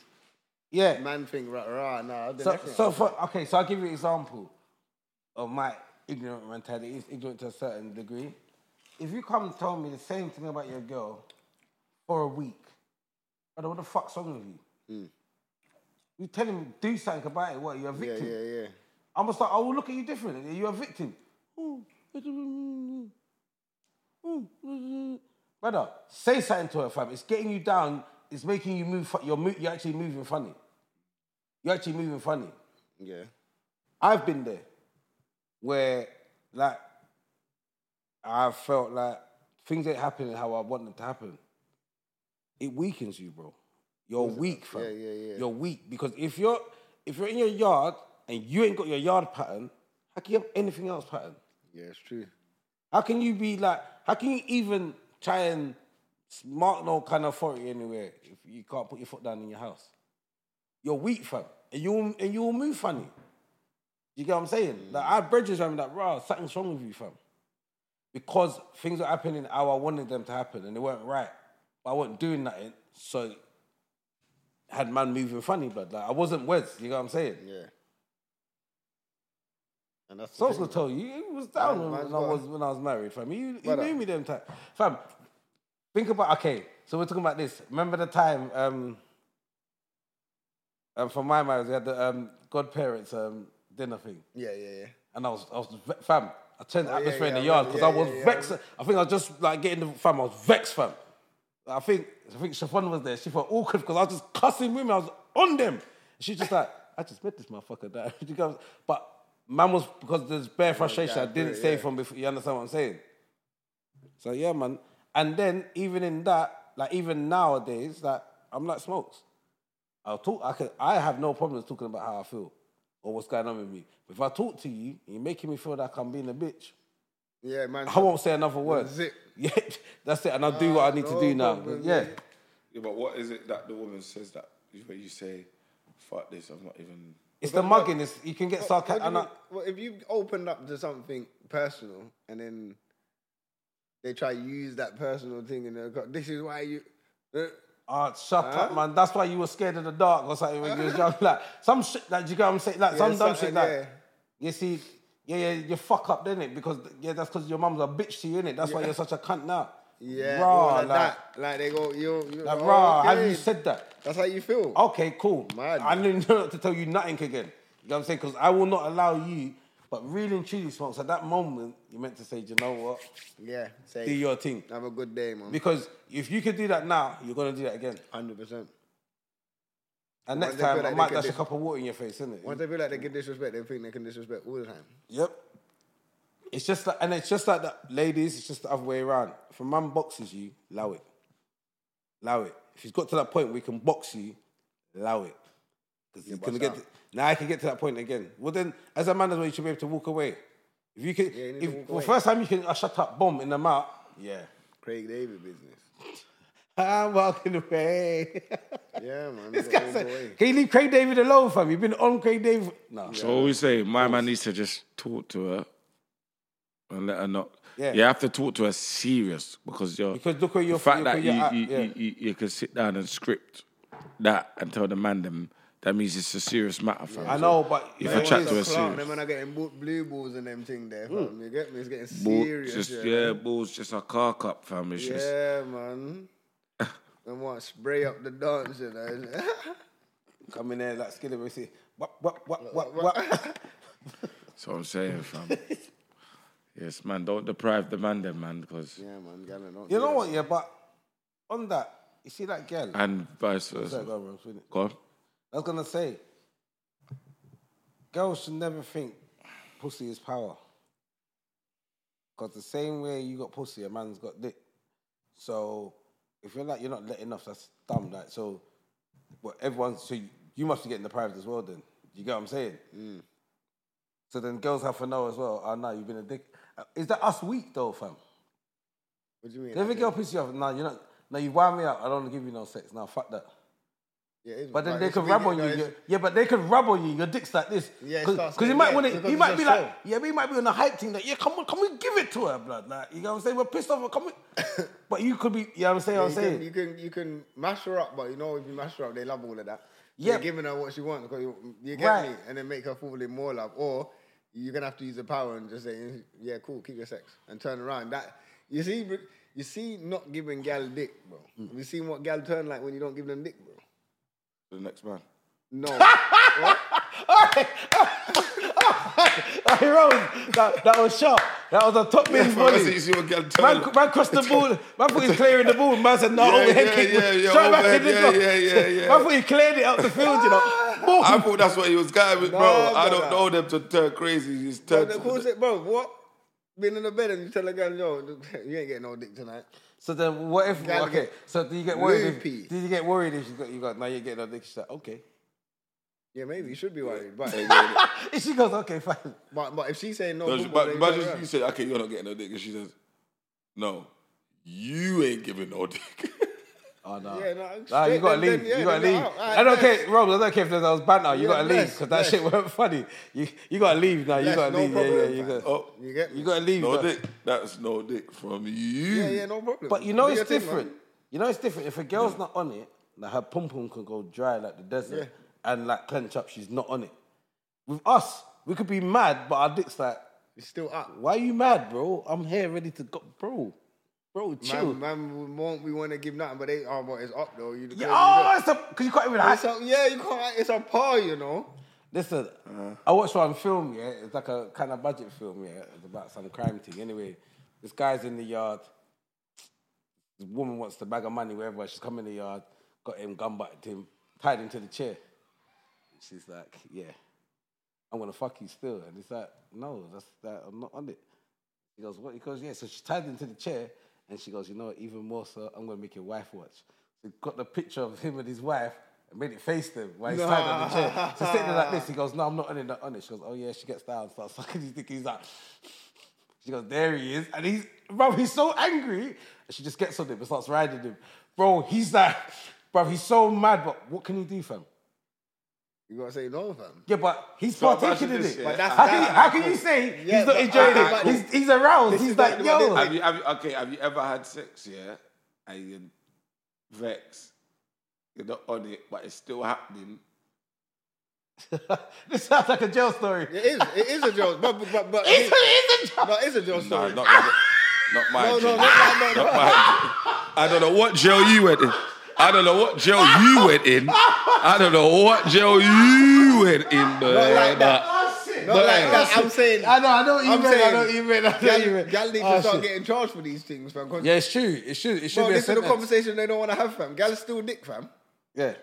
Speaker 2: Yeah.
Speaker 1: man think rah rah nah.
Speaker 2: So, so for, okay, so I'll give you an example of my ignorant mentality. It's ignorant to a certain degree. If you come and tell me the same thing about your girl for a week, brother, what the fuck's wrong with you? You're telling me do something about it. What, you're a
Speaker 1: Mm. yeah,
Speaker 2: victim?
Speaker 1: yeah, yeah.
Speaker 2: I'm going to start, I will look at you differently. You're a victim. "Hmm, Ooh, it- "Hmm, ooh, Brother, say something to her, fam. It's getting you down. It's making you move. fu- You're, mo- you're actually moving funny. You're actually moving funny.
Speaker 1: Yeah.
Speaker 2: I've been there where like I felt like things ain't happening how I want them to happen. It weakens you, bro. You're weak, fam.
Speaker 1: Yeah, yeah, yeah.
Speaker 2: You're weak because if you're if you're in your yard and you ain't got your yard pattern, how can you have anything else pattern?
Speaker 1: Yeah, it's true.
Speaker 2: How can you be like? How can you even try and mark no kind of authority anywhere if you can't put your foot down in your house? You're weak, fam, and you and you will move funny. You get what I'm saying? Like I bridges, I'm like, bro, something's wrong with you, fam, because things are happening how I wanted them to happen, and they weren't right. But I wasn't doing nothing, so had man moving funny, blood. Like I wasn't Wes. You get what I'm saying?
Speaker 1: Yeah. And that's the
Speaker 2: Soul's
Speaker 1: thing.
Speaker 2: gonna tell you, he was down
Speaker 1: Man-
Speaker 2: when,
Speaker 1: man's
Speaker 2: I
Speaker 1: got-
Speaker 2: was when I was married, fam. You, you
Speaker 1: Brother.
Speaker 2: knew me them time, fam. Think about okay. So we're talking about this. Remember the time um, um for my marriage, we had the um, godparents um dinner thing,
Speaker 1: Yeah, yeah, yeah.
Speaker 2: and I was I was ve- fam. I turned the
Speaker 1: Oh, yeah,
Speaker 2: atmosphere
Speaker 1: yeah,
Speaker 2: in
Speaker 1: I
Speaker 2: the yard
Speaker 1: remember,
Speaker 2: because
Speaker 1: yeah,
Speaker 2: I was
Speaker 1: yeah, yeah, I
Speaker 2: vexed. I think I was just like getting the fam. I was vexed, fam. I think I think Chiffon was there. She felt awkward because I was just cussing women. I was on them. She's just like, I just met this motherfucker. That you guys, but man was because there's bare frustration. I
Speaker 1: through
Speaker 2: didn't
Speaker 1: it,
Speaker 2: say
Speaker 1: yeah.
Speaker 2: from before. You understand what I'm saying? So yeah, man. And then even in that, like even nowadays, like I'm like smokes. I'll talk. I can. I have no problems talking about how I feel or what's going on with me. But if I talk to you, and you're making me feel like I'm being a bitch.
Speaker 1: Yeah, man.
Speaker 2: I won't say another word.
Speaker 1: Zip.
Speaker 2: Yeah, that's it. And I'll do what I need to
Speaker 1: no
Speaker 2: do now.
Speaker 1: problem,
Speaker 2: Yeah.
Speaker 1: yeah.
Speaker 3: yeah, but what is it that the woman says that where you say, "Fuck this," I'm not even.
Speaker 2: It's the mugging. It's, you can get
Speaker 1: How
Speaker 2: sarcastic.
Speaker 1: do you- well, if you opened up to something personal and then they try to use that personal thing and they're go, this is why you. Uh,
Speaker 2: Ah, shut up, man. That's why you were scared of the dark or something when you was young. Like some shit. Like you get what I'm saying. Like some dumb shit.
Speaker 1: something,
Speaker 2: Like
Speaker 1: yeah.
Speaker 2: you see, yeah, yeah, you fuck up, didn't it? Because yeah, that's because your mum's a bitch to you, innit? That's why you're such a cunt now.
Speaker 1: yeah,
Speaker 2: raw,
Speaker 1: all like,
Speaker 2: like,
Speaker 1: that. Like they go, you. you
Speaker 2: like,
Speaker 1: oh,
Speaker 2: raw. Have
Speaker 1: okay.
Speaker 2: you said Oh, that?
Speaker 1: That's how you feel.
Speaker 2: Okay, cool.
Speaker 1: Mad.
Speaker 2: I didn't know not to tell you nothing again. You know what I'm saying? Because I will not allow you. But really and truly, smokes. At that moment, you meant to say, "Do you know what?
Speaker 1: Yeah, say.
Speaker 2: Do your thing.
Speaker 1: Have a good day, man.
Speaker 2: Because if you could do that now, you're gonna do that again.
Speaker 1: Hundred percent.
Speaker 2: And
Speaker 1: Once
Speaker 2: next
Speaker 1: they feel
Speaker 2: time,
Speaker 1: like
Speaker 2: I
Speaker 1: they
Speaker 2: might
Speaker 1: can
Speaker 2: dash a
Speaker 1: dis-
Speaker 2: cup of water in your face, innit?
Speaker 1: Once they feel like they get disrespect, they think they can disrespect all the time.
Speaker 2: Yep. It's just like, and it's just like that, ladies. It's just the other way around. If a man boxes you, allow it. Allow it. If he's got to that point where he can box you, allow it. Because he's gonna get.
Speaker 1: out.
Speaker 2: To, now I can get to that point again. Well, then, as a man, as well, you should be able to walk away. If you can,
Speaker 1: Yeah, you need to
Speaker 2: if
Speaker 1: walk
Speaker 2: well,
Speaker 1: away.
Speaker 2: first time you can uh, shut up, bomb in the mouth. Yeah.
Speaker 1: Craig David business.
Speaker 2: I'm Ah, walking away.
Speaker 1: Yeah, man.
Speaker 2: this
Speaker 1: go
Speaker 2: guy
Speaker 1: all the way.
Speaker 2: said, "Can you leave Craig David alone, fam? You've been on Craig David." No.
Speaker 3: So always say, my man needs to just talk to her and let her not.
Speaker 2: Yeah.
Speaker 3: You have to talk to her serious because you're
Speaker 2: Because look where
Speaker 3: the
Speaker 2: you're-
Speaker 3: fact
Speaker 2: look
Speaker 3: that
Speaker 2: where you're
Speaker 3: you,
Speaker 2: at,
Speaker 3: you,
Speaker 2: yeah.
Speaker 3: you, you, you can sit down and script that and tell the man them that means it's a serious matter. Fam.
Speaker 2: I know, but
Speaker 3: If
Speaker 2: you
Speaker 3: I
Speaker 2: know
Speaker 3: chat
Speaker 2: what it
Speaker 3: to
Speaker 2: is?
Speaker 3: us- serious.
Speaker 1: Them man are getting bo- blue balls and them thing there, fam. You get me? It's getting
Speaker 3: Bull-
Speaker 1: serious.
Speaker 3: just
Speaker 1: yeah.
Speaker 3: yeah, balls just a car cup, fam. It's just
Speaker 1: Yeah, man. I want to spray up the dance, you know.
Speaker 2: Come in there like Skillet and say, what, what, what, what, what.
Speaker 3: So I'm saying, fam. yes, man. Don't deprive the man, then, man, because
Speaker 1: Yeah, man. Ghana, don't
Speaker 2: You
Speaker 1: do
Speaker 2: know
Speaker 1: that.
Speaker 2: what, yeah, but on that, you see that girl?
Speaker 3: and vice
Speaker 2: Sorry,
Speaker 3: versa.
Speaker 2: go on, Rose, innit?
Speaker 3: Go on.
Speaker 2: I was gonna say, girls should never think pussy is power. Because the same way you got pussy, a man's got dick. So if you're like, you're not letting off, that's dumb. Like, so, but everyone, so you, you must be getting deprived as well then. You get what I'm saying? So then girls have to know as well, oh no, you've been a dick. Uh, Is that us weak though, fam?
Speaker 1: What do you mean?
Speaker 2: If a girl pisses you off, no, you're not, no, you wound me up, I don't wanna give you no sex. No, fuck that.
Speaker 1: Yeah, it's-
Speaker 2: But then they
Speaker 1: it's
Speaker 2: could rub
Speaker 1: weak,
Speaker 2: on you.
Speaker 1: no, it's-
Speaker 2: your- yeah, but they could rub on you. Your dick's like this.
Speaker 1: Yeah, it starts
Speaker 2: because
Speaker 1: like-
Speaker 2: you might
Speaker 1: yeah,
Speaker 2: want to.
Speaker 1: because
Speaker 2: You
Speaker 1: it's
Speaker 2: might be
Speaker 1: your soul.
Speaker 2: like, yeah, we might be on a hype thing. Like, yeah, come on, can we give it to her, blood? Like, you know what I'm saying? We're pissed off. Come we? but you could be. You know what I'm saying? I'm
Speaker 1: You can,
Speaker 2: saying.
Speaker 1: you can you can mash her up, but you know if you mash her up, they love all of that.
Speaker 2: Yeah.
Speaker 1: You're giving her what she wants because you, you get
Speaker 2: Right.
Speaker 1: me, and then make her fall in more love, or you're gonna have to use the power and just say, yeah, cool, keep your sex, and turn around. That you see, bro- you see, not giving gal dick, bro.
Speaker 2: Hmm.
Speaker 1: Have you seen what gal turn like when you don't give them dick, bro?
Speaker 3: The next man.
Speaker 1: No,
Speaker 2: Hey, Rose, that, that was sharp. That was a top man's
Speaker 3: Fam, I see-
Speaker 2: volley.
Speaker 3: see what girl turn
Speaker 2: Man,
Speaker 3: like.
Speaker 2: man crossed the ball. Man thought he was clearing the ball. Man said, no,
Speaker 3: Yeah,
Speaker 2: overhead
Speaker 3: yeah,
Speaker 2: kick.
Speaker 3: yeah, yeah,
Speaker 2: Straight back
Speaker 3: overhead,
Speaker 2: in the
Speaker 3: yeah,
Speaker 2: box.
Speaker 3: yeah, yeah, yeah.
Speaker 2: Man thought he cleared it up the field, you know. Boom.
Speaker 3: I thought that's what he was going with, bro.
Speaker 1: Nah,
Speaker 3: I don't
Speaker 1: brother.
Speaker 3: know them to turn crazy. He's
Speaker 1: bro,
Speaker 3: turned.
Speaker 1: of course it, bro. What? Being in the bed and you tell a girl, yo, you ain't getting no dick tonight.
Speaker 2: So then, what if?
Speaker 1: Gotta
Speaker 2: okay.
Speaker 1: get
Speaker 2: So do you get worried? If,
Speaker 1: loopy.
Speaker 2: did you get worried if you got you got now you're getting a dick? She's like, okay.
Speaker 1: Yeah, maybe you should be worried, but
Speaker 2: And she goes, okay, fine.
Speaker 1: but, but if she's saying no,
Speaker 3: No, she-
Speaker 1: boom, boom,
Speaker 3: but
Speaker 1: then you turn
Speaker 3: imagine
Speaker 1: around.
Speaker 3: you said, okay, you're not getting no dick. And she says, no, you ain't giving no dick.
Speaker 2: Oh no.
Speaker 1: Yeah, no,
Speaker 2: Nah, you
Speaker 1: straight,
Speaker 2: gotta
Speaker 1: then-
Speaker 2: leave.
Speaker 1: then, yeah,
Speaker 2: you gotta
Speaker 1: then
Speaker 2: leave.
Speaker 1: out. All right,
Speaker 2: I don't
Speaker 1: bless.
Speaker 2: care, Rob. I don't care if there was banter. You
Speaker 1: Yeah,
Speaker 2: gotta leave
Speaker 1: bless,
Speaker 2: because that
Speaker 1: bless.
Speaker 2: shit weren't funny. You you gotta leave now. You
Speaker 1: Bless,
Speaker 2: gotta
Speaker 1: no
Speaker 2: leave. yeah, yeah,
Speaker 1: problem,
Speaker 2: you
Speaker 1: fam.
Speaker 2: gotta.
Speaker 3: oh,
Speaker 1: You get me?
Speaker 2: You gotta leave.
Speaker 3: no
Speaker 2: now.
Speaker 3: dick. That's no dick from you.
Speaker 1: Yeah, yeah, no problem.
Speaker 2: But you know
Speaker 1: Do
Speaker 2: it's
Speaker 1: your thing, man.
Speaker 2: different. You know it's different. If a girl's not on it, like her pum pum can go dry like the desert and like clench up. She's not on it. With us, we could be mad, but our dick's like.
Speaker 1: It's still up.
Speaker 2: Why you mad, bro? I'm here ready to go, bro. Bro, chill.
Speaker 1: Man, man we won't we want to give nothing, but they oh, but it's up though. You,
Speaker 2: Yeah,
Speaker 1: you
Speaker 2: oh, it's a because you can't even.
Speaker 1: got-
Speaker 2: I,
Speaker 1: it's up, yeah, you can't. It's a par, you know.
Speaker 2: listen, I watched one film. Yeah, it's like a kind of budget film. Yeah, it's about some crime thing. Anyway, this guy's in the yard. This woman wants the bag of money, wherever. She's come in the yard, got him, gun butted him, tied him to the chair. She's like, yeah, I'm gonna fuck you still, and it's like, no, that's that. I'm not on it. He goes, what? He goes, yeah. So she tied him to the chair, and she goes, you know, what, even more so, I'm gonna make your wife watch. So he got the picture of him and his wife and made it face them while he's tied on the chair. So sitting there like this, he goes, no, I'm not on it, not on it. She goes, oh yeah. She gets down, starts sucking his dick. He's like, she goes, there he is, and he's, bro, he's so angry. And she just gets on him and starts riding him, bro. He's like, bro, he's so mad, but what can he do, fam?
Speaker 1: You gotta say no, fam.
Speaker 2: Yeah, but he's
Speaker 3: So
Speaker 2: partaking
Speaker 3: imagine
Speaker 2: in
Speaker 3: this,
Speaker 2: it.
Speaker 3: yeah. But
Speaker 1: that's
Speaker 2: how, can you,
Speaker 1: that.
Speaker 2: how can you say
Speaker 1: Yeah,
Speaker 2: he's not
Speaker 1: but-
Speaker 2: enjoying
Speaker 1: alright,
Speaker 2: it?
Speaker 1: cool.
Speaker 2: He's, he's aroused.
Speaker 1: This
Speaker 2: He's
Speaker 1: is
Speaker 2: like,
Speaker 1: what-
Speaker 2: yo.
Speaker 1: what
Speaker 3: Have you, have you, okay, have you ever had sex, yeah, and you vex, you're not on it, but it's still happening?
Speaker 2: this sounds like a jail story.
Speaker 1: It is. It is a joke, but but but but
Speaker 2: It's,
Speaker 1: it,
Speaker 2: it's a jail.
Speaker 1: but it's a joke
Speaker 3: No,
Speaker 1: story.
Speaker 3: not, not, not my
Speaker 1: Oh, no, no,
Speaker 3: jail.
Speaker 1: no, no, no,
Speaker 3: Not
Speaker 1: no.
Speaker 3: my jail. I don't know what jail you went in. I don't know what jail you went in. I don't know what jail you went in. Not
Speaker 1: like that.
Speaker 2: Oh,
Speaker 1: Not like that. I'm saying.
Speaker 2: I know, I know what you
Speaker 1: I'm
Speaker 2: mean. I know what
Speaker 1: saying,
Speaker 2: you mean. I know what you
Speaker 1: Y'all
Speaker 2: mean.
Speaker 1: y'all need
Speaker 2: Oh,
Speaker 1: to start
Speaker 2: shit.
Speaker 1: getting charged for these things, fam. 'cause-
Speaker 2: Yeah, it's true. It should. It should
Speaker 1: bro,
Speaker 2: be a
Speaker 1: this is the
Speaker 2: sentence.
Speaker 1: conversation they don't want to have, fam. Gal still dick, fam.
Speaker 2: Yeah.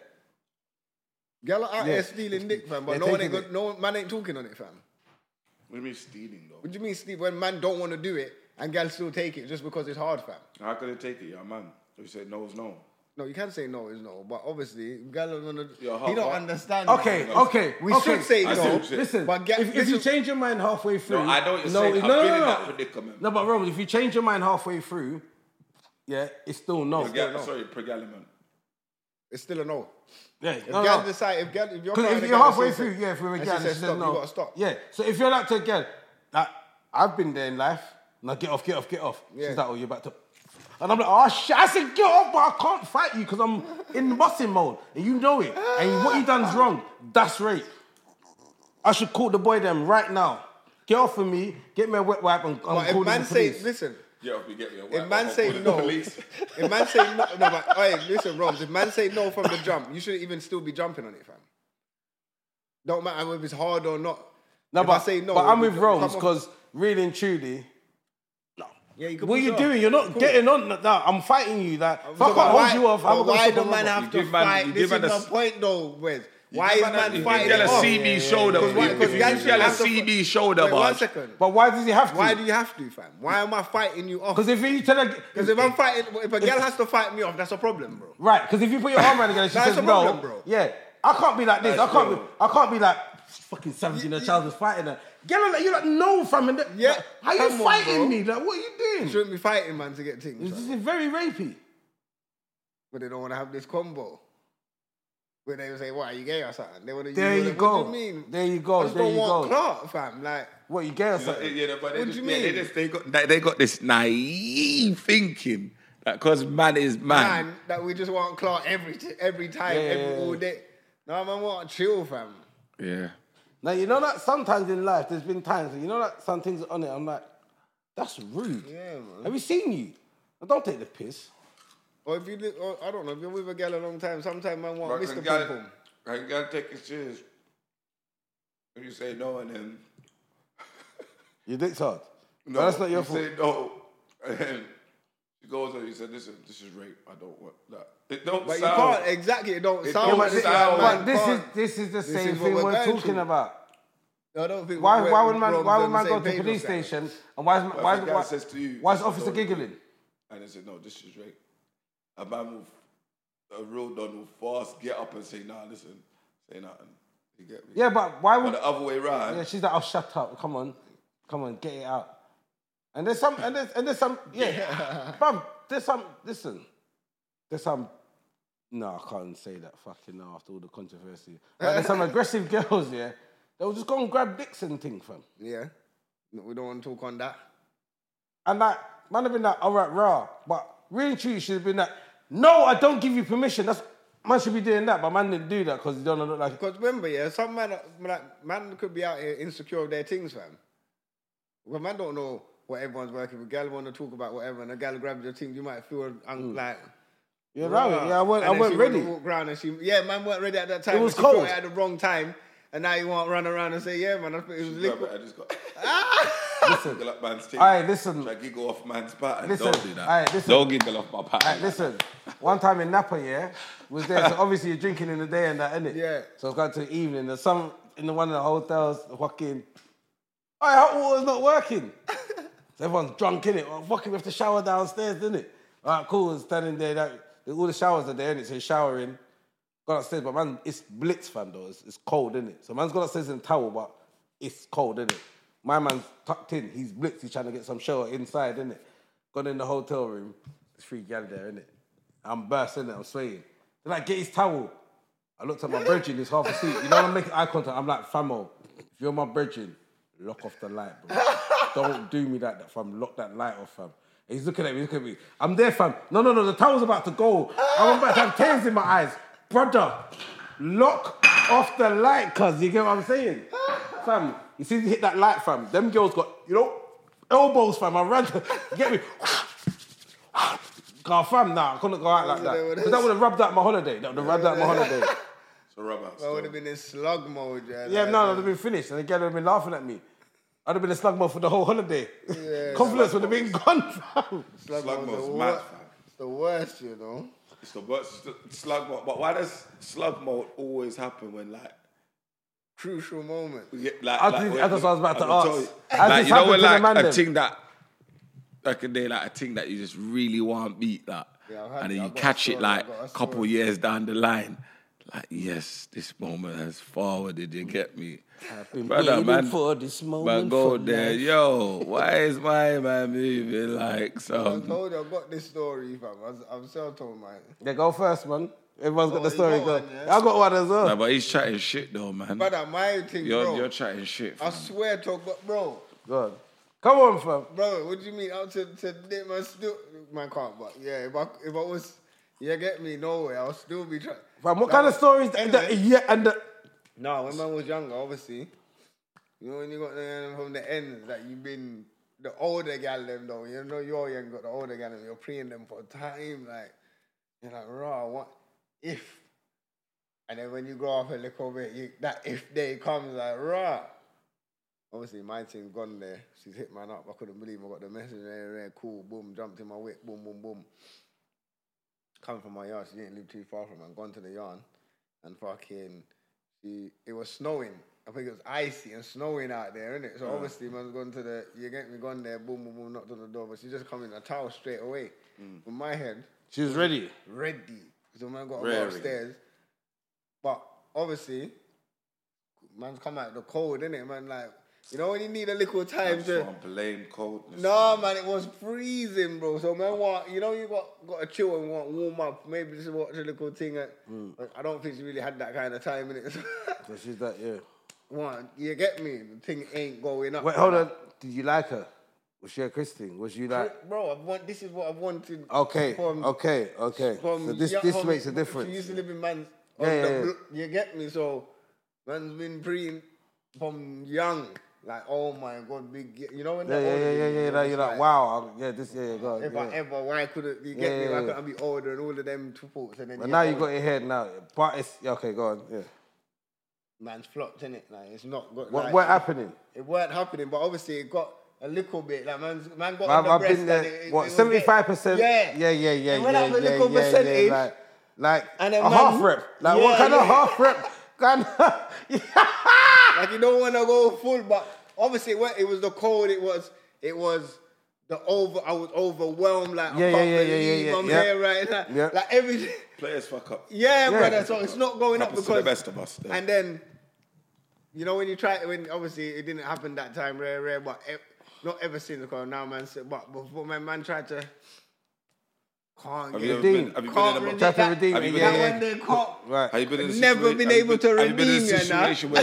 Speaker 1: Gal are out
Speaker 2: Yeah.
Speaker 1: here stealing dick, fam. But
Speaker 2: They're
Speaker 1: no one
Speaker 2: taking
Speaker 1: ain't got,
Speaker 2: it.
Speaker 1: no man ain't talking on it, fam.
Speaker 3: What do you mean stealing, though?
Speaker 1: What do you mean, Steve? When man don't want to do it and gal still take it just because it's hard, fam?
Speaker 3: How can they take it? Your man. You said no is no.
Speaker 1: No, you can say no is no, but obviously gal don't wanna,
Speaker 3: Your
Speaker 1: he
Speaker 3: heart-
Speaker 1: don't
Speaker 3: what?
Speaker 1: understand.
Speaker 2: Okay.
Speaker 1: it.
Speaker 2: Okay.
Speaker 1: we
Speaker 2: okay.
Speaker 1: should say
Speaker 3: I see
Speaker 1: no.
Speaker 3: what you're
Speaker 2: Listen,
Speaker 1: but get,
Speaker 2: if, if you
Speaker 1: listen,
Speaker 2: change your mind halfway through,
Speaker 3: I know what you're saying. I've been in that predicament.
Speaker 2: No, but Roman, if you change your mind halfway through, yeah, it's still no.
Speaker 3: Pregal- sorry, pregalement.
Speaker 1: it's still a no.
Speaker 2: Yeah,
Speaker 1: If
Speaker 2: no,
Speaker 1: gal
Speaker 2: no.
Speaker 1: decide, if gal, if you're,
Speaker 2: Because
Speaker 1: proud
Speaker 2: if
Speaker 1: of
Speaker 2: you're
Speaker 1: gal and
Speaker 2: halfway
Speaker 1: she
Speaker 2: through,
Speaker 1: said-
Speaker 2: yeah, if we were
Speaker 1: and
Speaker 2: getting
Speaker 1: she says
Speaker 2: no.
Speaker 1: stop, you gotta stop.
Speaker 2: Yeah, so if you're like to get, like, I've been there in life, now get off, get off, get off.
Speaker 1: Yeah.
Speaker 2: She's like, oh, you're about to. And I'm like, oh shit! I said get off, but I can't fight you because I'm in bossing mode, and you know it. And what you done's wrong. That's rape. I should call the boy them right now. Get off of me. Get me a wet wipe and, and
Speaker 1: But
Speaker 2: call
Speaker 1: if
Speaker 2: the
Speaker 1: man say,
Speaker 2: police.
Speaker 1: listen,
Speaker 3: Yeah, if we get me a
Speaker 1: If
Speaker 3: whack,
Speaker 1: man
Speaker 3: I'll
Speaker 1: say
Speaker 3: call the
Speaker 1: no,
Speaker 3: police.
Speaker 1: if man say no, no, but hey, listen, Roms, if man say no from the jump, you shouldn't even still be jumping on it, fam. Don't matter if it's hard or not.
Speaker 2: No,
Speaker 1: if
Speaker 2: but
Speaker 1: I say no,
Speaker 2: But I'm
Speaker 1: you
Speaker 2: with
Speaker 1: come
Speaker 2: Rose
Speaker 1: off-
Speaker 2: because really and truly,
Speaker 1: yeah, you could
Speaker 2: what are
Speaker 1: push
Speaker 2: you
Speaker 1: off.
Speaker 2: doing? You're not
Speaker 1: Cool.
Speaker 2: getting on. That I'm fighting you. That if
Speaker 1: So
Speaker 2: I can't
Speaker 1: why-
Speaker 2: hold you off,
Speaker 1: but
Speaker 2: I'm gonna
Speaker 1: why
Speaker 2: stop
Speaker 1: do
Speaker 2: on
Speaker 1: man
Speaker 2: my-
Speaker 1: have
Speaker 3: You
Speaker 1: to
Speaker 3: give man-
Speaker 1: fight?
Speaker 3: you
Speaker 1: This
Speaker 3: give
Speaker 1: is
Speaker 3: man
Speaker 1: the
Speaker 3: a s-
Speaker 1: point, though, Wes. Why is man fighting
Speaker 3: You
Speaker 1: it
Speaker 3: get a
Speaker 1: off?
Speaker 3: CB shoulder.
Speaker 1: Because why-
Speaker 3: you
Speaker 1: because guys
Speaker 3: get a
Speaker 1: have to-
Speaker 3: CB shoulder
Speaker 1: Wait, one
Speaker 3: barge.
Speaker 1: second.
Speaker 2: But why does he have to?
Speaker 1: Why do you have to, fam? Why am I fighting you off?
Speaker 2: Because if you tell her,
Speaker 1: Because if I'm fighting, if a girl has to fight me off, that's a problem, bro.
Speaker 2: right, because if you put your arm around the girl, and she
Speaker 1: That's
Speaker 2: says
Speaker 1: a problem,
Speaker 2: no.
Speaker 1: bro.
Speaker 2: Yeah, I can't be like this.
Speaker 3: That's
Speaker 2: I can't. Be,
Speaker 3: true.
Speaker 2: I can't be like fucking seventeen. A child was fighting her. Get on that. You're like no, fam. And that-
Speaker 1: Yeah,
Speaker 2: like, how you
Speaker 1: come on,
Speaker 2: fighting
Speaker 1: bro.
Speaker 2: me? Like what are you doing?
Speaker 1: Shouldn't be fighting, man, to get things.
Speaker 2: This
Speaker 1: fam.
Speaker 2: is very rapey.
Speaker 1: but they don't want to have this combo. Where they would say, "What are you gay or something?" They want to.
Speaker 2: There you
Speaker 1: What
Speaker 2: go.
Speaker 1: do you mean?
Speaker 2: There you go.
Speaker 1: I just
Speaker 2: There
Speaker 1: don't
Speaker 2: you
Speaker 1: want
Speaker 2: go.
Speaker 1: Clark, fam. Like,
Speaker 2: What you get or something?
Speaker 3: Yeah, but they
Speaker 1: What
Speaker 3: just,
Speaker 1: do you
Speaker 3: yeah, they
Speaker 1: mean?
Speaker 3: just they got they, they got this naive thinking that because man is man.
Speaker 1: man, that we just want Clark every t- every time,
Speaker 2: Yeah,
Speaker 1: every
Speaker 2: yeah, yeah.
Speaker 1: all day. No, man, want to chill, fam.
Speaker 3: Yeah.
Speaker 2: Now you know that sometimes in life there's been times you know that some things on it I'm like, that's rude.
Speaker 1: Yeah, man.
Speaker 2: Have you seen you? Now, don't take the piss.
Speaker 1: Or if you, li- or, I don't know, if you're with a girl a long time, sometimes man want Mr.
Speaker 3: Can
Speaker 1: Pum
Speaker 3: gotta,
Speaker 1: Pum.
Speaker 3: can gotta take it serious. When you say no and then
Speaker 2: Your dick's hard.
Speaker 3: no,
Speaker 2: No, that's not your
Speaker 3: you
Speaker 2: fault.
Speaker 3: say no, and then she goes and you say, "Listen, this is rape. I don't want that." It don't
Speaker 1: But you
Speaker 3: sound.
Speaker 1: can't exactly. It don't
Speaker 3: It
Speaker 1: sound.
Speaker 3: don't
Speaker 1: like this,
Speaker 3: sound-
Speaker 1: man,
Speaker 2: But this is
Speaker 1: can't.
Speaker 2: this is the same
Speaker 1: Oh, is what
Speaker 2: thing
Speaker 1: we're
Speaker 2: we're,
Speaker 1: going
Speaker 2: talking
Speaker 1: through.
Speaker 2: about.
Speaker 1: I don't think.
Speaker 2: Why
Speaker 1: we're-
Speaker 2: why would
Speaker 1: we're
Speaker 2: man
Speaker 1: on
Speaker 2: why
Speaker 1: the
Speaker 2: would man
Speaker 1: same
Speaker 2: go to the
Speaker 1: page
Speaker 2: police
Speaker 1: with that.
Speaker 2: station and why is
Speaker 3: if
Speaker 2: why
Speaker 3: a guy
Speaker 2: why,
Speaker 3: says to you,
Speaker 2: why is the
Speaker 3: I
Speaker 2: officer
Speaker 3: don't-
Speaker 2: giggling?
Speaker 3: And they said, no, this is rape. A man will, a real don will fast get up and say, nah, listen, say nothing. You get me?
Speaker 2: Yeah, but why
Speaker 3: But
Speaker 2: would
Speaker 3: the other way round,
Speaker 2: yeah, she's like, oh shut up, come on, come on, get it out. And there's some and there's and there's some yeah, bruv, there's some listen, there's some. No, I can't say that fucking now after all the controversy. Like, there's some aggressive girls, yeah. They'll just go and grab dicks and thing from.
Speaker 1: Yeah, No, we don't want to talk on that.
Speaker 2: And like, man have been like, all right, rah. But really and truly, should have been like, no, I don't give you permission. That's man should be doing that, but man didn't do that because he don't look like.
Speaker 1: Because remember, yeah, some man, like, man could be out here insecure of their things, fam. Well, man don't know what everyone's working with. Gal want to talk about whatever, and a gal grabs your things, you might feel um, like.
Speaker 2: Yeah, Mm. right.
Speaker 1: "Rah."
Speaker 2: Yeah, I weren't,
Speaker 1: And
Speaker 2: I
Speaker 1: then
Speaker 2: weren't
Speaker 1: she went
Speaker 2: ready.
Speaker 1: and walked round and she, yeah, man weren't ready at that time.
Speaker 2: It was
Speaker 1: She thought
Speaker 2: cold.
Speaker 1: At the wrong time, and now you want to run around and say, yeah, man, I- it was
Speaker 3: grab
Speaker 1: liquid.
Speaker 3: it, I just got.
Speaker 2: Listen,
Speaker 3: Giggle up man's teeth.
Speaker 2: Aye, listen.
Speaker 3: Try giggle off man's pattern.
Speaker 2: Listen,
Speaker 3: Don't do that.
Speaker 2: aye, listen.
Speaker 3: Don't giggle off my pattern.
Speaker 2: like, listen. One time in Napa, yeah, was there. So obviously you're drinking in the day and that, innit?
Speaker 1: Yeah.
Speaker 2: So it's gone to the evening. There's some in the one of the hotels, the fucking. Hey, hot water's not working. so everyone's drunk in it. Well, fucking, we have to shower downstairs, innit? All right, cool. standing there, that, all the showers are there, innit? So you're showering. Got upstairs, but man, it's blitz, fam, though. It's, it's cold, innit? So man's got upstairs in a towel, but it's cold, innit? My man's tucked in. He's blitz. He's trying to get some shower inside, innit? Gone in the hotel room. There's three gal there, innit? I'm burst, innit? I'm swaying. Then I get his towel. I looked at my bridging. It's half asleep. You know when I'm making eye contact? I'm like, famo, if you're my bridging, lock off the light, bro. Don't do me like that, fam. Lock that light off, fam. He's looking at me, he's looking at me. I'm there, fam. No, no, no, the towel's about to go. I'm about to have tears in my eyes. Brother, lock off the light, cuz. You get what I'm saying? Fam, you see, hit that light, fam. Them girls got, you know, elbows, fam. I ran to, you get me? God, fam, nah, I couldn't go out like that. Because that would have rubbed out my holiday. That would have rubbed out my holiday.
Speaker 3: So rub out.
Speaker 1: I
Speaker 3: still.
Speaker 1: would have been in slug mode, yeah.
Speaker 2: Yeah,
Speaker 1: like,
Speaker 2: no, no, they've been finished. And the girl would have been laughing at me. I'd have been a slug mode for the whole holiday. Confidence would have been gone, fam.
Speaker 1: slug, mode's
Speaker 3: Slug mode's
Speaker 1: the
Speaker 3: mad,
Speaker 1: wor-
Speaker 3: fam.
Speaker 1: It's the worst, you know.
Speaker 3: It's the worst it's slug mode. But why does slug mode always happen when like
Speaker 1: Crucial moment.
Speaker 3: we get like?
Speaker 2: I
Speaker 3: like,
Speaker 2: think-
Speaker 3: when-
Speaker 2: that's what I was about to
Speaker 3: I'm gonna
Speaker 2: ask.
Speaker 3: tell you.
Speaker 2: Has
Speaker 3: Like,
Speaker 2: this
Speaker 3: you know
Speaker 2: happened
Speaker 3: when
Speaker 2: to the man
Speaker 3: like a
Speaker 2: then?
Speaker 3: thing that like a day like a thing that you just really want beat that,
Speaker 1: Yeah, I've had
Speaker 3: and
Speaker 1: it.
Speaker 3: then you
Speaker 1: I've got a
Speaker 3: catch it
Speaker 1: story,
Speaker 3: like
Speaker 1: I've got
Speaker 3: a
Speaker 1: a
Speaker 3: couple
Speaker 1: story.
Speaker 3: years down the line. Like yes, this moment has forwarded. You get me,
Speaker 2: been
Speaker 3: brother,
Speaker 2: waiting
Speaker 3: man.
Speaker 2: for this
Speaker 3: But
Speaker 2: moment
Speaker 3: go
Speaker 2: for
Speaker 3: there,
Speaker 2: life.
Speaker 3: yo. Why is my man moving like
Speaker 1: I
Speaker 3: some?
Speaker 1: told you I got this story, fam. I was- I'm still telling my.
Speaker 2: Yeah, go first, man. Everyone's got
Speaker 1: Oh,
Speaker 2: the
Speaker 1: you
Speaker 2: story.
Speaker 1: got
Speaker 2: Go.
Speaker 1: one, yeah?
Speaker 2: I got one as well.
Speaker 3: Nah, but he's chatting shit though, man.
Speaker 1: Brother, my thing,
Speaker 3: You're
Speaker 1: bro.
Speaker 3: you're chatting shit.
Speaker 1: I
Speaker 3: fam.
Speaker 1: swear to God, bro.
Speaker 2: Go on. Come on, fam.
Speaker 1: Bro, what do you mean? Out to to dip my still man can't. But yeah, if I if I was, you get me nowhere. I'll still be trying.
Speaker 2: Fam, what kind of stories?
Speaker 1: Anyway.
Speaker 2: that, yeah, and the,
Speaker 1: No, when man was younger, obviously, you know when you got the, from the end that you've been the older gal them though. You know, you all young got the older gal them. You're preying them for time, like you're like, raw. What if? And then when you grow up a little bit, you, that if day comes, like raw. Obviously, my team gone there. She's hit man up. I couldn't believe I got the message. There, there, cool, boom, jumped in my whip, boom, boom, boom. Coming from my yard, she didn't live too far from. And gone to the yard, and fucking, she it was snowing. I think it was icy and snowing out there, innit? So obviously, man's gone to the. You get me, gone there, boom, boom, boom, knocked on the door, but she just come in a towel straight away. With my head,
Speaker 2: She was ready.
Speaker 1: ready. So man got to
Speaker 3: Ready.
Speaker 1: go upstairs. But obviously, man's come out the cold, innit? Man, like, you know when you need a little time to.
Speaker 3: Someone blame coldness.
Speaker 1: No, man, it was freezing, bro. So, man, what you know, you got got to chill and wa- warm up. Maybe just watch a little thing. uh, I don't think she really had that kind of time in it.
Speaker 2: So she's that, yeah.
Speaker 1: One, you get me? The thing ain't going up.
Speaker 2: Wait, hold on. Did you like her? Was she a Christian? Was you like
Speaker 1: bro. I want this is what I wanted.
Speaker 2: okay,
Speaker 1: from-
Speaker 2: okay, okay?
Speaker 1: from
Speaker 2: so this
Speaker 1: young-
Speaker 2: this
Speaker 1: from-
Speaker 2: makes a
Speaker 1: She
Speaker 2: difference.
Speaker 1: used to live in man's.
Speaker 2: Yeah,
Speaker 1: on
Speaker 2: yeah,
Speaker 1: the
Speaker 2: yeah.
Speaker 1: blo- You get me? So, man's been preying from young. Like, oh my god, big. ge- You know when
Speaker 2: Yeah,
Speaker 1: they're
Speaker 2: yeah,
Speaker 1: older
Speaker 2: yeah, yeah,
Speaker 1: than you,
Speaker 2: yeah.
Speaker 1: you're
Speaker 2: Like, you're
Speaker 1: just
Speaker 2: like, wow, I'm- yeah, this, yeah, yeah, go on,
Speaker 1: If I
Speaker 2: yeah.
Speaker 1: ever, why couldn't you get
Speaker 2: Yeah,
Speaker 1: me?
Speaker 2: yeah,
Speaker 1: Why
Speaker 2: yeah.
Speaker 1: couldn't I be older and all of them two faults? And then
Speaker 2: But
Speaker 1: you
Speaker 2: now
Speaker 1: get
Speaker 2: you got
Speaker 1: older?
Speaker 2: your head now, but it's yeah, okay. Go on, yeah.
Speaker 1: man's flopped in it. Like it's not good.
Speaker 2: What
Speaker 1: like,
Speaker 2: what happening?
Speaker 1: It weren't happening, but obviously it got a little bit. Like man's man got.
Speaker 2: I've,
Speaker 1: on the
Speaker 2: I've
Speaker 1: breast
Speaker 2: been
Speaker 1: and it-
Speaker 2: there.
Speaker 1: it- it
Speaker 2: What
Speaker 1: was
Speaker 2: seventy
Speaker 1: bit-
Speaker 2: five percent?
Speaker 1: Yeah,
Speaker 2: yeah, yeah, yeah,
Speaker 1: It went
Speaker 2: yeah,
Speaker 1: up a
Speaker 2: yeah,
Speaker 1: little
Speaker 2: yeah, yeah,
Speaker 1: percentage.
Speaker 2: Like, like
Speaker 1: And
Speaker 2: a
Speaker 1: then man-
Speaker 2: half rep. Like what
Speaker 1: Yeah,
Speaker 2: kind of
Speaker 1: yeah.
Speaker 2: half rep? Kind of,
Speaker 1: Like you don't want to go full, but obviously it, wa- it was the cold. It was it was the over. I was overwhelmed. Like
Speaker 2: Yeah,
Speaker 1: I
Speaker 2: yeah,
Speaker 1: can't
Speaker 2: yeah, yeah,
Speaker 1: believe
Speaker 2: yeah,
Speaker 1: I'm
Speaker 2: yeah.
Speaker 1: here right now.
Speaker 2: Yeah.
Speaker 1: Like everything.
Speaker 3: Players fuck up.
Speaker 1: Yeah,
Speaker 2: Yeah.
Speaker 1: brother. So it's not going up
Speaker 3: Happens to the
Speaker 1: because
Speaker 3: best of us. yeah.
Speaker 1: And then, you know, when you try, when obviously it didn't happen that time, rare, rare, but ev- not ever since. Because now, man, said- but before my man tried to, can't
Speaker 3: have
Speaker 1: get
Speaker 3: you ever
Speaker 2: Redeem.
Speaker 3: been, have you been in
Speaker 1: can't
Speaker 3: a
Speaker 1: redeem
Speaker 3: box?
Speaker 2: Try to
Speaker 1: that-
Speaker 2: redeem
Speaker 1: that
Speaker 3: it, yeah,
Speaker 1: one
Speaker 2: yeah.
Speaker 1: they caught.
Speaker 2: right?
Speaker 3: Have you been in a
Speaker 1: Never
Speaker 3: situa-
Speaker 1: been
Speaker 3: have you
Speaker 1: able to
Speaker 3: have you been in a
Speaker 1: redeem, you know?
Speaker 3: situation where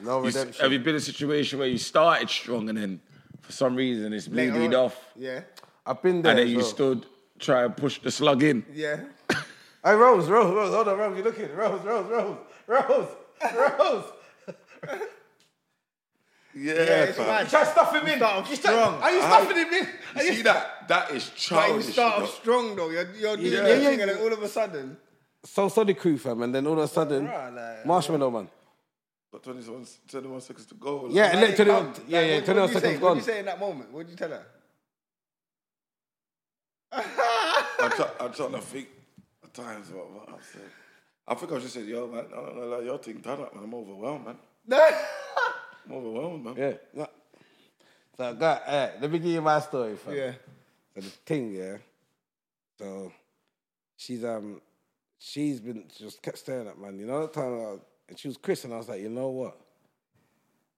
Speaker 2: No
Speaker 3: you s-
Speaker 2: redemption.
Speaker 3: have you been in a situation where you started strong and then for some reason it's
Speaker 1: Later
Speaker 3: bleeded
Speaker 1: on.
Speaker 3: off
Speaker 1: Yeah,
Speaker 2: I've been there.
Speaker 3: and then
Speaker 2: as
Speaker 3: you
Speaker 2: well.
Speaker 3: stood try and push the slug in.
Speaker 1: yeah.
Speaker 2: Hey, Rose, Rose, Rose, hold on, Rose, you looking. Rose, Rose, Rose, Rose, Rose.
Speaker 3: Yeah,
Speaker 1: it's
Speaker 3: fam.
Speaker 1: mad.
Speaker 2: Try stuffing me.
Speaker 1: Start off
Speaker 2: You try-
Speaker 1: strong.
Speaker 2: Are you stuffing him in? Are
Speaker 3: You
Speaker 2: you
Speaker 3: see that? That is
Speaker 1: But you
Speaker 3: childish.
Speaker 1: start
Speaker 3: you
Speaker 1: off
Speaker 3: know?
Speaker 1: strong though. You're, you're doing
Speaker 3: Yeah.
Speaker 1: your
Speaker 2: Yeah,
Speaker 1: thing,
Speaker 2: yeah.
Speaker 1: and then all of a sudden,
Speaker 2: So sorry, crew fam, and then all of a sudden,
Speaker 1: Bruh, like-
Speaker 2: marshmallow man.
Speaker 3: Got 21, 21 seconds to go.
Speaker 2: Yeah, and
Speaker 1: man,
Speaker 2: then
Speaker 1: it
Speaker 2: 21
Speaker 1: comes.
Speaker 2: yeah,
Speaker 1: Like,
Speaker 2: yeah,
Speaker 1: what-
Speaker 2: twenty
Speaker 1: what
Speaker 2: one
Speaker 1: did you say?
Speaker 2: seconds
Speaker 1: What
Speaker 2: gone.
Speaker 1: did you say in that moment? What did you tell her?
Speaker 3: I'm, try, I'm trying to think at times what, what I said. I think I just said, yo, man, I don't know, like, your thing done up, man. I'm overwhelmed, man. I'm overwhelmed, man.
Speaker 2: Yeah. no. So, God, eh, let me give you my story, fam.
Speaker 1: yeah,
Speaker 2: So the thing, yeah. So she's um she's been she just kept staring at man. You know that time I was, and she was Chris and I was like, you know what?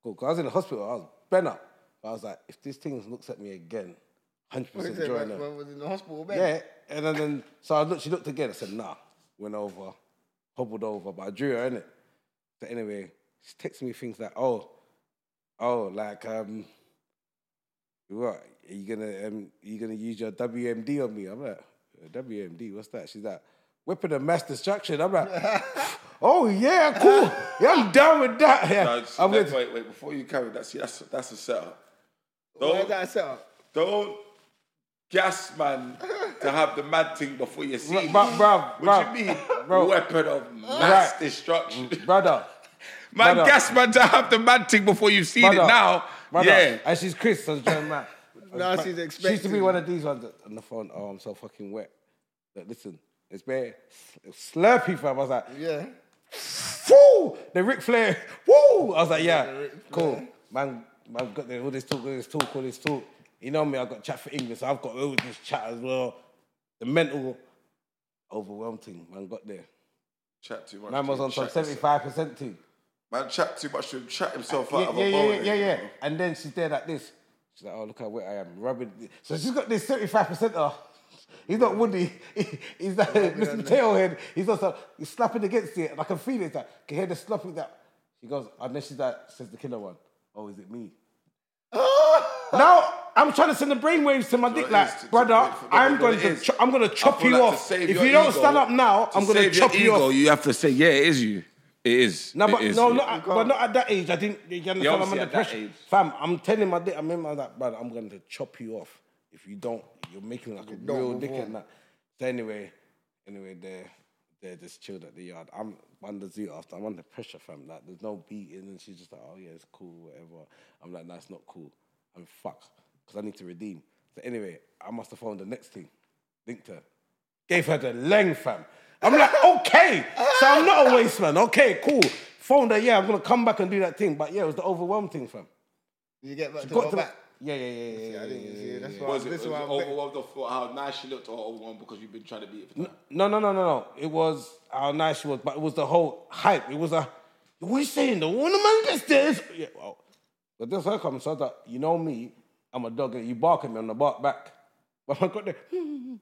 Speaker 2: Cool, 'cause I was in the hospital, I was bent up. I was like, if this thing looks at me again, hundred
Speaker 1: What did
Speaker 2: percent
Speaker 1: you say?
Speaker 2: join
Speaker 1: When
Speaker 2: her.
Speaker 1: when was in the hospital bed?
Speaker 2: Yeah. And then, then so I looked, she looked again, I said, nah. Went over, hobbled over, but I drew her in it. So anyway, she texted me things like, oh, oh, like um what are you gonna um, are you gonna use your WMD on me? I'm like, WMD, what's that? She's like, weapon of mass destruction. I'm like, oh yeah, cool. Yeah, I'm down with that. Yeah,
Speaker 3: No, just-
Speaker 2: I'm
Speaker 3: wait,
Speaker 2: with-
Speaker 3: wait, wait, before you carry that, see, that's, that's a setup.
Speaker 1: Why
Speaker 3: Don't,
Speaker 1: is that set up?
Speaker 3: don't gas man to have the mad thing before you see
Speaker 2: Bruh,
Speaker 3: me.
Speaker 2: bruh, bruh,
Speaker 3: what
Speaker 2: bruh.
Speaker 3: do you mean?
Speaker 2: Bro.
Speaker 3: Weapon of mass
Speaker 2: Right.
Speaker 3: destruction.
Speaker 2: brother.
Speaker 3: Man,
Speaker 2: brother.
Speaker 3: gas man to have the mad thing before you've seen it
Speaker 2: Brother,
Speaker 3: now.
Speaker 2: brother.
Speaker 3: Yeah.
Speaker 2: And she's Chris, so John Matt.
Speaker 1: Now she's
Speaker 2: She used to be
Speaker 1: expecting.
Speaker 2: one of these ones that, on the phone. Oh, I'm so fucking wet. Like, listen, it's bare it's slurpy, fam. I was like,
Speaker 1: Yeah.
Speaker 2: woo, the Ric Flair, woo. I was like,
Speaker 1: the
Speaker 2: yeah,
Speaker 1: Ric Flair.
Speaker 2: cool. Man, man, got the, all this talk, all this talk, all this talk. You know me, I've got chat for English, so I've got all this chat as well. The mental overwhelmed thing, man, got there.
Speaker 3: Chat too much.
Speaker 2: Man was
Speaker 3: to
Speaker 2: on some
Speaker 3: chat yourself.
Speaker 2: 75% team.
Speaker 3: Man, chat too much to chat himself out
Speaker 2: Yeah,
Speaker 3: of
Speaker 2: yeah,
Speaker 3: a
Speaker 2: yeah,
Speaker 3: bowl.
Speaker 2: yeah, yeah, yeah. And then she's there like this. She's like, oh, look how wet I am, rubbing. th- So she's got this 75% off. He's not Woody. He- he's like Mr. Tailhead. He's also he's slapping against it, and I can feel it. Like, can hear the slapping that. She goes, and then she's like, says the killer one, oh, is it me? now I'm trying to send the brainwaves to my dick,
Speaker 3: what it
Speaker 2: like,
Speaker 3: is, to- to-
Speaker 2: brother,
Speaker 3: to- to-
Speaker 2: I'm
Speaker 3: what
Speaker 2: going
Speaker 3: it
Speaker 2: to,
Speaker 3: is.
Speaker 2: cho- I'm going to
Speaker 3: I
Speaker 2: chop
Speaker 3: feel
Speaker 2: you
Speaker 3: like to
Speaker 2: off.
Speaker 3: save
Speaker 2: If
Speaker 3: your
Speaker 2: you don't
Speaker 3: ego-
Speaker 2: stand up now,
Speaker 3: to
Speaker 2: I'm going to
Speaker 3: save
Speaker 2: chop
Speaker 3: your
Speaker 2: you
Speaker 3: ego,
Speaker 2: off.
Speaker 3: You have to say, yeah, it is you. It is.
Speaker 2: No,
Speaker 3: It
Speaker 2: but
Speaker 3: is.
Speaker 2: no,
Speaker 3: It-
Speaker 2: not at, but not at that age. I didn't. You understand?
Speaker 3: Yeah,
Speaker 2: I'm
Speaker 3: obviously
Speaker 2: under
Speaker 3: at that
Speaker 2: pressure,
Speaker 3: age.
Speaker 2: fam. I'm telling my, di- I mean, my that brother, I'm going to chop you off if you don't. You're making like a real
Speaker 1: move
Speaker 2: dickhead.
Speaker 1: on.
Speaker 2: and that. So anyway, anyway, they're they're just chilled at the yard. I'm under zoo after. I'm under pressure, fam. Like there's no beating, and she's just like, oh yeah, it's cool, whatever. I'm like, no, it's not cool. I'm fuck because I need to redeem. So anyway, I must have found the next thing. Linked her gave her the length, fam. I'm like, okay, so I'm not a waste man. Okay, cool. Phone that, yeah, I'm gonna come back and do that thing. But yeah, it was the overwhelmed thing, fam.
Speaker 1: Did you get back to
Speaker 2: Got
Speaker 1: go
Speaker 2: to
Speaker 1: back?
Speaker 2: the- Yeah, yeah, yeah, yeah. yeah,
Speaker 1: I
Speaker 2: yeah,
Speaker 1: didn't
Speaker 2: yeah,
Speaker 1: see it. That's
Speaker 2: yeah.
Speaker 1: why.
Speaker 3: Was it,
Speaker 1: this is
Speaker 3: was it
Speaker 1: why I'm back.
Speaker 3: overwhelmed for how nice she looked or overwhelmed because you've been trying to beat it for time?
Speaker 2: No, no, no, no, no. It was how nice she was, but it was the whole hype. It was a what are you saying? The woman man gets this. Yeah, well, but this her comes so that you know me, I'm a dog, and you bark at me, I'm gonna bark back. But I got there.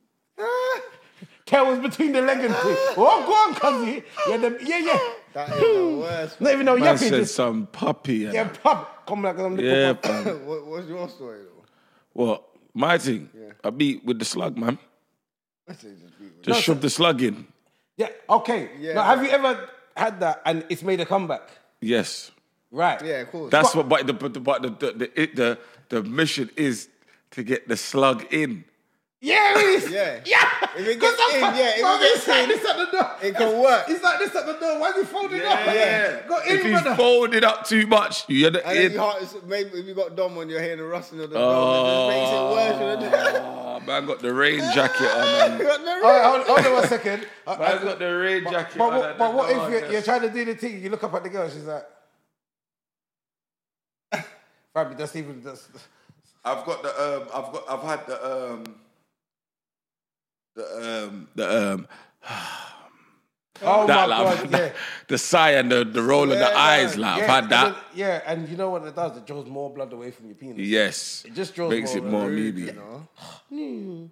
Speaker 2: Tail was between the leg and thing. Oh, go on, cousin. Yeah, the, yeah, yeah.
Speaker 1: That is the worst.
Speaker 2: Not even no
Speaker 3: Man
Speaker 2: yapping.
Speaker 3: said
Speaker 2: Just,
Speaker 3: some puppy. and-
Speaker 2: yeah, pop. Come like I'm the
Speaker 3: yeah
Speaker 2: pop.
Speaker 3: fam.
Speaker 1: what, what's your story though?
Speaker 3: What? My thing. I beat with the slug, man.
Speaker 1: I say just beat with
Speaker 3: Just shove the slug in.
Speaker 2: Yeah, okay.
Speaker 1: Yeah.
Speaker 2: Now, have you ever had that and it's made a comeback?
Speaker 3: Yes.
Speaker 2: Right.
Speaker 1: Yeah, of course.
Speaker 3: That's what. But the but the but the the, the, it, the the mission is to get the slug in.
Speaker 2: Yeah, it is.
Speaker 1: Yeah.
Speaker 2: Yeah.
Speaker 1: If it
Speaker 2: 'Cause
Speaker 1: gets
Speaker 2: I'm
Speaker 1: in,
Speaker 2: like,
Speaker 1: yeah, if it
Speaker 2: "Brother,
Speaker 1: gets
Speaker 2: it's like
Speaker 1: in,
Speaker 2: this at the door.
Speaker 1: it can work.
Speaker 2: It's like this at the door. Why is he folding up? Go in,
Speaker 3: if he's
Speaker 2: brother.
Speaker 3: folded up too much, you're the
Speaker 1: And if
Speaker 3: in.
Speaker 1: you hot, it's- maybe if you got Dom on your hand and rusting on the
Speaker 3: Oh.
Speaker 1: Dom, it just makes it worse.
Speaker 3: Oh, man, got the rain jacket
Speaker 1: You
Speaker 3: on. Man.
Speaker 1: got no
Speaker 2: All right, hold, hold on one second. Uh, uh,
Speaker 3: Man got the rain jacket
Speaker 2: but
Speaker 3: on.
Speaker 2: what,
Speaker 3: at
Speaker 2: but
Speaker 3: the
Speaker 2: what
Speaker 3: door,
Speaker 2: if you're, you're
Speaker 3: just-
Speaker 2: trying to do the thing, you look up at the girl, she's like, Fabby, that's even, that's,
Speaker 3: I've got the um. I've got. I've had the um. The um. The um.
Speaker 2: oh
Speaker 3: That,
Speaker 2: my
Speaker 3: like,
Speaker 2: God, yeah.
Speaker 3: the sigh and the, the roll of
Speaker 1: Yeah,
Speaker 3: the eyes,
Speaker 1: yeah,
Speaker 3: like, I've
Speaker 2: Yeah,
Speaker 3: had that.
Speaker 2: and then- yeah, and you know what it does? It draws more blood away from your penis.
Speaker 3: Yes.
Speaker 2: It just draws
Speaker 3: Makes
Speaker 2: more
Speaker 3: it
Speaker 2: of a
Speaker 3: more
Speaker 1: rude,
Speaker 3: meaty.
Speaker 1: you know.
Speaker 2: Hmm.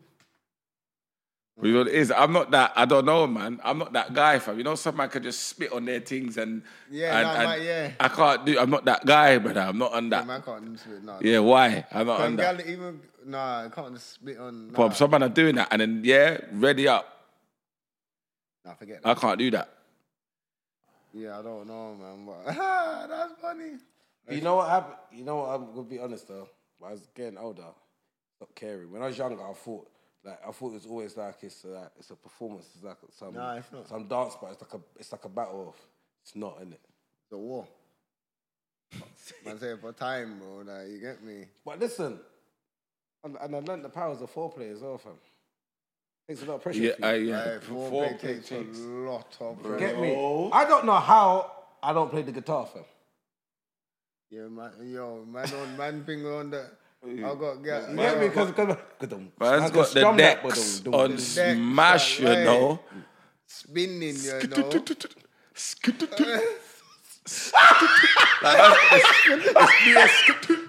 Speaker 3: But you know what it is? I'm not that. I don't know, man. I'm not that guy, fam. You know, some man can just spit on their things and
Speaker 1: Yeah,
Speaker 3: and,
Speaker 1: nah,
Speaker 3: and
Speaker 1: man, yeah.
Speaker 3: I can't do. I'm not that guy, brother. I'm not on that.
Speaker 1: Man can't even spit. Nah,
Speaker 3: Yeah, why? I'm not
Speaker 1: Can't
Speaker 3: on that.
Speaker 1: gal- even nah, can't just spit on. Nah,
Speaker 3: But some man are doing that, and then yeah, ready up.
Speaker 1: nah forget that.
Speaker 3: I can't do that.
Speaker 1: Yeah, I don't know, man. But that's funny.
Speaker 2: You know what happened? You know what? I'm gonna be honest though. When I was getting older, not caring. When I was younger, I thought like I thought it was always like it's like it's a performance. It's like some
Speaker 1: Nah, it's not.
Speaker 2: some dance, but it's like a it's like a battle. Of, it's not in it.
Speaker 1: The war. Man, say for time, bro. Like, you get me?
Speaker 2: But listen, and, and I learned the powers of foreplay as well, fam. Takes a lot of pressure.
Speaker 3: Yeah,
Speaker 2: off you.
Speaker 3: I, yeah.
Speaker 1: Like, four, big takes a lot of
Speaker 2: get
Speaker 1: pressure.
Speaker 2: me. I don't know how I don't play the guitar, fam.
Speaker 1: Yeah, man. Yo, man on man finger on the. I got get.
Speaker 2: You get me?
Speaker 1: yo,
Speaker 2: Because because
Speaker 3: Man's got the decks on
Speaker 1: decks, like,
Speaker 3: smash, you
Speaker 1: hey.
Speaker 3: know.
Speaker 1: spinning, you know.
Speaker 3: Like, man's got the skitut-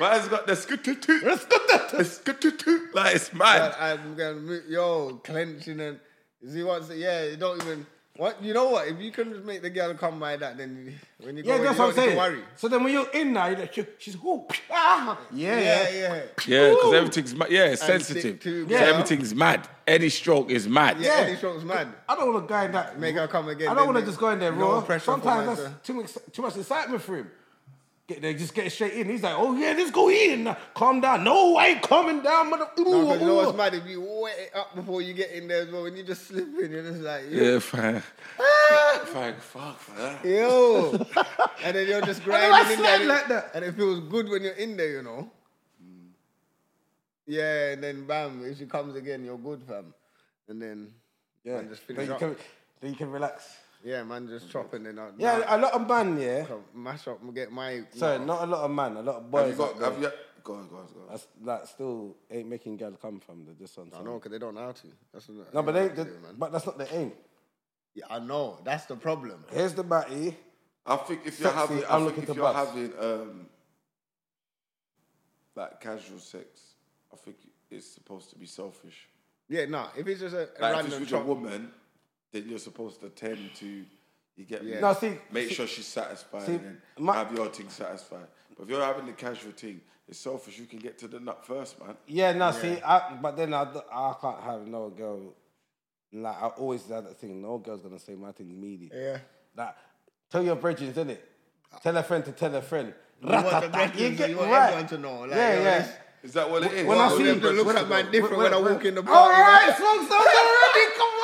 Speaker 3: Man's got the skitut- the skitut- like it's mad.
Speaker 1: But I'm gonna mo- yo clenching and see what's yeah. You don't even what you know what if you can just make the girl come by that then you, when you go
Speaker 2: Yeah,
Speaker 1: in,
Speaker 2: that's
Speaker 1: you
Speaker 2: what
Speaker 1: don't
Speaker 2: I'm
Speaker 1: need
Speaker 2: saying.
Speaker 1: to worry.
Speaker 2: So then when you're in now, you're like, she- she's who? Ah, yeah,
Speaker 1: Yeah,
Speaker 2: yeah.
Speaker 1: yeah.
Speaker 3: Yeah, because
Speaker 2: Ooh.
Speaker 3: everything's mad. Yeah, it's
Speaker 1: And stick
Speaker 3: sensitive.
Speaker 1: to,
Speaker 3: So
Speaker 1: yeah.
Speaker 3: everything's mad. Any stroke is mad.
Speaker 1: Yeah,
Speaker 2: Yeah.
Speaker 1: Eddie Strong's mad.
Speaker 2: I don't want a guy in that.
Speaker 1: Make her come again,
Speaker 2: I
Speaker 1: then
Speaker 2: don't want to
Speaker 1: you-
Speaker 2: just go in there
Speaker 1: no
Speaker 2: raw.
Speaker 1: pressure uh. for
Speaker 2: Sometimes
Speaker 1: her
Speaker 2: that's
Speaker 1: to-
Speaker 2: too much, too much excitement for him. Get there, just get straight in. He's like, oh yeah, let's go in. Calm down. No, I ain't calming down, mother. Ooh,
Speaker 1: No, 'cause you know
Speaker 2: ooh.
Speaker 1: what's mad if you wet it up before you get in there as well. When you just slip in, you're just like yo,
Speaker 3: Yeah, fine.
Speaker 1: Ah.
Speaker 3: Fine, fuck, man.
Speaker 1: yo. and then you're just
Speaker 2: then I
Speaker 1: grinding in there,
Speaker 2: slide
Speaker 1: and it-
Speaker 2: like that.
Speaker 1: and it feels good when you're in there, you know. Yeah, and then bam, if she comes again, you're good, fam. And then
Speaker 2: Yeah.
Speaker 1: man, just
Speaker 2: Then
Speaker 1: finish
Speaker 2: you,
Speaker 1: up.
Speaker 2: can, then you can relax.
Speaker 1: Yeah, man, just chopping and out.
Speaker 2: Yeah, a lot of man, yeah.
Speaker 1: So mash up, get my.
Speaker 2: Sorry, not a lot of man, a lot of
Speaker 3: Have
Speaker 2: boys.
Speaker 3: you got,
Speaker 2: out there
Speaker 3: have you, go on, go on, go on.
Speaker 2: That's that still ain't making gal come from the this on.
Speaker 1: I know, because they don't know how to. That's what,
Speaker 2: No, but they, they
Speaker 1: do, man.
Speaker 2: but that's not the aim.
Speaker 1: Yeah, I know. That's the problem.
Speaker 2: Here's the batty.
Speaker 3: I think if you're
Speaker 2: Sexy, I'm
Speaker 3: having, I
Speaker 2: looking
Speaker 3: think
Speaker 2: to
Speaker 3: if you're
Speaker 2: bust.
Speaker 3: having um, like casual sex, I think it's supposed to be selfish.
Speaker 1: Yeah, nah. If it's just a, a
Speaker 3: Like if it's
Speaker 1: random
Speaker 3: with a
Speaker 1: chop,
Speaker 3: woman, then you're supposed to tend to, you get me.
Speaker 1: Yeah.
Speaker 2: No, see,
Speaker 3: Make
Speaker 2: see-
Speaker 3: sure she's satisfied
Speaker 2: see,
Speaker 3: and then
Speaker 2: my-
Speaker 3: have your thing satisfied. But if you're having the casual thing, it's selfish. You can get to the nut first, man.
Speaker 2: Yeah, no, see, I, but then I, d- I can't have no girl. Like I always had that thing. No girl's gonna say my thing immediately.
Speaker 1: Yeah.
Speaker 2: Like Tell your brethren, isn't it? Tell a friend to tell a friend.
Speaker 1: You want the
Speaker 2: Ratata.
Speaker 1: brethren,
Speaker 2: You get
Speaker 1: you want
Speaker 2: right.
Speaker 1: everyone to know, like,
Speaker 2: yeah,
Speaker 1: yo,
Speaker 2: yeah.
Speaker 1: this-
Speaker 3: Is that what it is?
Speaker 2: When I see-
Speaker 1: Everyone looks at man different when, I walk in the
Speaker 2: All
Speaker 1: bar. you know?
Speaker 2: right, folks, already. Come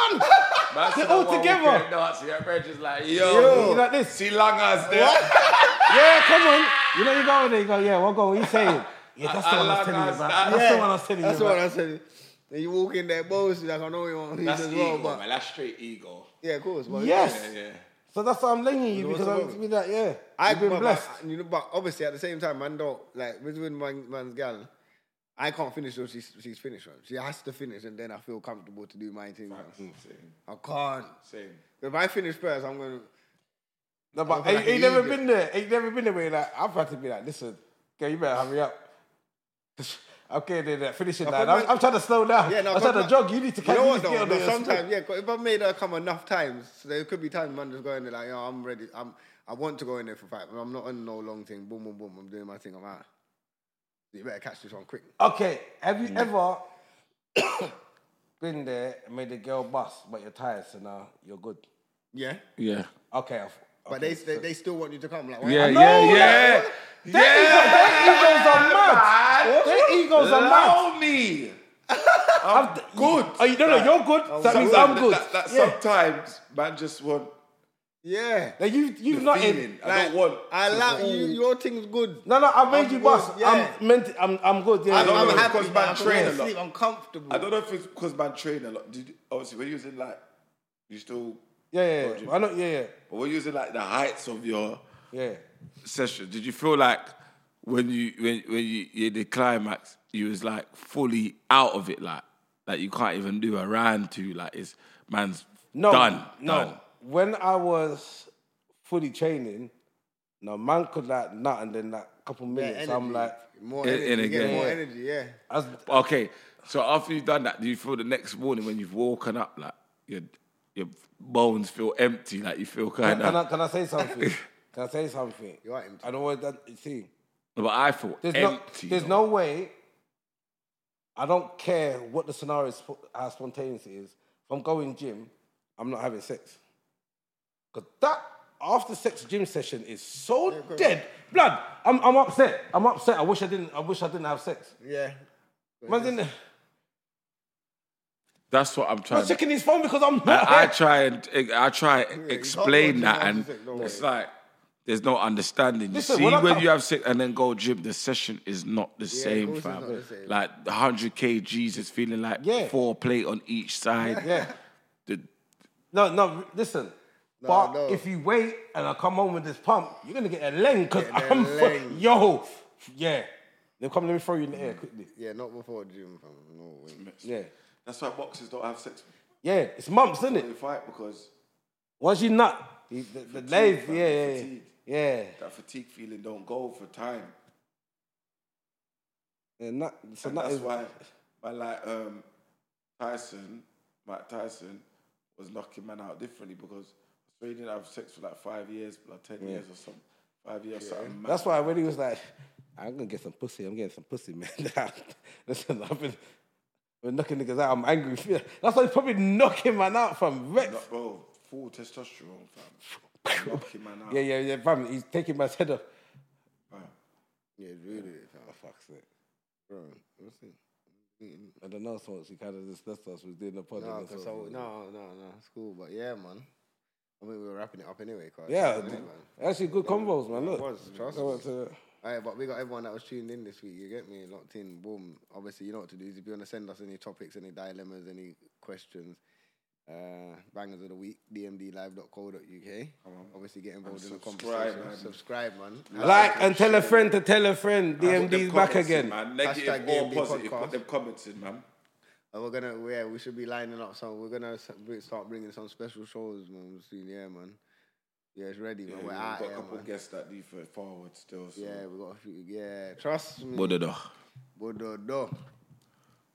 Speaker 2: on. They're all together.
Speaker 3: is like,
Speaker 2: Yo,
Speaker 3: yo,
Speaker 2: you like this?
Speaker 3: see long as there.
Speaker 2: Yeah, come on. You know you go in there. You go, yeah. What go? What you saying? Yeah, that's the
Speaker 3: I
Speaker 2: one I was
Speaker 3: like
Speaker 2: telling you
Speaker 3: us,
Speaker 2: about.
Speaker 3: that-
Speaker 2: That's the one I was telling you
Speaker 1: That's the one
Speaker 2: about.
Speaker 1: I said. Then you walk in there, boss, like I know you want these
Speaker 3: That's
Speaker 1: as well,
Speaker 3: ego,
Speaker 1: but
Speaker 3: man. That's straight ego.
Speaker 1: yeah, of course. But
Speaker 2: Yes.
Speaker 3: Yeah, yeah.
Speaker 2: So that's why I'm laying you
Speaker 1: What's
Speaker 2: because
Speaker 1: the
Speaker 2: I'm
Speaker 1: problem?
Speaker 2: with that. Yeah,
Speaker 1: I
Speaker 2: You've been
Speaker 1: but,
Speaker 2: blessed.
Speaker 1: But, you know, but obviously at the same time, man, don't like with with man, man's gal. I can't finish till she's she's finished. Man. She has to finish, and then I feel comfortable to do my thing. Man.
Speaker 3: Same.
Speaker 1: I can't.
Speaker 3: Same.
Speaker 1: If I finish first, I'm gonna.
Speaker 2: No, but
Speaker 1: I was
Speaker 2: ain't,
Speaker 1: like,
Speaker 2: ain't never
Speaker 1: leave it.
Speaker 2: been there. Ain't never been there where you're like I've had to be like, listen, girl, you better hurry up. okay, then uh, finish it now.
Speaker 1: put my-
Speaker 2: I'm, I'm trying to slow down.
Speaker 1: Yeah, no,
Speaker 2: I'm
Speaker 1: but
Speaker 2: trying to
Speaker 1: no-
Speaker 2: jog. You need to
Speaker 1: You
Speaker 2: catch
Speaker 1: know
Speaker 2: you
Speaker 1: what
Speaker 2: need to
Speaker 1: though?
Speaker 2: get on
Speaker 1: No,
Speaker 2: there.
Speaker 1: sometimes, yeah, 'cause if I made her come enough times, so there could be times man just going there like, yo, I'm ready. I'm I want to go in there for five. I'm not on no long thing. Boom, boom, boom. I'm doing my thing. I'm out. You better catch this one quick.
Speaker 2: Okay, have
Speaker 1: Mm.
Speaker 2: you ever been there and made a girl bust, but you're tired, so now you're good.
Speaker 1: Yeah.
Speaker 3: Yeah.
Speaker 2: Okay, I've,
Speaker 1: But they,
Speaker 2: okay.
Speaker 1: they they still want you to come. Like, why-
Speaker 3: Yeah,
Speaker 1: I'm-
Speaker 2: know,
Speaker 3: yeah, yeah.
Speaker 2: like,
Speaker 3: Yeah.
Speaker 2: Their, ego, their egos are mad. Their egos are mad.
Speaker 3: Allow me.
Speaker 2: I'm
Speaker 3: good.
Speaker 2: Oh, you don't know, you're good. so that means
Speaker 3: Sometimes
Speaker 2: I'm good.
Speaker 3: That, that
Speaker 2: yeah.
Speaker 3: Sometimes man just want
Speaker 1: yeah.
Speaker 2: Like, you, you've
Speaker 3: the
Speaker 2: not
Speaker 3: feeling. I don't want.
Speaker 1: I like you. Your thing's good.
Speaker 2: No, no, I made
Speaker 1: I'm
Speaker 2: you
Speaker 1: good,
Speaker 2: bust.
Speaker 1: yeah.
Speaker 2: I'm meant. I'm. I'm good. Yeah.
Speaker 3: I don't
Speaker 2: yeah,
Speaker 1: I'm
Speaker 3: know
Speaker 2: yeah.
Speaker 3: if
Speaker 1: happy.
Speaker 3: it's 'cause
Speaker 1: man.
Speaker 3: man
Speaker 1: I can
Speaker 3: train
Speaker 1: go
Speaker 3: a
Speaker 1: to
Speaker 3: lot.
Speaker 1: sleep. I'm comfortable.
Speaker 3: I don't know if it's because man trained a lot. Did you, obviously when you was in like you still
Speaker 2: Yeah, yeah, yeah. I know. Yeah, yeah,
Speaker 3: but when you was in like the heights of your
Speaker 2: yeah.
Speaker 3: session, did you feel like when you when when you, you the climax, you was like fully out of it, like like you can't even do a round to like it's man's
Speaker 2: No,
Speaker 3: done.
Speaker 2: no.
Speaker 3: done.
Speaker 2: When I was fully training, no man could like nut and then like couple
Speaker 1: Yeah,
Speaker 2: minutes.
Speaker 1: energy.
Speaker 2: I'm like,
Speaker 1: more
Speaker 3: In-
Speaker 1: energy.
Speaker 3: in
Speaker 1: you get
Speaker 3: again.
Speaker 1: more
Speaker 2: Yeah.
Speaker 1: energy. Yeah.
Speaker 2: I was,
Speaker 3: Okay, so after you've done that, do you feel the next morning when you've woken up like your your bones feel empty, like you feel kind
Speaker 2: can, I,
Speaker 3: of?
Speaker 2: can I say something? Can I say something?
Speaker 1: You are empty.
Speaker 2: I don't want that. See,
Speaker 3: But I feel
Speaker 2: There's
Speaker 3: empty.
Speaker 2: no, there's no way. I don't care what the scenario is, spo- how spontaneous it is. If I'm going gym, I'm not having sex. Cause that after sex gym session is so dead. Blood. I'm, I'm upset. I'm upset. I wish I didn't. I wish I didn't have sex.
Speaker 1: Yeah.
Speaker 2: Man, didn't,
Speaker 3: That's what I'm trying.
Speaker 2: man's
Speaker 3: to
Speaker 2: checking his phone because I'm not.
Speaker 3: I, I
Speaker 2: here.
Speaker 3: try and I try
Speaker 1: you
Speaker 3: and
Speaker 1: can't
Speaker 3: explain
Speaker 1: watch
Speaker 3: that,
Speaker 1: it
Speaker 3: and
Speaker 1: after sex, don't
Speaker 3: it's
Speaker 1: worry.
Speaker 3: like there's no understanding. You
Speaker 2: Listen,
Speaker 3: see,
Speaker 2: when I
Speaker 3: when,
Speaker 2: come-
Speaker 3: you have sex and then go gym, the session is not the same,
Speaker 1: course it's not
Speaker 3: fam.
Speaker 1: the same.
Speaker 3: Like 100 kgs is feeling like
Speaker 2: Yeah.
Speaker 3: four plate on each side.
Speaker 2: Yeah.
Speaker 3: The-
Speaker 2: No, no. Listen. but
Speaker 1: no.
Speaker 2: if you wait and I come home with this pump, you're gonna get a leng because
Speaker 1: Get a
Speaker 2: I'm fu-
Speaker 1: leng.
Speaker 2: yo. Yeah. Then come, let me throw you in the air quickly.
Speaker 1: Yeah. Not before June. fam. No way.
Speaker 2: Yeah.
Speaker 3: that's why boxers don't have sex
Speaker 2: Yeah, it's mumps, isn't
Speaker 3: when
Speaker 2: it?
Speaker 3: they fight because
Speaker 2: Once you nut, the, the, the lathe,
Speaker 3: fam,
Speaker 2: yeah, yeah, yeah.
Speaker 3: fatigue.
Speaker 2: yeah.
Speaker 3: that fatigue feeling don't go for time.
Speaker 2: yeah nut, so
Speaker 3: And
Speaker 2: nut
Speaker 3: that's
Speaker 2: is,
Speaker 3: why, my like um, Tyson, Mike Tyson, was knocking man out differently because Australia didn't have sex for like five years, like ten years or something. Five years, or something.
Speaker 2: That's why when he was like, I'm gonna get some pussy, I'm getting some pussy, man. Listen, I've been, been knocking niggas out, I'm angry. That's why he's probably knocking man out from Rex.
Speaker 3: Not, bro, full testosterone, fam. knocking man out.
Speaker 2: Yeah, yeah, yeah, fam. He's taking my head off.
Speaker 3: fam.
Speaker 1: Yeah. it's Really. fam.
Speaker 2: Oh, fuck's sake.
Speaker 1: Bro, what's it?
Speaker 2: And then else once he kind of discussed us, was doing the pod.
Speaker 1: No,
Speaker 2: and
Speaker 1: 'cause
Speaker 2: us
Speaker 1: I
Speaker 2: all.
Speaker 1: w- no, no, no. It's cool, but yeah, man. I mean, we were wrapping it up anyway. 'cause-
Speaker 2: Yeah,
Speaker 1: man.
Speaker 2: actually good combos, man. Look.
Speaker 1: It was, trust
Speaker 2: I
Speaker 1: me.
Speaker 2: went to-
Speaker 1: All right, but we got everyone that was tuned in this week. You get me locked in. Boom. Obviously, you know what to do. If you want to send us any topics, any dilemmas, any questions, uh, bangers of the week, dmdlive.co.uk. Obviously, get involved in the
Speaker 3: subscribe,
Speaker 1: conversation.
Speaker 3: man.
Speaker 1: Subscribe, man.
Speaker 2: Like and tell a friend to tell a friend. DMD's
Speaker 3: Them
Speaker 2: back
Speaker 3: comments in,
Speaker 2: again.
Speaker 3: man. Negative
Speaker 1: Hashtag
Speaker 3: or
Speaker 1: DMD
Speaker 3: positive.
Speaker 1: podcast.
Speaker 3: Put them comments in, man.
Speaker 1: And we're gonna, yeah, we should be lining up some. We're gonna s- br- start bringing some special shows, man. Soon, yeah, man. Yeah, it's ready, man.
Speaker 3: Yeah,
Speaker 1: we're
Speaker 3: we've
Speaker 1: out
Speaker 3: got a
Speaker 1: here,
Speaker 3: couple
Speaker 1: man.
Speaker 3: guests that do for forward still. So.
Speaker 1: Yeah, we got a few. Yeah, trust me. Bododo.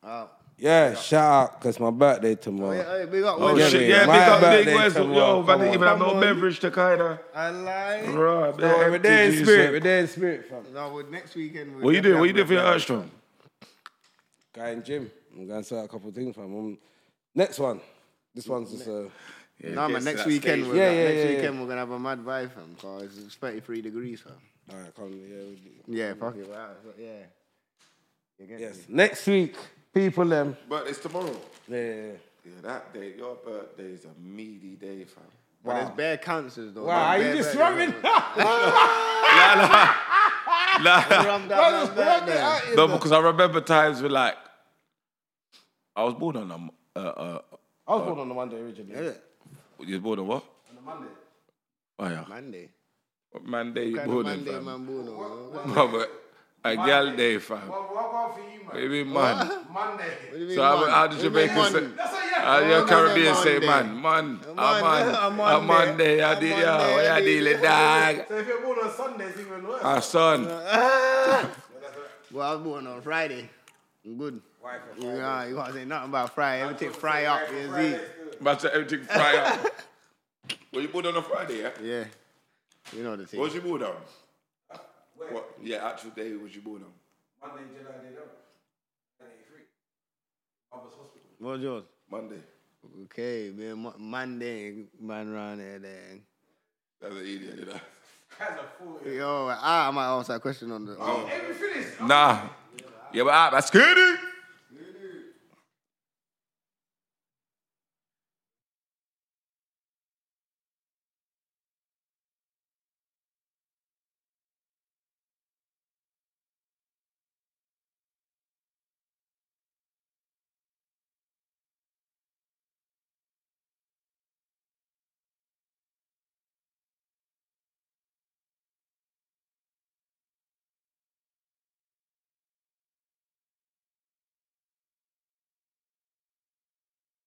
Speaker 1: Out.
Speaker 2: Yeah, shout out, because my birthday tomorrow.
Speaker 1: Oh, yeah, hey, big up.
Speaker 3: Oh,
Speaker 1: Wes.
Speaker 2: Yeah,
Speaker 3: shit,
Speaker 2: yeah,
Speaker 3: yeah,
Speaker 2: my
Speaker 3: big up
Speaker 2: birthday
Speaker 3: Big West.
Speaker 2: tomorrow,
Speaker 3: Yo, man, they
Speaker 2: come
Speaker 3: even have no
Speaker 1: on.
Speaker 3: beverage to kind of.
Speaker 1: I lie.
Speaker 3: Bro,
Speaker 2: No, we're there in spirit, we're there in spirit, fam.
Speaker 1: No, but next weekend. we'll
Speaker 3: What you doing? What you doing for
Speaker 1: definitely
Speaker 3: your
Speaker 1: have
Speaker 3: urge, Tom?
Speaker 2: Guy in gym. I'm going to say a couple of things, fam. Um, next one. This one's just a.
Speaker 3: Yeah,
Speaker 1: Nah,
Speaker 3: it
Speaker 1: man,
Speaker 3: gets to
Speaker 1: next
Speaker 3: that
Speaker 1: weekend,
Speaker 3: stage.
Speaker 1: we're
Speaker 2: Yeah,
Speaker 1: gonna,
Speaker 2: yeah,
Speaker 1: next
Speaker 2: yeah, yeah.
Speaker 1: weekend we're gonna have a mad vibe, fam, because it's 33 degrees, fam.
Speaker 2: All right, come, yeah, we do.
Speaker 1: Yeah, fuck it, wow, so- yeah. You get
Speaker 2: Yes,
Speaker 1: me?
Speaker 2: next week, people, them.
Speaker 3: But it's tomorrow.
Speaker 2: Yeah, yeah, yeah.
Speaker 3: Yeah, that day, your birthday is a meaty day, fam.
Speaker 1: But there's bare cancers, though.
Speaker 2: Wow,
Speaker 1: there's bare
Speaker 2: you just
Speaker 1: birthdays,
Speaker 2: rubbing.
Speaker 1: man.
Speaker 3: Nah,
Speaker 1: Rum that
Speaker 2: Bro,
Speaker 1: man's
Speaker 2: just rub
Speaker 1: birthday.
Speaker 2: it out in
Speaker 3: no,
Speaker 2: the-
Speaker 3: because I remember times where like I was born on a m- uh, uh
Speaker 2: I was born on the Monday originally.
Speaker 1: Is it?
Speaker 3: you was born on what?
Speaker 2: On the Monday.
Speaker 3: Oh yeah,
Speaker 1: Monday.
Speaker 3: what man day you
Speaker 1: Kind
Speaker 3: born
Speaker 1: of
Speaker 3: on,
Speaker 1: Monday,
Speaker 3: fam?
Speaker 1: man, born on, man.
Speaker 3: Brother, a girl day, fam.
Speaker 2: Well, what about for you, man?
Speaker 3: What you mean, man?
Speaker 2: Monday.
Speaker 1: What do you mean,
Speaker 3: So how,
Speaker 1: man?
Speaker 3: how did
Speaker 1: What do you mean,
Speaker 3: Jamaica say?
Speaker 1: man?
Speaker 2: That's what, yeah.
Speaker 3: How your
Speaker 1: Monday,
Speaker 3: Caribbean say,
Speaker 1: Monday.
Speaker 3: man, man, a
Speaker 1: Monday,
Speaker 3: man,
Speaker 1: a
Speaker 3: a
Speaker 1: Monday.
Speaker 3: Monday, I
Speaker 1: A
Speaker 3: did,
Speaker 1: Monday,
Speaker 3: yeah, what
Speaker 1: I
Speaker 3: you
Speaker 1: did.
Speaker 3: dealing, dog?
Speaker 2: so if you're born on Sunday, it's even worse.
Speaker 3: Ah, son,
Speaker 1: Well, I was born on Friday. I'm good. You, know, you can't say nothing about Friday. Everything fry up, you see?
Speaker 3: about to everything fry up. Well, you born on a Friday, yeah?
Speaker 1: Yeah. You know the thing.
Speaker 3: What was you born on? What? Yeah, actual day was you born on?
Speaker 2: Monday, July, they don't. 93. I was hospital.
Speaker 1: What was yours?
Speaker 3: Monday.
Speaker 1: Okay, man. Mo- Monday, man, round here then.
Speaker 3: That's an idiot, you know.
Speaker 2: Guys are full.
Speaker 1: Yo, I, I might ask that question on the. on-
Speaker 2: Hey, we finished.
Speaker 3: Nah. Yeah, but ah, that's good.